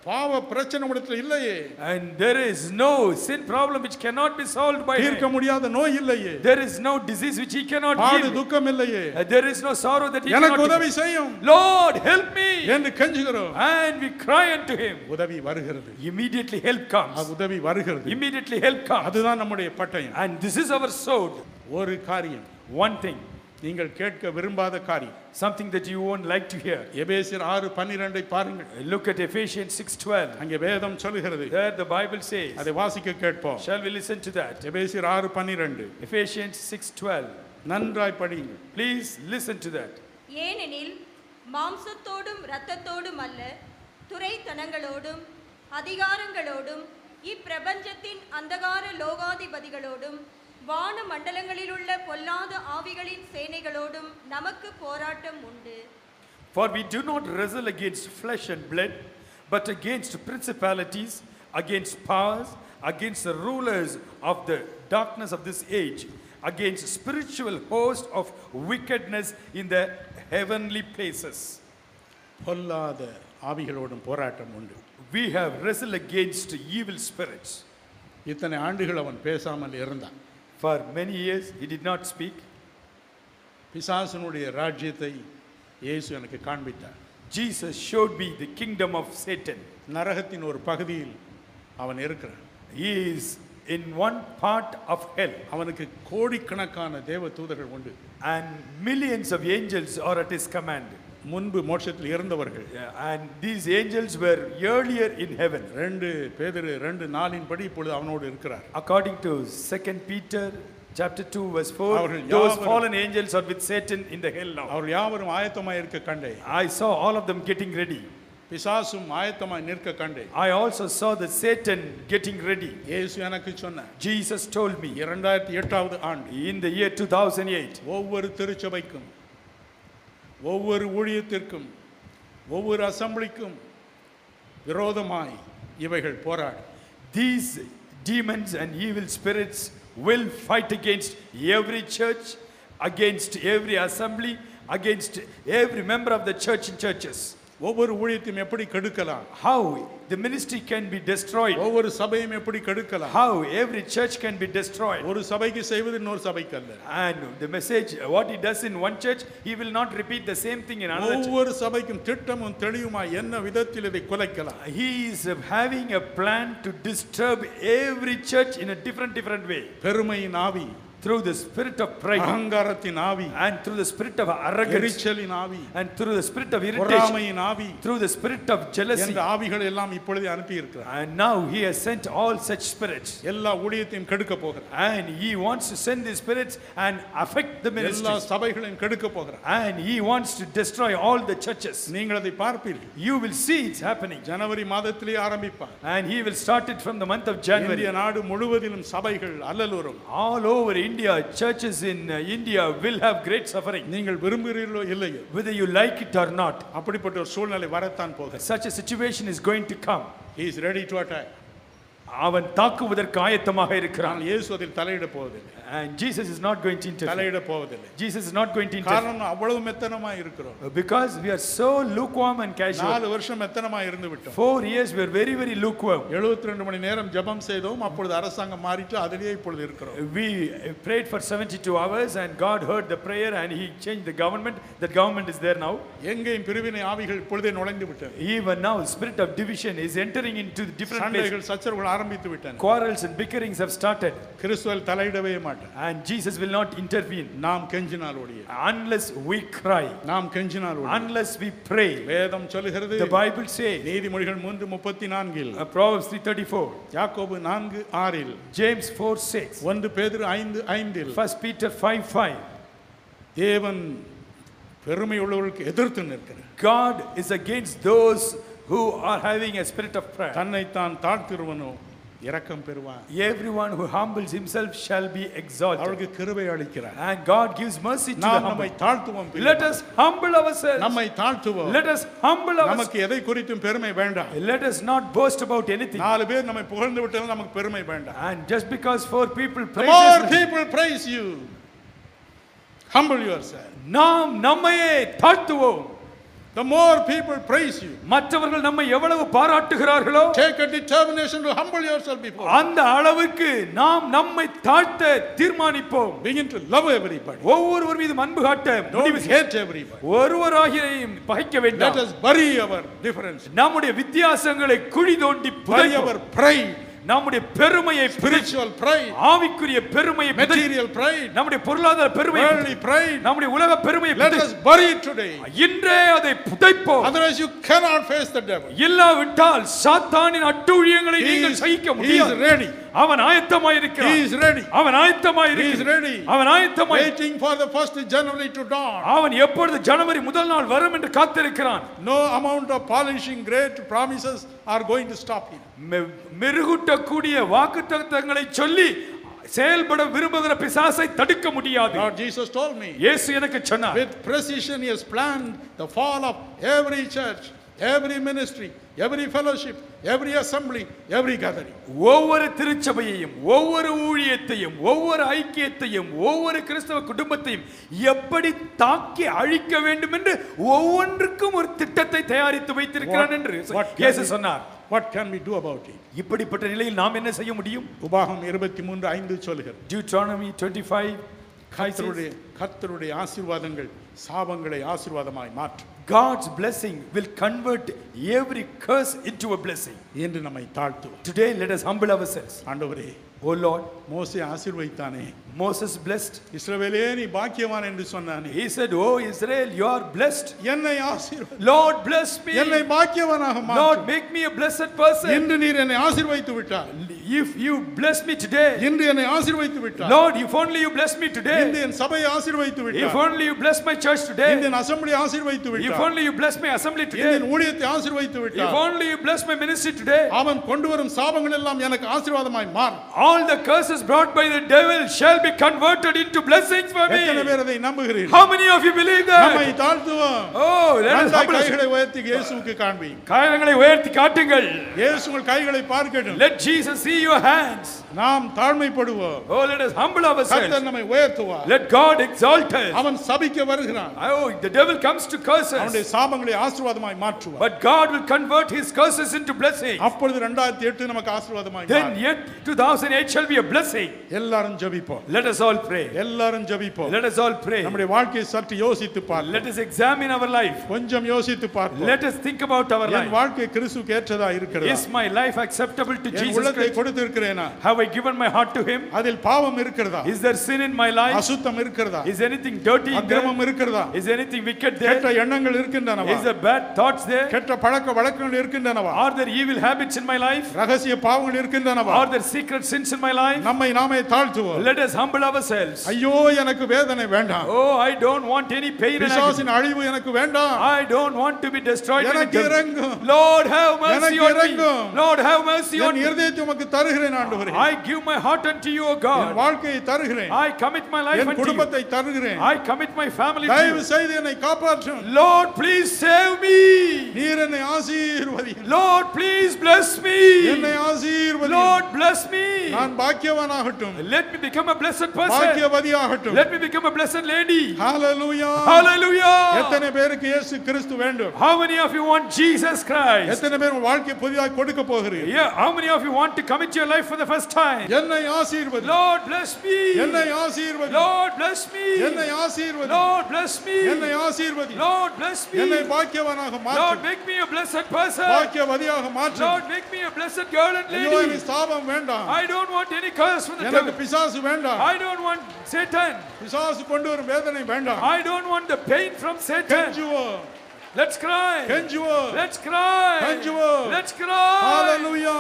Speaker 1: பாவ பிரச்சனை இடத்துல இல்லையே
Speaker 2: and there is no sin problem which cannot be solved by
Speaker 1: தீர்க்க
Speaker 2: him.
Speaker 1: முடியாத நோய் இல்லையே
Speaker 2: There is no disease which he cannot
Speaker 1: பாடு
Speaker 2: heal.
Speaker 1: துக்கம் இல்லையே
Speaker 2: And There is no sorrow that he
Speaker 1: எனக்கு
Speaker 2: cannot
Speaker 1: உதவி
Speaker 2: heal.
Speaker 1: செய்யும்
Speaker 2: Lord, help me!
Speaker 1: என்று கெஞ்சுகிறோம்
Speaker 2: And we cry unto him.
Speaker 1: உதவி வருகிறது
Speaker 2: Immediately help comes.
Speaker 1: அது உதவி வருகிறது
Speaker 2: Immediately help comes.
Speaker 1: அதுதான் நம்முடைய பட்டயம்
Speaker 2: And this is our sword.
Speaker 1: ஒரு காரியம்
Speaker 2: One thing,
Speaker 1: நீங்கள் கேட்க விரும்பாத காரியம்
Speaker 2: something that you won't like to hear.
Speaker 1: எபேசியர் ஆறு பன்னிரெண்டை பாருங்கள்
Speaker 2: Look at Ephesians 6:12.
Speaker 1: அங்கே வேதம் சொல்லுகிறது
Speaker 2: There the Bible says.
Speaker 1: அதை வாசிக்க கேட்போம்
Speaker 2: Shall we listen to that?
Speaker 1: எபேசியர் ஆறு பன்னிரெண்டு
Speaker 2: Ephesians 6:12.
Speaker 1: நன்றாய் படியுங்கள்
Speaker 2: Please listen to that.
Speaker 3: ஏனெனில் மாம்சத்தோடும் இரத்தத்தோடும் அல்ல துரைத்தனங்களோடும் அதிகாரங்களோடும் இப்பிரபஞ்சத்தின் அந்தகார லோகாதிபதிகளோடும் வான மண்டலங்களிலுள்ள பொல்லாத ஆவிகளின் சேனைகளோடும் நமக்கு போராட்டம் உண்டு
Speaker 2: For we do not wrestle against flesh and blood, but against principalities, against powers, against the rulers of the darkness of this age, against spiritual hosts of wickedness in the heavenly places.
Speaker 1: பொல்லாத ஆவிகளோடும் போராட்டம் உண்டு
Speaker 2: We have wrestled against evil spirits.
Speaker 1: இத்தனை ஆண்டுகள் அவன் பேசாமல் இருந்தான்
Speaker 2: For many years he did not speak.
Speaker 1: பிசாசனுடைய ராஜ்யத்தை இயேசு எனக்கு காண்பித்தார்
Speaker 2: Jesus showed me the kingdom of Satan.
Speaker 1: நரகத்தின் ஒரு பகுதியில் அவன் இருக்கிறான்
Speaker 2: He is in one part of hell,
Speaker 1: அவனுக்கு கோடிக்கணக்கான தேவ தூதர்கள் உண்டு
Speaker 2: and millions of angels are at his command.
Speaker 1: முன்பு மோட்சத்தில் இருந்தவர்கள்
Speaker 2: Yeah, and these angels were earlier in heaven.
Speaker 1: ரெண்டு பேதரு ரெண்டு நாளின் படி இப்பொழுது அவனோடு இருக்கிறார்
Speaker 2: According to 2 Peter chapter 2 verse 4,
Speaker 1: அவர்கள்
Speaker 2: those
Speaker 1: யாவரும்-
Speaker 2: fallen angels are with Satan in the hell now.
Speaker 1: அவர்கள் யாவரும் ஆயத்தமாய் இருக்க கண்டே
Speaker 2: I saw all of them getting ready.
Speaker 1: பிசாசும் ஆயத்தமாய் நிற்க கண்டே
Speaker 2: I also saw the Satan getting ready.
Speaker 1: இயேசு எனக்கு சொன்ன
Speaker 2: Jesus told me
Speaker 1: இரண்டாயிரத்தி எட்டாவது ஆண்டு
Speaker 2: in the year 2008,
Speaker 1: ஒவ்வொரு திருச்சபைக்கும் ஒவ்வொரு ஊழியத்திற்கும் ஒவ்வொரு அசம்பிளிக்கும் விரோதமாய் இவைகள் போராடும்
Speaker 2: these demons and evil spirits will fight against every church, against every assembly, against every member of the church and churches.
Speaker 1: ஒவ்வொரு ஊழியத்தையும் எப்படி கெடுக்கலாம்
Speaker 2: How the ministry can be destroyed.
Speaker 1: ஒவ்வொரு சபையும் எப்படி கெடுக்கலாம்
Speaker 2: How every church can be destroyed.
Speaker 1: ஒரு சபைக்கு செய்வது இன்னொரு சபைக்கு அல்ல
Speaker 2: And the message, what he does in one church, he will not repeat the same thing in another church.
Speaker 1: ஒவ்வொரு சபைக்கும் திட்டமும் தெளிவுமாய் என்ன விதத்தில் இதை குலைக்கலாம்
Speaker 2: He is having a plan to disturb every church in a different, different way.
Speaker 1: பெருமையின் ஆவி
Speaker 2: Through the spirit of pride
Speaker 1: அகங்காரத்தின் ஆவி
Speaker 2: and through the spirit of arrogance
Speaker 1: எரிச்சலின் ஆவி
Speaker 2: and through the spirit of irritation,
Speaker 1: பொறாமையின் ஆவி
Speaker 2: through the spirit of jealousy.
Speaker 1: என்ற ஆவிகள் எல்லாம் இப்பொழுது அனுப்பி இருக்கிறார்
Speaker 2: And now he has sent all such spirits.
Speaker 1: எல்லா ஊழியத்தையும் கெடுக்க போகிறார்
Speaker 2: And he wants to send these spirits and affect the
Speaker 1: எல்லா
Speaker 2: ministry.
Speaker 1: சபைகளையும் கெடுக்க போகிறார்
Speaker 2: And he wants to destroy all the churches.
Speaker 1: நீங்கள் அதை பார்ப்பீர்கள்
Speaker 2: You will see it's happening.
Speaker 1: ஜனவரி மாதத்திலே ஆரம்பிப்பார்
Speaker 2: And he will start it from the month of
Speaker 1: இந்திய
Speaker 2: January.
Speaker 1: நாடு முழுவதிலும் சபைகள் அல்லலுறும்
Speaker 2: All over India, churches in uh, India will have great suffering,
Speaker 1: நீங்கள் விரும்புகிறீர்களோ இல்லையோ
Speaker 2: whether you like it or not.
Speaker 1: அப்படிப்பட்ட ஒரு சூழ்நிலை வரத்தான் போகிறது
Speaker 2: Such a situation is going to come.
Speaker 1: He is ready to attack
Speaker 2: அவன் தாக்குவதற்கு ஆயத்தமாக இருக்கிறான்
Speaker 1: ஆனால் இயேசு அதில் தலையிட போவதில்லை
Speaker 2: And Jesus is not going to interfere.
Speaker 1: தலையிட போவதில்லை
Speaker 2: Jesus is not going to interfere.
Speaker 1: காரணம் நான் அவ்வளவு மெத்தனமா இருக்கிறோம்
Speaker 2: Because we are so lukewarm and casual.
Speaker 1: நாலு வருஷம் மெத்தனமா இருந்து விட்டோம்
Speaker 2: Four years we are very, very lukewarm.
Speaker 1: 72 ரெண்டு மணி நேரம் ஜெபம் செய்தோம் அப்பொழுது அரசாங்கம் மாறிட்டு அதிலேயே இப்பொழுது இருக்கிறோம்
Speaker 2: We uh, prayed for 72 hours and God heard the prayer and He changed the government. That government is there now.
Speaker 1: எங்கேயும் பிரிவினை ஆவிகள் இப்பொழுதே நுழைந்து விட்டது
Speaker 2: Even now, spirit of division is entering into the different places.
Speaker 1: சண்டைகள் சச்சரவுகள் ஆரம்பித்து விட்டன
Speaker 2: Quarrels and bickerings have started
Speaker 1: கிறிஸ்துவல் தலையிடவே மாட்டேன்
Speaker 2: and Jesus will not intervene
Speaker 1: நாம் கெஞ்சினால் ஒழிய
Speaker 2: unless we cry,
Speaker 1: நாம் கெஞ்சினால் ஒழிய
Speaker 2: unless we pray.
Speaker 1: வேதம் சொல்லுகிறது
Speaker 2: The Bible says,
Speaker 1: நீதிமொழிகள் மூன்று முப்பத்தி நான்கில்
Speaker 2: uh, Proverbs 3:34,
Speaker 1: யாக்கோபு நான்கு ஆறில்
Speaker 2: James 4:6,
Speaker 1: ஒன்று பேதுரு ஐந்து ஐந்தில்
Speaker 2: 1 Peter 5:5.
Speaker 1: தேவன் பெருமை உள்ளவர்களுக்கு எதிர்த்து நிற்கிறார்
Speaker 2: God is against those who are having a spirit of prayer.
Speaker 1: தன்னைத்தான் தாழ்த்திருவனோ இரக்கம் பெறுவான்
Speaker 2: Everyone who humbles himself shall be exalted.
Speaker 1: அவருக்கு கிருபை அளிக்கிறார்
Speaker 2: And God gives mercy to the
Speaker 1: நாம் நம்மை
Speaker 2: humble.
Speaker 1: தாழ்த்துவோம் பிரியமானவர்களே.
Speaker 2: Let us humble ourselves.
Speaker 1: நம்மை தாழ்த்துவோம்
Speaker 2: Let us humble ourselves.
Speaker 1: நமக்கு எதை குறித்தும் பெருமை வேண்டாம்
Speaker 2: Let us not boast about anything.
Speaker 1: நாலு பேர் நம்மை புகழ்ந்து விட்டாலும் நமக்கு பெருமை வேண்டாம்
Speaker 2: And just because four people praise
Speaker 1: more
Speaker 2: us,
Speaker 1: people praise you humble yourself
Speaker 2: நாம் நம்மையே தாழ்த்துவோம்
Speaker 1: the more people praise you
Speaker 2: மற்றவர்கள் நம்மை எவ்வளவு பாராட்டுகிறார்களோ
Speaker 1: take a determination to humble yourself before
Speaker 2: அந்த அளவுக்கு நாம் நம்மை தாழ்த்த தீர்மானிப்போம்
Speaker 1: begin to love everybody
Speaker 2: ஒவ்வொருவர் மீதும் அன்பு காட்ட முடிவு
Speaker 1: don't
Speaker 2: செய்.
Speaker 1: hate everybody
Speaker 2: ஒருவராகியும் பகைக்க
Speaker 1: let
Speaker 2: வேண்டாம்
Speaker 1: us bury our difference
Speaker 2: நம்முடைய வித்தியாசங்களை குழி தோண்டி
Speaker 1: bury
Speaker 2: புதைப்போம்
Speaker 1: our pride
Speaker 2: நம்முடைய பெருமையை பிரித்து
Speaker 1: spiritual pride
Speaker 2: ஆவிக்குரிய பெருமையை பிதைத்து,
Speaker 1: material pride
Speaker 2: நம்முடைய பொருளாதார பெருமையை
Speaker 1: worldly
Speaker 2: பிதைத்து,
Speaker 1: pride
Speaker 2: நம்முடைய உலக பெருமையை
Speaker 1: let
Speaker 2: பிதைத்து,
Speaker 1: us bury it today
Speaker 2: இன்றே அதை புதைப்போம்
Speaker 1: otherwise you cannot face the devil
Speaker 2: இல்லாவிட்டால் சாத்தானின் அட்டூழியங்களை
Speaker 1: He
Speaker 2: நீங்கள்
Speaker 1: is-
Speaker 2: சகிக்க
Speaker 1: he is
Speaker 2: முடியாது
Speaker 1: ready
Speaker 2: அவன்
Speaker 1: he
Speaker 2: ஆயத்தமாயிருக்கிறான்
Speaker 1: is ready
Speaker 2: அவன்
Speaker 1: he is
Speaker 2: ஆயத்தமாயிருக்கிறான்
Speaker 1: ready
Speaker 2: அவன் ஆயத்தமாய்
Speaker 1: waiting for the first january to dawn
Speaker 2: அவன் எப்பொழுது ஜனவரி முதல் நாள் வரும் என்று காத்திருக்கிறான்
Speaker 1: No amount of polishing great promises are going to stop him.
Speaker 2: மெ- மெருகூட்டக்கூடிய வாக்குத்தத்தங்களை சொல்லி செயல்பட விரும்புகிற பிசாசை தடுக்க முடியாது
Speaker 1: Lord Jesus told me,
Speaker 2: இயேசு எனக்கு சொன்னார்
Speaker 1: with precision he has planned the fall of every church, every ministry, every fellowship, every assembly, every gathering.
Speaker 2: ஒவ்வொரு திருச்சபையையும் ஒவ்வொரு ஊழியத்தையும் ஒவ்வொரு ஐக்கியத்தையும் ஒவ்வொரு கிறிஸ்தவ குடும்பத்தையும் எப்படி தாக்கி அழிக்க வேண்டும் என்று ஒவ்வொன்றுக்கும் ஒரு திட்டத்தை தயாரித்து வைத்திருக்கிறான் என்று
Speaker 1: what can
Speaker 2: இயேசு
Speaker 1: we-
Speaker 2: சொன்னார்
Speaker 1: What can we do about it?
Speaker 2: இப்படிப்பட்ட நிலையில் நாம் என்ன செய்ய முடியும்
Speaker 1: உபாகம் இருபத்தி மூன்று ஐந்து சொல்கிறது
Speaker 2: டியூட்ரானமி 25
Speaker 1: கர்த்தருடைய கர்த்தருடைய ஆசீர்வாதங்கள் சாபங்களை ஆசீர்வாதமாய் மாற்றும்
Speaker 2: God's blessing will convert every curse into a blessing.
Speaker 1: என்று நம்மை தாழ்த்துவோம்
Speaker 2: Today, let us humble ourselves.
Speaker 1: ஆண்டவரே
Speaker 2: Oh Lord,
Speaker 1: மோசே ஆசீர்வதித்தானே
Speaker 2: Moses blessed.
Speaker 1: இஸ்ரவேலே நீ பாக்கியவான் என்று சொன்னானே
Speaker 2: He said, Oh Israel, you are blessed.
Speaker 1: என்னை ஆசீர்வதி
Speaker 2: Lord, bless
Speaker 1: என்னை
Speaker 2: me.
Speaker 1: பாக்கியவனாக
Speaker 2: Lord,
Speaker 1: மாற்றும்
Speaker 2: make me a blessed person.
Speaker 1: இன்று நீர் என்னை ஆசீர்வதித்து விட்டார்
Speaker 2: If you bless me today,
Speaker 1: இன்று என்னை ஆசீர்வதித்து விட்டார்
Speaker 2: Lord, if only you bless me
Speaker 1: இன்று
Speaker 2: today,
Speaker 1: என் சபையை ஆசீர்வதித்து
Speaker 2: if
Speaker 1: விட்டார்
Speaker 2: only you bless my church
Speaker 1: இன்று
Speaker 2: today,
Speaker 1: என் அசம்பிளி ஆசீர்வதித்து
Speaker 2: if
Speaker 1: விட்டார்
Speaker 2: only you bless my assembly
Speaker 1: இன்று
Speaker 2: today,
Speaker 1: என் ஊழியத்தை ஆசீர்வதித்து
Speaker 2: if
Speaker 1: விட்டார்
Speaker 2: only you bless my ministry today,
Speaker 1: அவன் கொண்டு வரும் சாபங்கள் எல்லாம் எனக்கு ஆசீர்வாதமாய் மாறும்
Speaker 2: all the curses brought by the devil shall be converted into blessings for
Speaker 1: எத்தனை
Speaker 2: me.
Speaker 1: பேர் அதை நம்புகிறீர்கள்
Speaker 2: How many of you believe that?
Speaker 1: நம்மை தாழ்த்துவோம்
Speaker 2: Oh, let us
Speaker 1: நல்ல
Speaker 2: humble ourselves.
Speaker 1: கைகளை உயர்த்தி இயேசுவுக்கு காண்பியும்
Speaker 2: காயங்களை உயர்த்தி காட்டுங்கள்
Speaker 1: இயேசு உங்கள் கைகளை பார்க்கட்டும்
Speaker 2: let jesus see your hands
Speaker 1: நாம் தாழ்மைப்படுவோம்
Speaker 2: oh let us humble ourselves
Speaker 1: கர்த்தர் நம்மை உயர்த்துவார்
Speaker 2: let god exalt us
Speaker 1: அவன் சபிக்க வருகிறான்
Speaker 2: oh the devil comes to curse us
Speaker 1: அவனுடைய சாபங்களை ஆசீர்வாதமாய் மாற்றுவார்
Speaker 2: but god will convert his curses into blessing
Speaker 1: அப்பொழுது ரெண்டாயிரத்தி எட்டு நமக்கு ஆசீர்வாதமாய்
Speaker 2: then
Speaker 1: மாறும்.
Speaker 2: yet 2008 shall be a blessing
Speaker 1: எல்லாரும் ஜெபிப்போம்
Speaker 2: let us all pray
Speaker 1: எல்லாரும் ஜெபிப்போம்
Speaker 2: let us all pray
Speaker 1: நம்முடைய வாழ்க்கையை சற்று யோசித்து பார்ப்போம்
Speaker 2: let us examine our life
Speaker 1: கொஞ்சம் யோசித்து பார்ப்போம்
Speaker 2: let us think about our
Speaker 1: N
Speaker 2: life
Speaker 1: வாழ்க்கை கிறிஸ்துக்கு ஏற்றதா இருக்கிறதா
Speaker 2: is my life acceptable to
Speaker 1: N
Speaker 2: jesus
Speaker 1: உள்ளத்தை
Speaker 2: christ
Speaker 1: கொடுத்திருக்கிறேனா
Speaker 2: have i given my heart to him
Speaker 1: அதில் பாவம் இருக்கிறதா
Speaker 2: is there sin in my life
Speaker 1: அசுத்தம் இருக்கிறதா
Speaker 2: is anything dirty in there?
Speaker 1: அக்கிரமம் இருக்கிறதா
Speaker 2: is anything wicked there
Speaker 1: கெட்ட எண்ணங்கள் இருக்கின்றனவா
Speaker 2: Is there bad thoughts there?
Speaker 1: கெட்ட பழக்க வழக்கங்கள் இருக்கின்றனவா
Speaker 2: Are there evil habits in my life?
Speaker 1: ரகசிய பாவங்கள் இருக்கின்றனவா
Speaker 2: Are there secret sins in my life?
Speaker 1: நம்மை நாமே தாழ்த்துவோம்
Speaker 2: Let us humble ourselves.
Speaker 1: ஐயோ எனக்கு வேதனை வேண்டாம்
Speaker 2: Oh, I don't want any pain and agony.
Speaker 1: பிசாசின் அழிவு எனக்கு வேண்டாம்
Speaker 2: I don't want to be destroyed. by the
Speaker 1: எனக்கு
Speaker 2: devil.
Speaker 1: இரங்கும்.
Speaker 2: Lord, have mercy
Speaker 1: எனக்கு
Speaker 2: on me.
Speaker 1: இரங்கும்.
Speaker 2: Lord, have mercy on
Speaker 1: N
Speaker 2: me.
Speaker 1: இருதயத்தை உமக்கு தருகிறேன் ஆண்டவரே
Speaker 2: I give my heart unto you, O
Speaker 1: N
Speaker 2: God.
Speaker 1: வாழ்க்கையை தருகிறேன்
Speaker 2: I commit my life
Speaker 1: N
Speaker 2: unto you.
Speaker 1: குடும்பத்தை தருகிறேன்
Speaker 2: I commit my family
Speaker 1: தயவு
Speaker 2: to
Speaker 1: செய்து என்னை காப்பாற்றும்
Speaker 2: you. Lord, please save me.
Speaker 1: நீர் என்னை ஆசீர்வதியும்
Speaker 2: Lord, please bless
Speaker 1: என்னை
Speaker 2: me.
Speaker 1: ஆசீர்வதியும்
Speaker 2: Lord, Lord, bless me.
Speaker 1: நான் பாக்கியவானாகட்டும்
Speaker 2: Let me become a blessed person.
Speaker 1: பாக்கியவதியாகட்டும்
Speaker 2: Let me become a blessed lady.
Speaker 1: Hallelujah
Speaker 2: Hallelujah.
Speaker 1: எத்தனை பேருக்கு இயேசு கிறிஸ்து வேண்டும்
Speaker 2: How many of you want Jesus Christ?
Speaker 1: எத்தனை பேர் உன் வாழ்க்கை புதிதாக கொடுக்க போகிறீர்கள்
Speaker 2: Yeah, how many of you want to commit your life for the first time?
Speaker 1: என்னை ஆசீர்வதி
Speaker 2: Lord, bless me.
Speaker 1: என்னை ஆசீர்வதி
Speaker 2: Lord, bless me.
Speaker 1: என்னை ஆசீர்வதி
Speaker 2: Lord, bless
Speaker 1: என்னை
Speaker 2: me.
Speaker 1: ஆசீர்வதி
Speaker 2: Lord, bless
Speaker 1: என்னை
Speaker 2: me.
Speaker 1: பாக்கியவனாக
Speaker 2: Lord,
Speaker 1: மாற்று
Speaker 2: make me a blessed person.
Speaker 1: பாக்கியவதியாக மாற்று
Speaker 2: Lord, make me a blessed girl and
Speaker 1: ஐயோ
Speaker 2: lady.
Speaker 1: எனக்கு சாபம் வேண்டாம்
Speaker 2: I don't want any curse from the
Speaker 1: எனக்கு
Speaker 2: devil.
Speaker 1: பிசாசு வேண்டாம்
Speaker 2: I don't want Satan.
Speaker 1: பிசாசு கொண்டு வரும் வேதனை வேண்டாம்
Speaker 2: I don't want the pain from Satan.
Speaker 1: கெஞ்சுவோம்
Speaker 2: Let's cry.
Speaker 1: கெஞ்சுவோம்
Speaker 2: Let's cry.
Speaker 1: Kanjuo.
Speaker 2: Let's cry.
Speaker 1: Hallelujah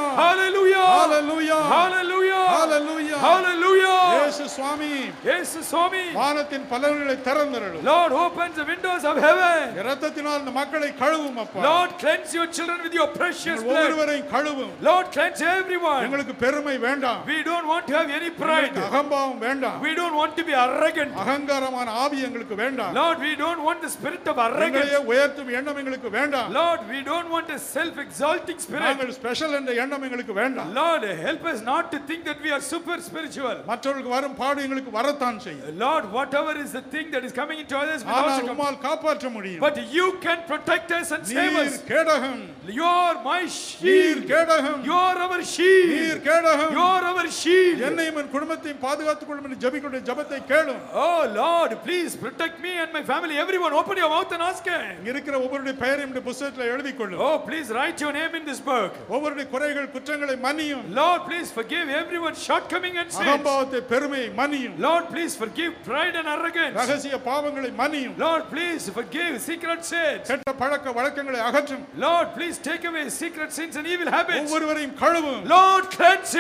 Speaker 2: Hallelujah.
Speaker 1: ஹalleluya
Speaker 2: Hallelujah.
Speaker 1: Hallelujah.
Speaker 2: Hallelujah.
Speaker 1: இயேசு சுவாமி
Speaker 2: Yes, Swami.
Speaker 1: வானத்தின் பலன்களை திறந்திரலும்
Speaker 2: Lord, open the windows of heaven.
Speaker 1: இரத்தத்தினால் இந்த மக்களை கழுவும் அப்பா
Speaker 2: Lord, cleanse your children with your precious
Speaker 1: நீங்கள்
Speaker 2: blood.
Speaker 1: ஒவ்வொருவரையும் கழுவும்
Speaker 2: Lord, cleanse everyone.
Speaker 1: எங்களுக்கு பெருமை வேண்டாம்
Speaker 2: We don't want to have any pride.
Speaker 1: எங்களுக்கு அகம்பாவம் வேண்டாம்
Speaker 2: We don't want to be arrogant.
Speaker 1: அகங்காரமான ஆவி எங்களுக்கு வேண்டாம்
Speaker 2: Lord, we don't want the spirit of
Speaker 1: எங்களையே
Speaker 2: arrogance.
Speaker 1: உயர்த்தும் எண்ணம் எங்களுக்கு வேண்டாம்
Speaker 2: Lord, we don't want a self exalting spirit.
Speaker 1: நாங்கள் ஸ்பெஷல் என்ற எண்ணம் எங்களுக்கு வேண்டாம்
Speaker 2: Lord, help us not to think that we are super spiritual.
Speaker 1: மற்றவர்களுக்கு வரும் பாடு எங்களுக்கு வரத்தான் செய்யும்
Speaker 2: Lord, whatever is the thing that is coming into others, will
Speaker 1: ஆனால்
Speaker 2: also come.
Speaker 1: உம்மால் காப்பாற்ற முடியும்
Speaker 2: But you can protect us and save
Speaker 1: நீர்
Speaker 2: us.
Speaker 1: கேடகம்
Speaker 2: You are my
Speaker 1: நீர்
Speaker 2: shield.
Speaker 1: கேடகம்
Speaker 2: You are our shield.
Speaker 1: நீர்
Speaker 2: You
Speaker 1: கேடகம்
Speaker 2: are our shield.
Speaker 1: என்னையும் என் குடும்பத்தையும் பாதுகாத்துக் கொள்ளும் என்று ஜபிக்களுடைய ஜபத்தை கேளும்
Speaker 2: Oh Lord, please protect me and my family. Everyone, open your mouth and ask Him.
Speaker 1: இங்க இருக்கிற ஒவ்வொருடைய பெயரையும் இந்த புஸ்தகத்தில் எழுதிக் கொள்ளும்
Speaker 2: Oh, please write your name in this book.
Speaker 1: ஒவ்வொருடைய குறைகள் குற்றங்களை மன்னியும்
Speaker 2: Lord, please forgive everyone's shortcoming and sins.
Speaker 1: அகம்பாவத்தை பெருமையை மன்னியும்
Speaker 2: Lord, please forgive pride and arrogance.
Speaker 1: ரகசிய பாவங்களை மன்னியும்
Speaker 2: Lord, please forgive secret sins.
Speaker 1: கெட்ட பழக்க வழக்கங்களை அகற்றும்
Speaker 2: Lord, please take away secret sins and evil habits.
Speaker 1: ஒவ்வொருவரையும் கழுவும்
Speaker 2: Lord, cleanse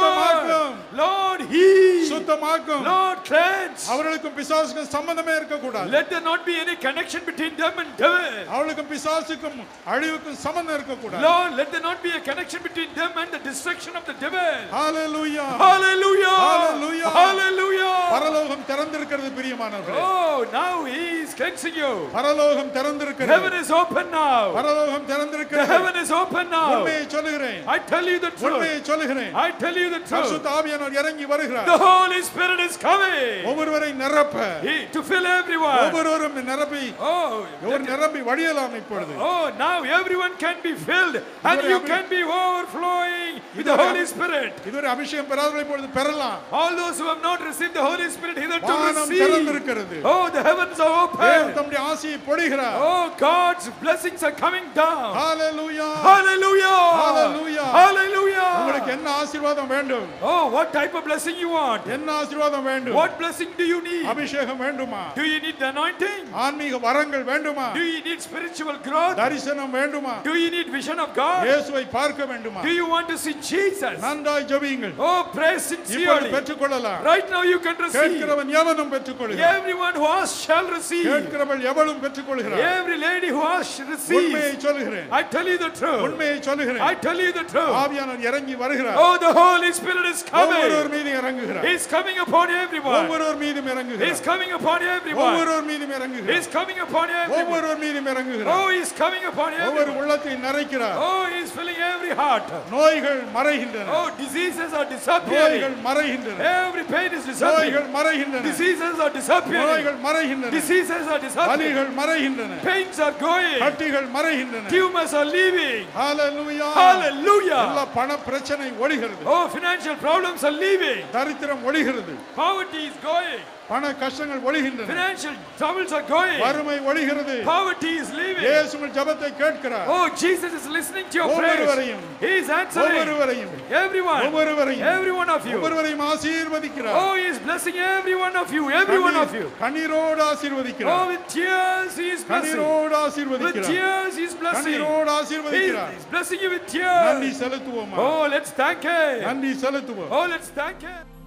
Speaker 2: everyone.
Speaker 1: சுத்தமாக்கும்.
Speaker 2: Lord, heal.
Speaker 1: சுத்தமாக்கும்
Speaker 2: Lord, cleanse.
Speaker 1: அவர்களுக்கும் பிசாசுக்கும் சம்பந்தமே இருக்கக்கூடாது
Speaker 2: Let there not be any connection between them and devil.
Speaker 1: அவளுக்கும் பிசாசுக்கும் அழிவுக்கும் சம்பந்தம் இருக்கக்கூடாது
Speaker 2: Lord, let there not be a connection between them and the destruction of the devil.
Speaker 1: Hallelujah
Speaker 2: Hallelujah.
Speaker 1: Hallelujah.
Speaker 2: Hallelujah.
Speaker 1: பரலோகம் திறந்திருக்கிறது பிரியமானவர்களே
Speaker 2: Oh, now he is cleansing you.
Speaker 1: பரலோகம்
Speaker 2: Heaven
Speaker 1: திறந்திருக்கிறது
Speaker 2: is open now.
Speaker 1: பரலோகம்
Speaker 2: The
Speaker 1: திறந்திருக்கிறது
Speaker 2: heaven Oh. is open now.
Speaker 1: உண்மையை சொல்லுகிறேன்
Speaker 2: I tell you the truth.
Speaker 1: உண்மையை சொல்லுகிறேன்
Speaker 2: I tell you the truth.
Speaker 1: பரிசுத்த ஆவியானவர் இறங்கி வருகிறார்
Speaker 2: The Holy Spirit is coming
Speaker 1: ஒவ்வொருவரை நிரப்ப
Speaker 2: He- to fill everyone.
Speaker 1: ஒவ்வொருவரும் நிரப்பி
Speaker 2: Oh,
Speaker 1: ஒரு நிரம்பி வடியலாம் இப்பொழுது
Speaker 2: oh, now everyone can be filled and you can be overflowing with the Holy Spirit.
Speaker 1: இதுவரை அபிஷேகம் பெறாதவர்கள் இப்பொழுது பெறலாம்
Speaker 2: All those who have not received the Holy Spirit hitherto
Speaker 1: வானம்
Speaker 2: receive.
Speaker 1: திறந்திருக்கிறது
Speaker 2: Oh, the heavens are
Speaker 1: தேவன்
Speaker 2: open.
Speaker 1: தம்முடைய ஆசையை பொழிகிறார்
Speaker 2: Oh, God's blessings are coming down.
Speaker 1: Hallelujah
Speaker 2: Hallelujah.
Speaker 1: Hallelujah. உங்களுக்கு
Speaker 2: Hallelujah.
Speaker 1: என்ன ஆசீர்வாதம் வேண்டும்
Speaker 2: Oh, what type of blessing you want?
Speaker 1: என்ன ஆசீர்வாதம் வேண்டும்
Speaker 2: What blessing do you need?
Speaker 1: அபிஷேகம் வேண்டுமா
Speaker 2: Do you need the anointing?
Speaker 1: ஆன்மீக வரங்கள் வேண்டுமா
Speaker 2: Do you need spiritual growth?
Speaker 1: தரிசனம் வேண்டுமா
Speaker 2: Do you need vision of God?
Speaker 1: இயேசுவை பார்க்க வேண்டுமா
Speaker 2: Do you want to see Jesus?
Speaker 1: நன்றாய் ஜெபியுங்கள்
Speaker 2: Oh, pray
Speaker 1: இப்பொழுது
Speaker 2: sincerely.
Speaker 1: பெற்றுக்கொள்ளலாம்
Speaker 2: Right now you can receive.
Speaker 1: கேட்கிறவன் எவனும் பெற்றுக்கொள்கிறான்
Speaker 2: Everyone who asks shall receive.
Speaker 1: கேட்கிறவள் எவளும் பெற்றுக்கொள்கிறார்
Speaker 2: Every lady who asks shall
Speaker 1: உண்மையை
Speaker 2: receive.
Speaker 1: சொல்லுகிறேன்
Speaker 2: I tell you the truth.
Speaker 1: உண்மையை சொல்லுகிறேன்
Speaker 2: I tell you the truth.
Speaker 1: ஆவியானவர் இறங்கி வருகிறார்
Speaker 2: Oh, the Holy Spirit is
Speaker 1: ஒவ்வொருவர்
Speaker 2: coming.
Speaker 1: மீதும் இறங்குகிறார்
Speaker 2: He's coming upon everyone.
Speaker 1: ஒவ்வொருவர் மீதும்
Speaker 2: He's
Speaker 1: இறங்குகிறார்
Speaker 2: coming upon everyone.
Speaker 1: ஒவ்வொருவர் மீதும் இறங்குகிறார்
Speaker 2: He's coming upon everyone.
Speaker 1: ஒவ்வொருவர் மீதும் இறங்குகிறார்
Speaker 2: Oh, he's coming upon
Speaker 1: ஒவ்வொரு
Speaker 2: everyone.
Speaker 1: உள்ளத்தை நரைக்கிறார்
Speaker 2: Oh, he's filling every heart.
Speaker 1: நோய்கள் மறைகின்றன
Speaker 2: Oh, diseases are disappearing.
Speaker 1: நோய்கள் மறைகின்றன
Speaker 2: Every pain is disappearing.
Speaker 1: நோய்கள் மறைகின்றன
Speaker 2: Diseases are disappearing.
Speaker 1: நோய்கள் மறைகின்றன
Speaker 2: Diseases are disappearing.
Speaker 1: வலிகள் மறைகின்றன
Speaker 2: Pains are going.
Speaker 1: கட்டிகள் மறைகின்றன
Speaker 2: Tumors are leaving.
Speaker 1: ஹalleluya எல்லா
Speaker 2: Hallelujah.
Speaker 1: பண பிரச்சனை ஒழிகிறது
Speaker 2: Oh, financial problems are leaving.
Speaker 1: தரித்திரம் ஒழிகிறது
Speaker 2: Poverty is going.
Speaker 1: பண கஷ்டங்கள் ஒழிகின்றன
Speaker 2: Financial troubles are going.
Speaker 1: வறுமை ஒழிகிறது
Speaker 2: Poverty is leaving.
Speaker 1: இயேசுவின் ஜெபத்தை கேட்கிறார்
Speaker 2: Oh, Jesus is listening to your prayers.
Speaker 1: ஒவ்வொருவரையும்,
Speaker 2: He is answering.
Speaker 1: ஒவ்வொருவரையும்
Speaker 2: Everyone.
Speaker 1: ஒவ்வொருவரையும்
Speaker 2: Every one of you.
Speaker 1: ஒவ்வொருவரையும் ஆசீர்வதிக்கிறார்
Speaker 2: Oh, he is blessing every one of you. Every one of you.
Speaker 1: கண்ணீரோடு ஆசீர்வதிக்கிறார்
Speaker 2: Oh, with tears he is blessing.
Speaker 1: கண்ணீரோடு
Speaker 2: With
Speaker 1: ஆசீர்வதிக்கிறார்
Speaker 2: tears he is blessing.
Speaker 1: கண்ணீரோடு
Speaker 2: He
Speaker 1: ஆசீர்வதிக்கிறார்
Speaker 2: is blessing you with
Speaker 1: நன்றி
Speaker 2: tears.
Speaker 1: செலுத்துவோமா
Speaker 2: Oh, let's thank him.
Speaker 1: நன்றி செலுத்துவோம்
Speaker 2: Oh, let's thank him.